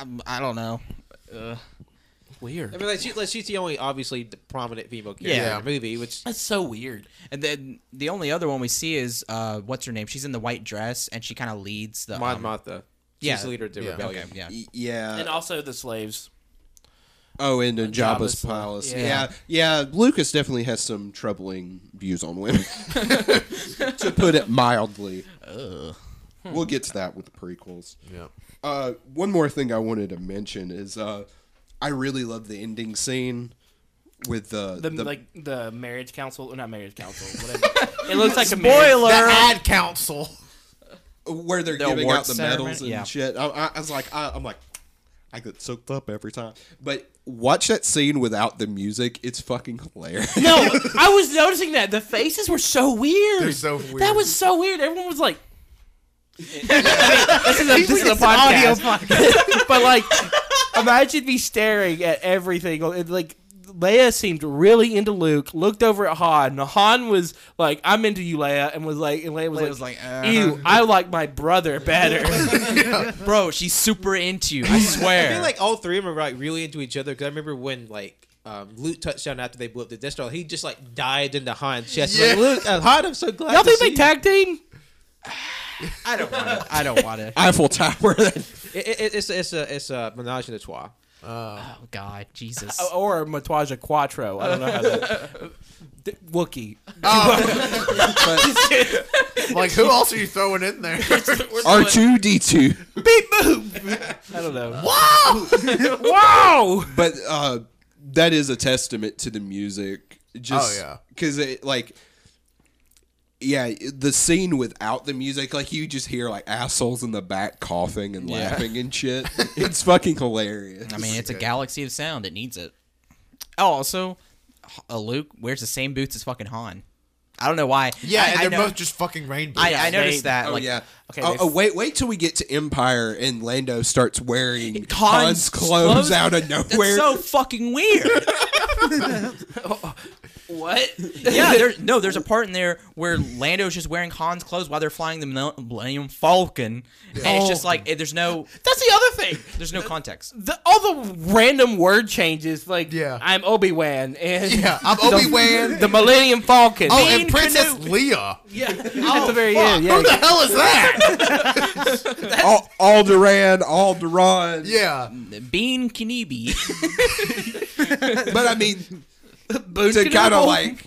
[SPEAKER 5] Um, I don't know.
[SPEAKER 3] I
[SPEAKER 4] Weird.
[SPEAKER 3] mean, like, she, like she's the only obviously the prominent female character
[SPEAKER 5] Yeah.
[SPEAKER 3] in the movie, which
[SPEAKER 4] That's so weird.
[SPEAKER 5] And then the only other one we see is uh, what's her name? She's in the white dress, and she kind of leads the
[SPEAKER 3] Mon
[SPEAKER 5] um,
[SPEAKER 3] Mothma, she's
[SPEAKER 5] yeah.
[SPEAKER 3] the leader of the
[SPEAKER 2] Yeah.
[SPEAKER 5] Okay,
[SPEAKER 3] rebellion.
[SPEAKER 1] *laughs*
[SPEAKER 5] yeah.
[SPEAKER 1] Y- Yeah.
[SPEAKER 4] And also the slaves.
[SPEAKER 1] oh, and in Jabba's,
[SPEAKER 4] Jabba's
[SPEAKER 1] palace.
[SPEAKER 4] palace.
[SPEAKER 1] Yeah. yeah, Lucas definitely has some troubling views on women, to put it mildly. We'll get to that with the prequels.
[SPEAKER 2] yeah.
[SPEAKER 1] Uh, one more thing I wanted to mention is uh, I really love the ending scene with the
[SPEAKER 4] The,
[SPEAKER 1] the-
[SPEAKER 4] like the marriage council, or not marriage council, whatever. it looks like a
[SPEAKER 2] The
[SPEAKER 4] spoiler.
[SPEAKER 2] ad council.
[SPEAKER 1] where they're
[SPEAKER 5] The
[SPEAKER 1] giving
[SPEAKER 5] award
[SPEAKER 1] out the
[SPEAKER 5] ceremony?
[SPEAKER 1] medals and
[SPEAKER 5] Yeah.
[SPEAKER 1] shit. I, I, I was like, I, I'm like, I get soaked up every time. But watch that scene without the music; it's fucking hilarious.
[SPEAKER 4] No, I was noticing that the faces were so weird.
[SPEAKER 2] They're so weird.
[SPEAKER 4] That was so weird. Everyone was like, *laughs* I mean, "This is a, this is a
[SPEAKER 6] audio
[SPEAKER 4] podcast,", *laughs* but like, imagine me staring at everything. It, Like, Leia seemed really into Luke. Looked over at Han. and Han was like, "I'm into you, Leia," and was like, and Leia was
[SPEAKER 5] Leia
[SPEAKER 4] like,
[SPEAKER 5] was like, uh-huh.
[SPEAKER 4] "Ew, I like my brother better."
[SPEAKER 5] Bro, she's super into you. I swear.
[SPEAKER 3] I feel like all three of them were like really into each other because I remember when like um, Luke touched down after they blew up the Death Star, he just like dived into Han's chest.
[SPEAKER 2] Yeah.
[SPEAKER 3] Like, Luke, uh, Han, I'm so glad.
[SPEAKER 4] Y'all
[SPEAKER 3] to *sighs*
[SPEAKER 4] think
[SPEAKER 3] see
[SPEAKER 4] they
[SPEAKER 3] you."
[SPEAKER 4] tag team?
[SPEAKER 5] I don't want to. I don't want to.
[SPEAKER 1] *laughs* Eiffel Tower.
[SPEAKER 3] It, it, it's it's a it's a menage a trois.
[SPEAKER 5] Oh God, Jesus.
[SPEAKER 4] or Matwaja Quattro. I don't know how that. D- Wookie.
[SPEAKER 2] Like, who else are you throwing in
[SPEAKER 5] *laughs*
[SPEAKER 2] there?
[SPEAKER 1] R two D two.
[SPEAKER 4] I don't know.
[SPEAKER 1] *laughs*
[SPEAKER 4] Wow! wow!
[SPEAKER 1] But uh, that is a testament to the music. Just,
[SPEAKER 2] Oh, yeah.
[SPEAKER 1] because it like. Yeah, the scene without the music, like you just hear like assholes in the back coughing and laughing and shit. It's fucking hilarious.
[SPEAKER 5] I mean, it's a galaxy of sound. It needs it. Oh, also, H- uh, Luke wears the same boots as fucking Han. I don't know why.
[SPEAKER 2] yeah,
[SPEAKER 5] I,
[SPEAKER 2] and
[SPEAKER 5] I
[SPEAKER 2] they're
[SPEAKER 5] know-
[SPEAKER 2] both just fucking rainbows.
[SPEAKER 5] I, I
[SPEAKER 4] Yeah,
[SPEAKER 5] noticed
[SPEAKER 4] they-
[SPEAKER 5] that.
[SPEAKER 1] Oh
[SPEAKER 5] like,
[SPEAKER 1] yeah.
[SPEAKER 4] okay,
[SPEAKER 1] Oh,
[SPEAKER 4] they-
[SPEAKER 1] oh, wait, wait till we get to Empire and Lando starts wearing Han's,
[SPEAKER 5] Han's
[SPEAKER 1] clothes,
[SPEAKER 5] clothes?
[SPEAKER 1] out of
[SPEAKER 5] That's
[SPEAKER 1] nowhere.
[SPEAKER 5] so fucking weird.
[SPEAKER 4] *laughs* What? *laughs*
[SPEAKER 5] yeah, *laughs* there's no, there's a part in there where Lando's just wearing Han's clothes while they're flying the Mil- Millennium Falcon, and it's just like eh, there's no,
[SPEAKER 4] That's the other thing.
[SPEAKER 5] there's no context.
[SPEAKER 4] The, all the random word changes, like
[SPEAKER 2] Yeah.
[SPEAKER 4] I'm Obi Wan
[SPEAKER 2] *laughs*
[SPEAKER 4] and
[SPEAKER 2] yeah,
[SPEAKER 5] *laughs*
[SPEAKER 2] I'm
[SPEAKER 4] the-
[SPEAKER 2] Obi Wan.
[SPEAKER 4] *laughs* the Millennium Falcon.
[SPEAKER 2] Oh,
[SPEAKER 4] Bean
[SPEAKER 2] and Princess
[SPEAKER 4] Kenobi.
[SPEAKER 2] Leia. *laughs*
[SPEAKER 4] Yeah, at the very end.
[SPEAKER 2] Who
[SPEAKER 4] Yeah,
[SPEAKER 2] the hell is that?
[SPEAKER 1] Al- Alderaan, Alderaan.
[SPEAKER 2] yeah,
[SPEAKER 5] Bean *laughs* Kenobi.
[SPEAKER 1] But I mean, to kind of *laughs*
[SPEAKER 5] *laughs*
[SPEAKER 1] like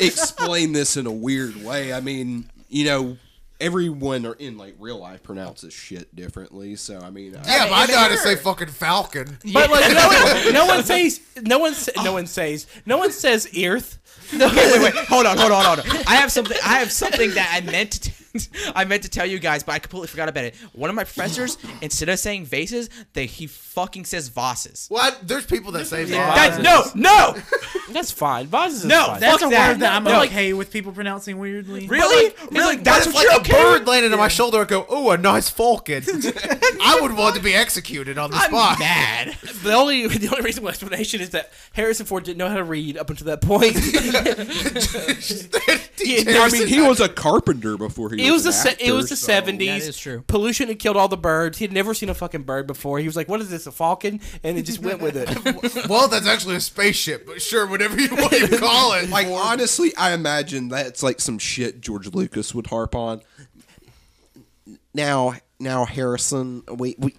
[SPEAKER 1] explain this in a weird way. I mean, you know, everyone are in like real life pronounces shit differently. So I mean, I-
[SPEAKER 2] yeah, but I know how to say fucking Falcon.
[SPEAKER 4] But like no one, no
[SPEAKER 5] *laughs*
[SPEAKER 4] one says, no one, sa- no one says, no one says
[SPEAKER 5] *laughs*
[SPEAKER 4] Earth. No,
[SPEAKER 5] wait, wait, hold on, hold on, *laughs* hold on. I have something. I have something that I meant to. T- *laughs* I meant to tell you guys, but I completely forgot about it. One of my professors, instead of saying vases, they he fucking says vases.
[SPEAKER 2] What? there's people that say
[SPEAKER 6] Yeah.
[SPEAKER 2] Vaz.
[SPEAKER 5] That's no, no.
[SPEAKER 4] that's fine. Vaz is
[SPEAKER 5] No,
[SPEAKER 4] fine.
[SPEAKER 5] that-
[SPEAKER 6] That's
[SPEAKER 5] Fuck
[SPEAKER 6] a word that I'm
[SPEAKER 5] No, like-
[SPEAKER 6] okay with people pronouncing weirdly.
[SPEAKER 5] Really, really. that's
[SPEAKER 2] if,
[SPEAKER 5] what
[SPEAKER 2] like
[SPEAKER 5] you're
[SPEAKER 2] a
[SPEAKER 5] okay with?
[SPEAKER 2] bird landed on my shoulder. I go, oh, a nice
[SPEAKER 5] *laughs*
[SPEAKER 2] falcon. I would want to be executed on the
[SPEAKER 5] I'm
[SPEAKER 2] spot. *laughs*
[SPEAKER 5] mad.
[SPEAKER 4] the only *laughs* the only reasonable explanation is that Harrison Ford didn't know how to read up until
[SPEAKER 2] *laughs*
[SPEAKER 4] that point. *laughs*
[SPEAKER 5] *laughs*
[SPEAKER 1] I mean, he was a carpenter before he.
[SPEAKER 4] It
[SPEAKER 1] was
[SPEAKER 4] was the
[SPEAKER 1] an
[SPEAKER 4] se- it
[SPEAKER 1] actor,
[SPEAKER 4] was the
[SPEAKER 1] so-
[SPEAKER 4] seventies.
[SPEAKER 5] That is true.
[SPEAKER 4] Pollution had killed all the birds. He'd never seen a fucking bird before. He was like, "What is this, a falcon?" And it just went with
[SPEAKER 2] *laughs*
[SPEAKER 4] it. *laughs*
[SPEAKER 2] well, that's actually a spaceship, but sure, whatever you want
[SPEAKER 5] *laughs*
[SPEAKER 2] to call it.
[SPEAKER 1] Like honestly, I imagine that's like some shit George Lucas would harp on. Now, now Harrison, we, we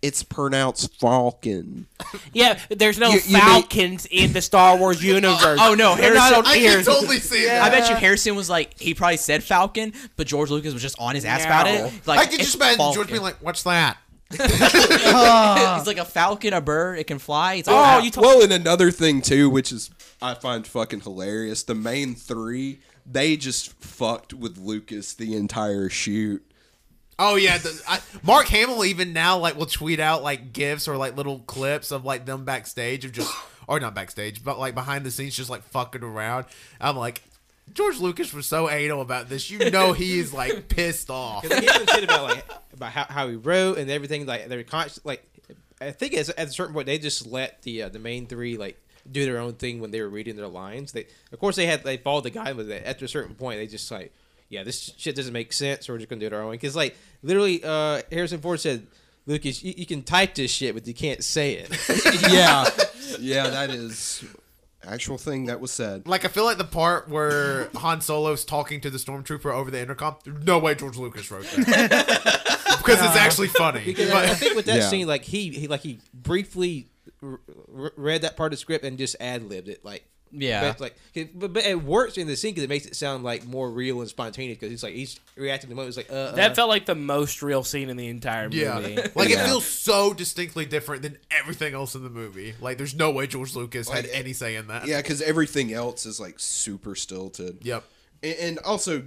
[SPEAKER 1] it's pronounced Falcon.
[SPEAKER 4] yeah, there's no
[SPEAKER 1] You- you may-
[SPEAKER 4] falcons in the Star Wars universe.
[SPEAKER 5] Oh no,
[SPEAKER 4] They're not
[SPEAKER 5] Harrison.
[SPEAKER 4] on
[SPEAKER 2] I can
[SPEAKER 4] ears.
[SPEAKER 2] totally see
[SPEAKER 5] I
[SPEAKER 2] that.
[SPEAKER 5] bet you Harrison was like he probably said Falcon, but George Lucas was just on his ass about
[SPEAKER 4] No.
[SPEAKER 5] it. Like
[SPEAKER 2] I can
[SPEAKER 5] it's
[SPEAKER 2] just imagine
[SPEAKER 5] Falcon.
[SPEAKER 2] George
[SPEAKER 5] *laughs*
[SPEAKER 2] being like, what's that?
[SPEAKER 5] It's like a falcon, a bird. It can fly. It's
[SPEAKER 4] Oh,
[SPEAKER 5] all
[SPEAKER 4] you talk-
[SPEAKER 1] well, and another thing too, which is I find fucking hilarious. The main three, they just fucked with Lucas the entire
[SPEAKER 4] *laughs*
[SPEAKER 1] shoot.
[SPEAKER 2] Oh yeah, the, I, Mark Hamill even now like will tweet out like gifs or like little clips of like them backstage of just or not backstage, but like behind the scenes just like fucking around. I'm like, George Lucas was so anal about this. You know he's
[SPEAKER 5] *laughs*
[SPEAKER 2] like pissed off.
[SPEAKER 3] He gives a shit about like about how, how he wrote and everything. Like they're conscious. Like I think as, at a certain point they just let the uh, the main three like do their own thing when they were reading their lines. They of course they had they followed the guy, but they, after a certain point they just like yeah this shit doesn't make sense. So we're just gonna do it our own way because like literally uh, Harrison Ford said. Lucas, you, you can type this shit, but you can't say it.
[SPEAKER 1] yeah, yeah, that is actual thing that was said.
[SPEAKER 2] Like I feel like the part where Han Solo's talking to the stormtrooper over the intercom. No way, George Lucas wrote that
[SPEAKER 5] *laughs*
[SPEAKER 2] because it's actually funny.
[SPEAKER 3] Because I, I
[SPEAKER 2] But-
[SPEAKER 3] think with that
[SPEAKER 1] Yeah.
[SPEAKER 3] scene, like he, he like he briefly r- r- read that part of the script and just ad libbed it, like
[SPEAKER 5] Yeah.
[SPEAKER 3] but, like 'cause- but, but it works in the scene because it makes it sound like more real and spontaneous because he's like he's reacting to the moment. It's like uh, uh,
[SPEAKER 4] that felt like the most real scene in the entire movie.
[SPEAKER 2] Yeah. Like
[SPEAKER 1] Yeah.
[SPEAKER 2] it feels so distinctly different than everything else in the movie. Like there's no way George Lucas had
[SPEAKER 1] Like,
[SPEAKER 2] any say in that.
[SPEAKER 1] Yeah, because everything else is like super stilted.
[SPEAKER 2] Yep.
[SPEAKER 1] and, and also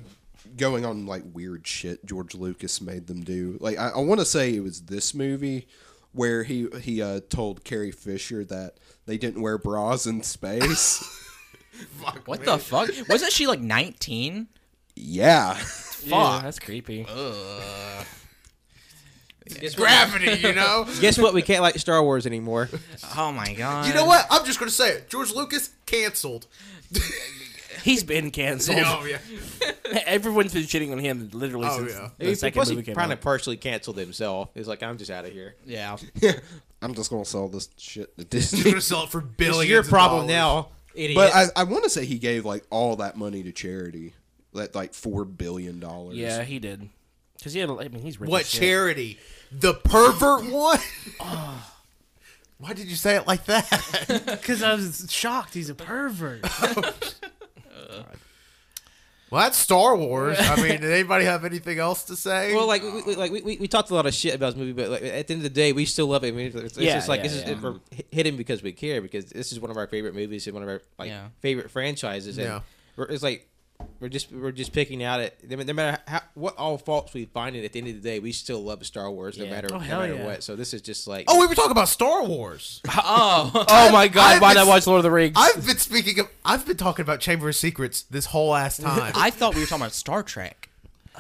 [SPEAKER 1] going on like weird shit George Lucas made them do. Like I, I want to say it was this movie where he he uh, told Carrie Fisher that they didn't wear bras in
[SPEAKER 4] *laughs*
[SPEAKER 1] space.
[SPEAKER 5] what the fuck? Wasn't she like 19?
[SPEAKER 1] yeah,
[SPEAKER 4] Fuck, that's creepy.
[SPEAKER 2] Uh,
[SPEAKER 3] guess, what,
[SPEAKER 2] Gravity, you
[SPEAKER 4] *laughs*
[SPEAKER 2] know?
[SPEAKER 3] guess what? We can't like Star Wars anymore.
[SPEAKER 5] Oh my god.
[SPEAKER 2] you know what? I'm just gonna say it. George Lucas canceled. *laughs*
[SPEAKER 4] He's been canceled.
[SPEAKER 2] Oh, yeah.
[SPEAKER 4] *laughs* Everyone's been shitting on him literally
[SPEAKER 2] Oh,
[SPEAKER 4] since
[SPEAKER 2] yeah.
[SPEAKER 4] *laughs* the second
[SPEAKER 3] Plus,
[SPEAKER 4] movie
[SPEAKER 3] he
[SPEAKER 4] came
[SPEAKER 3] kind
[SPEAKER 4] out.
[SPEAKER 3] of partially canceled himself. He's like, I'm just out of here.
[SPEAKER 5] Yeah.
[SPEAKER 1] I'm just gonna sell this shit to
[SPEAKER 2] He's *laughs*
[SPEAKER 1] Disney.
[SPEAKER 2] gonna sell it
[SPEAKER 4] *laughs*
[SPEAKER 2] for
[SPEAKER 3] It's
[SPEAKER 2] billions.
[SPEAKER 3] your
[SPEAKER 2] of
[SPEAKER 3] problem
[SPEAKER 2] dollars.
[SPEAKER 3] now, idiot.
[SPEAKER 1] But I, I want to say he gave like all that money to charity. at like four billion dollars.
[SPEAKER 4] Yeah,
[SPEAKER 1] *laughs*
[SPEAKER 4] he did. Because he had, a- I mean, he's rich.
[SPEAKER 2] What
[SPEAKER 4] as shit.
[SPEAKER 2] charity? The pervert
[SPEAKER 4] *laughs*
[SPEAKER 2] one?
[SPEAKER 4] Ah.
[SPEAKER 2] Why did you say it like that?
[SPEAKER 4] *laughs*
[SPEAKER 6] Because I was shocked. He's a
[SPEAKER 5] *laughs*
[SPEAKER 6] pervert.
[SPEAKER 2] Well, that's Star Wars. I mean, did anybody have anything else to say?
[SPEAKER 3] Well, like we, we like we, we, we talked a lot of shit about this movie, but like at the end of the day, we still love it. I mean, it's, it's
[SPEAKER 4] Yeah,
[SPEAKER 3] just like
[SPEAKER 4] yeah,
[SPEAKER 3] this
[SPEAKER 4] yeah.
[SPEAKER 3] is we're hi- hitting because we care because this is one of our favorite movies and one of our like
[SPEAKER 5] Yeah.
[SPEAKER 3] favorite franchises. And
[SPEAKER 2] Yeah.
[SPEAKER 3] we're, it's like we're just we're just picking out it. No no matter how, what all faults we find it, at the end of the day, we still love Star Wars no
[SPEAKER 4] Yeah.
[SPEAKER 3] matter
[SPEAKER 6] Oh,
[SPEAKER 3] no
[SPEAKER 6] hell
[SPEAKER 3] matter
[SPEAKER 6] yeah.
[SPEAKER 3] what. So this is just like
[SPEAKER 2] oh, we were talking about Star Wars.
[SPEAKER 5] Oh,
[SPEAKER 4] *laughs* Oh my god,
[SPEAKER 2] I've
[SPEAKER 4] why did I
[SPEAKER 2] been-
[SPEAKER 4] watch Lord of the Rings?
[SPEAKER 2] I've been speaking of. I've been talking about Chamber of Secrets this whole ass
[SPEAKER 6] *laughs*
[SPEAKER 2] time.
[SPEAKER 5] I thought we were talking about Star Trek.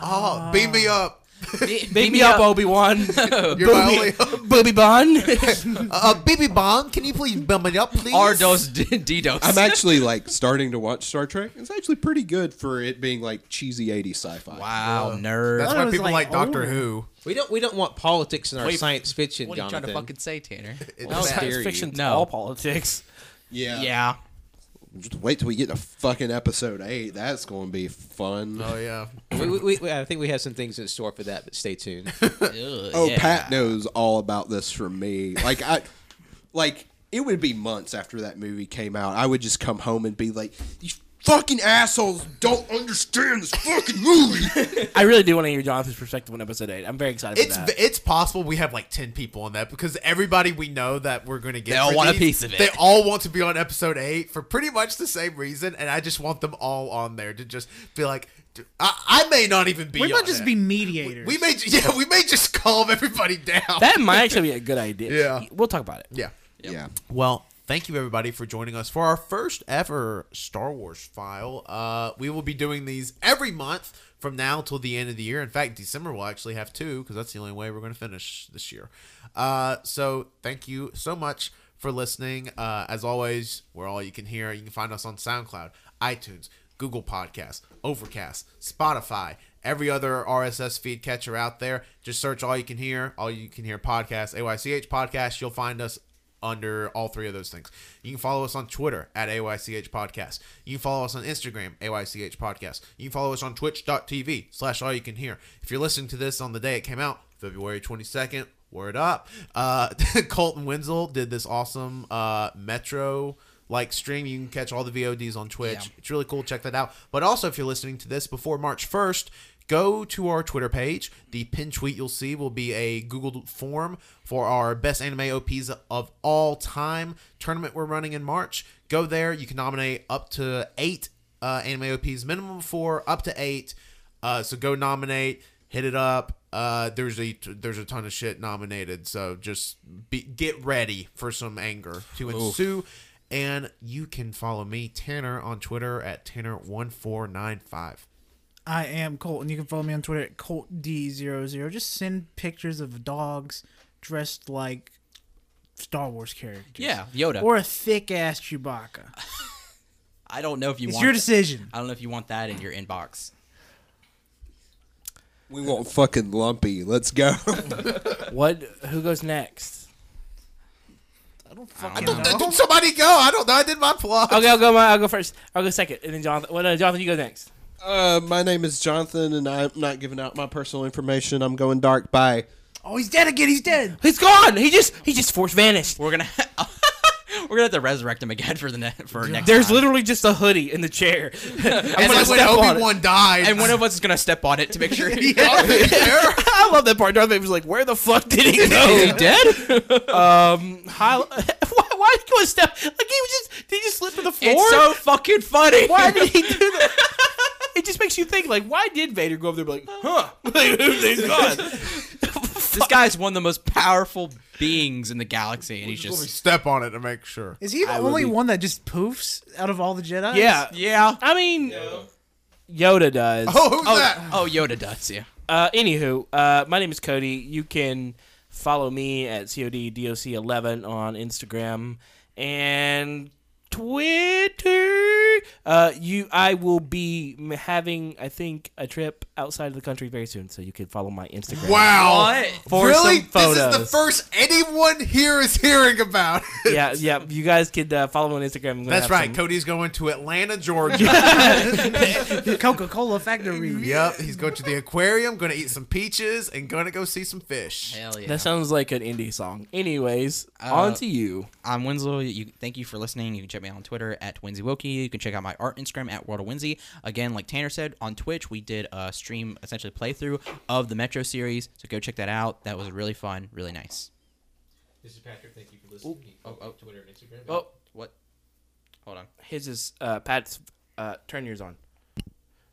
[SPEAKER 2] oh, beam me up.
[SPEAKER 5] Beat,
[SPEAKER 4] Beat me up, Obi
[SPEAKER 5] *laughs*
[SPEAKER 4] Wan.
[SPEAKER 2] You're my only. *laughs*
[SPEAKER 4] Booby Bun.
[SPEAKER 2] Uh, BB Bomb, can you please beam me up, please?
[SPEAKER 5] R dos D dos.
[SPEAKER 1] *laughs* I'm actually like starting to watch Star Trek. It's actually pretty good for it being like cheesy 80s sci-fi.
[SPEAKER 5] Wow, nerd.
[SPEAKER 2] That's
[SPEAKER 6] I
[SPEAKER 2] why
[SPEAKER 6] was,
[SPEAKER 2] people like,
[SPEAKER 6] like,
[SPEAKER 2] Doctor
[SPEAKER 6] older.
[SPEAKER 2] Who.
[SPEAKER 3] we don't we don't want politics in our
[SPEAKER 5] Wait,
[SPEAKER 3] science fiction.
[SPEAKER 5] what are you
[SPEAKER 3] Jonathan.
[SPEAKER 5] trying to fucking
[SPEAKER 4] *laughs*
[SPEAKER 5] say, Tanner?
[SPEAKER 3] How
[SPEAKER 2] It's-
[SPEAKER 3] dare
[SPEAKER 4] Science
[SPEAKER 3] you.
[SPEAKER 4] fiction's
[SPEAKER 5] No.
[SPEAKER 4] all politics. *laughs*
[SPEAKER 1] Yeah.
[SPEAKER 5] *laughs* Yeah.
[SPEAKER 1] Just wait till we get to fucking episode 8. That's going to be fun.
[SPEAKER 2] Oh yeah.
[SPEAKER 3] we, we, we, I think we have some things in store for that, but stay
[SPEAKER 5] *laughs*
[SPEAKER 3] tuned.
[SPEAKER 5] Ugh,
[SPEAKER 1] oh,
[SPEAKER 5] yeah.
[SPEAKER 1] Pat knows all about this from me. Like I *laughs* like it would be months after that movie came out. I would just come home and be like, "These fucking assholes don't understand this fucking movie." *laughs*
[SPEAKER 4] I really do want to hear Jonathan's perspective on episode eight. I'm very excited
[SPEAKER 2] It's
[SPEAKER 4] for that.
[SPEAKER 2] it's possible we have like ten people on that because everybody we know that we're going to get
[SPEAKER 5] They all
[SPEAKER 2] for
[SPEAKER 5] want a
[SPEAKER 2] these,
[SPEAKER 5] piece of it.
[SPEAKER 2] They all want to be on episode eight for pretty much the same reason, and I just want them all on there to just be like, "Dude, I, I may not even be.
[SPEAKER 6] We might
[SPEAKER 2] on
[SPEAKER 6] just
[SPEAKER 2] it."
[SPEAKER 6] be mediators.
[SPEAKER 2] We may ju- *laughs* yeah we may just calm everybody down.
[SPEAKER 4] that might *laughs* actually be a good
[SPEAKER 5] *laughs*
[SPEAKER 4] idea.
[SPEAKER 2] Yeah.
[SPEAKER 4] We'll talk about it.
[SPEAKER 2] yeah.
[SPEAKER 1] Yeah.
[SPEAKER 2] Well, thank you everybody for joining us for our first ever Star Wars file. Uh, we will be doing these every month from now till the end of the year. In fact, December will actually have two because that's the only way we're going to finish this year. Uh, so thank you so much for listening. Uh, as always, we're all you can hear. You can find us on SoundCloud, iTunes, Google Podcasts, Overcast, Spotify, every other RSS feed catcher out there. Just search all you can hear, all you can hear podcast, AYCH podcast. You'll find us under all three of those things. You can follow us on Twitter at AYCH Podcast. You can follow us on Instagram, AYCH Podcast. You can follow us on twitch.tv slash all you can hear. If you're listening to this on the day it came out, February 22nd, word up. Uh, *laughs* Colton Wenzel did this awesome uh, Metro like stream. You can catch all the VODs on Twitch. It's really cool. Check that out. But also, if you're listening to this before March 1st, go to our Twitter page. The pin tweet you'll see will be a Google form for our best anime OPs of all time tournament we're running in March. Go there. You can nominate up to eight uh, anime OPs, minimum four, up to eight. Uh, so go nominate, hit it up. Uh, there's a there's a ton of shit nominated, so just be, get ready for some anger to ensue. And you can follow me Tanner on Twitter at Tanner1495.
[SPEAKER 6] I am Colt, and you can follow me on Twitter at ColtD00. Just send pictures of dogs dressed like Star Wars characters.
[SPEAKER 5] Yeah, Yoda.
[SPEAKER 6] Or a thick ass Chewbacca.
[SPEAKER 5] I don't know if you
[SPEAKER 6] It's
[SPEAKER 5] want
[SPEAKER 6] your
[SPEAKER 5] that-
[SPEAKER 6] decision.
[SPEAKER 5] I don't know if you want that in your inbox.
[SPEAKER 1] We want fucking lumpy. Let's go. *laughs*
[SPEAKER 4] What? Who goes next?
[SPEAKER 5] I don't know.
[SPEAKER 2] Did somebody go? I don't know. I did my plug.
[SPEAKER 4] Okay, I'll go. My, I'll go first. I'll go second, and then Jonathan. Well, no, Jonathan, you go next.
[SPEAKER 1] Uh, my name is Jonathan, and I'm not giving out my personal information. I'm going dark. Bye.
[SPEAKER 6] Oh, he's dead again. He's dead.
[SPEAKER 4] He's gone. He just he just force vanished.
[SPEAKER 5] We're gonna *laughs* we're gonna have to resurrect him again for the ne- for next.
[SPEAKER 4] There's
[SPEAKER 5] time.
[SPEAKER 4] literally just a hoodie in the chair. *laughs*
[SPEAKER 5] and,
[SPEAKER 2] Like
[SPEAKER 5] like,
[SPEAKER 2] when
[SPEAKER 4] step on
[SPEAKER 2] Obi Wan died. *laughs*
[SPEAKER 5] and one of us is gonna step on it to
[SPEAKER 4] *laughs*
[SPEAKER 5] make sure.
[SPEAKER 4] I love that part. Darth Vader was like, "Where the fuck did he go?
[SPEAKER 5] Is he dead?
[SPEAKER 4] Hi- *laughs* why, why did he go a step? Like he was just did he just slip to the floor?
[SPEAKER 5] It's so fucking funny.
[SPEAKER 4] *laughs* why did he do
[SPEAKER 5] *laughs*
[SPEAKER 4] that? It just makes you think, like, why did Vader go over there and be like, huh? Like, who's this guy?
[SPEAKER 5] This guy's one of the most powerful beings in the galaxy, and he's
[SPEAKER 2] Let me
[SPEAKER 5] just
[SPEAKER 2] step on it to make sure.
[SPEAKER 6] Is he the only one that just poofs out of all the Jedi?
[SPEAKER 4] Yeah. *sighs*
[SPEAKER 5] yeah.
[SPEAKER 4] I mean, Yoda does.
[SPEAKER 2] Oh, who's
[SPEAKER 5] Oh,
[SPEAKER 2] that?
[SPEAKER 5] oh, Yoda does. Yeah.
[SPEAKER 4] Uh, anywho, uh, my name is Cody. You can follow me at CODDOC11 on Instagram and Twitter. Uh, you, I will be m- having, I think, a trip outside of the country very soon, so you can follow my Instagram.
[SPEAKER 2] Wow.
[SPEAKER 5] What?
[SPEAKER 4] For
[SPEAKER 2] really?
[SPEAKER 4] some photos.
[SPEAKER 2] This is the first anyone here is hearing about.
[SPEAKER 4] yeah, yeah. You guys could uh, follow me on Instagram. I'm gonna
[SPEAKER 2] That's
[SPEAKER 4] have
[SPEAKER 2] right.
[SPEAKER 4] some-
[SPEAKER 2] Cody's going to Atlanta,
[SPEAKER 4] *laughs*
[SPEAKER 2] Georgia.
[SPEAKER 6] *laughs* Coca Cola factory.
[SPEAKER 2] yep. He's going to the aquarium, going to eat some peaches, and going to go see some fish.
[SPEAKER 5] Hell yeah.
[SPEAKER 4] That sounds like an indie song. Anyways,
[SPEAKER 2] Uh,
[SPEAKER 4] on to you.
[SPEAKER 5] I'm Winslow. You thank you for listening. You can check me out on Twitter at Winsy Wilkie. You can check out my art Instagram at World of Winsy. Again, like Tanner said, on Twitch we did a stream essentially playthrough of the Metro series. So go check that out. That was really fun, really nice.
[SPEAKER 3] This is Patrick. Thank you for listening. Oh, oh, Twitter and Instagram.
[SPEAKER 4] Oh,
[SPEAKER 5] What? Hold on.
[SPEAKER 4] his is uh, Pat's. Uh, turn yours on.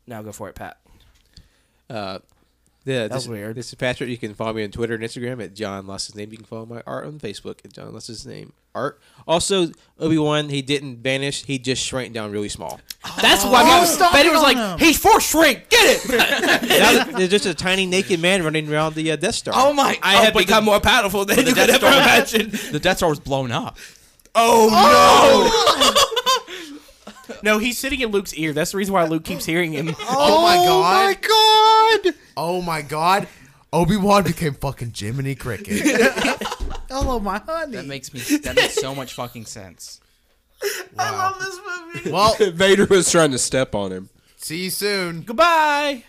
[SPEAKER 4] Now go for it, Pat.
[SPEAKER 3] Uh, yeah,
[SPEAKER 4] That was
[SPEAKER 3] this,
[SPEAKER 4] weird.
[SPEAKER 3] This is Patrick. You can follow me on Twitter and Instagram at John Luss's name. You can follow my art on Facebook at John Luss's name art. Also, Obi Wan he didn't vanish. He just shrank down really small.
[SPEAKER 5] Oh,
[SPEAKER 4] That's why my
[SPEAKER 6] stop
[SPEAKER 4] Betty Oh, was
[SPEAKER 6] on
[SPEAKER 4] like,
[SPEAKER 6] him.
[SPEAKER 4] he's for shrink. Get it.
[SPEAKER 3] now there's just a tiny naked man running around the uh, Death Star.
[SPEAKER 5] Oh my!
[SPEAKER 4] I have become *laughs* more powerful than you could ever
[SPEAKER 5] *laughs*
[SPEAKER 4] imagine.
[SPEAKER 5] the Death Star was blown up.
[SPEAKER 4] No, he's sitting in Luke's ear. That's the reason why Luke keeps hearing
[SPEAKER 6] *laughs*
[SPEAKER 4] him.
[SPEAKER 2] Oh, my god.
[SPEAKER 1] my god!
[SPEAKER 2] Oh my god. Obi Wan became fucking Jiminy
[SPEAKER 4] *laughs*
[SPEAKER 2] Cricket.
[SPEAKER 6] Hello, my honey.
[SPEAKER 5] That makes me. That makes so much fucking sense.
[SPEAKER 2] Wow.
[SPEAKER 6] this movie.
[SPEAKER 2] Well,
[SPEAKER 1] Vader was trying to step on him.
[SPEAKER 2] see you soon.
[SPEAKER 4] Goodbye.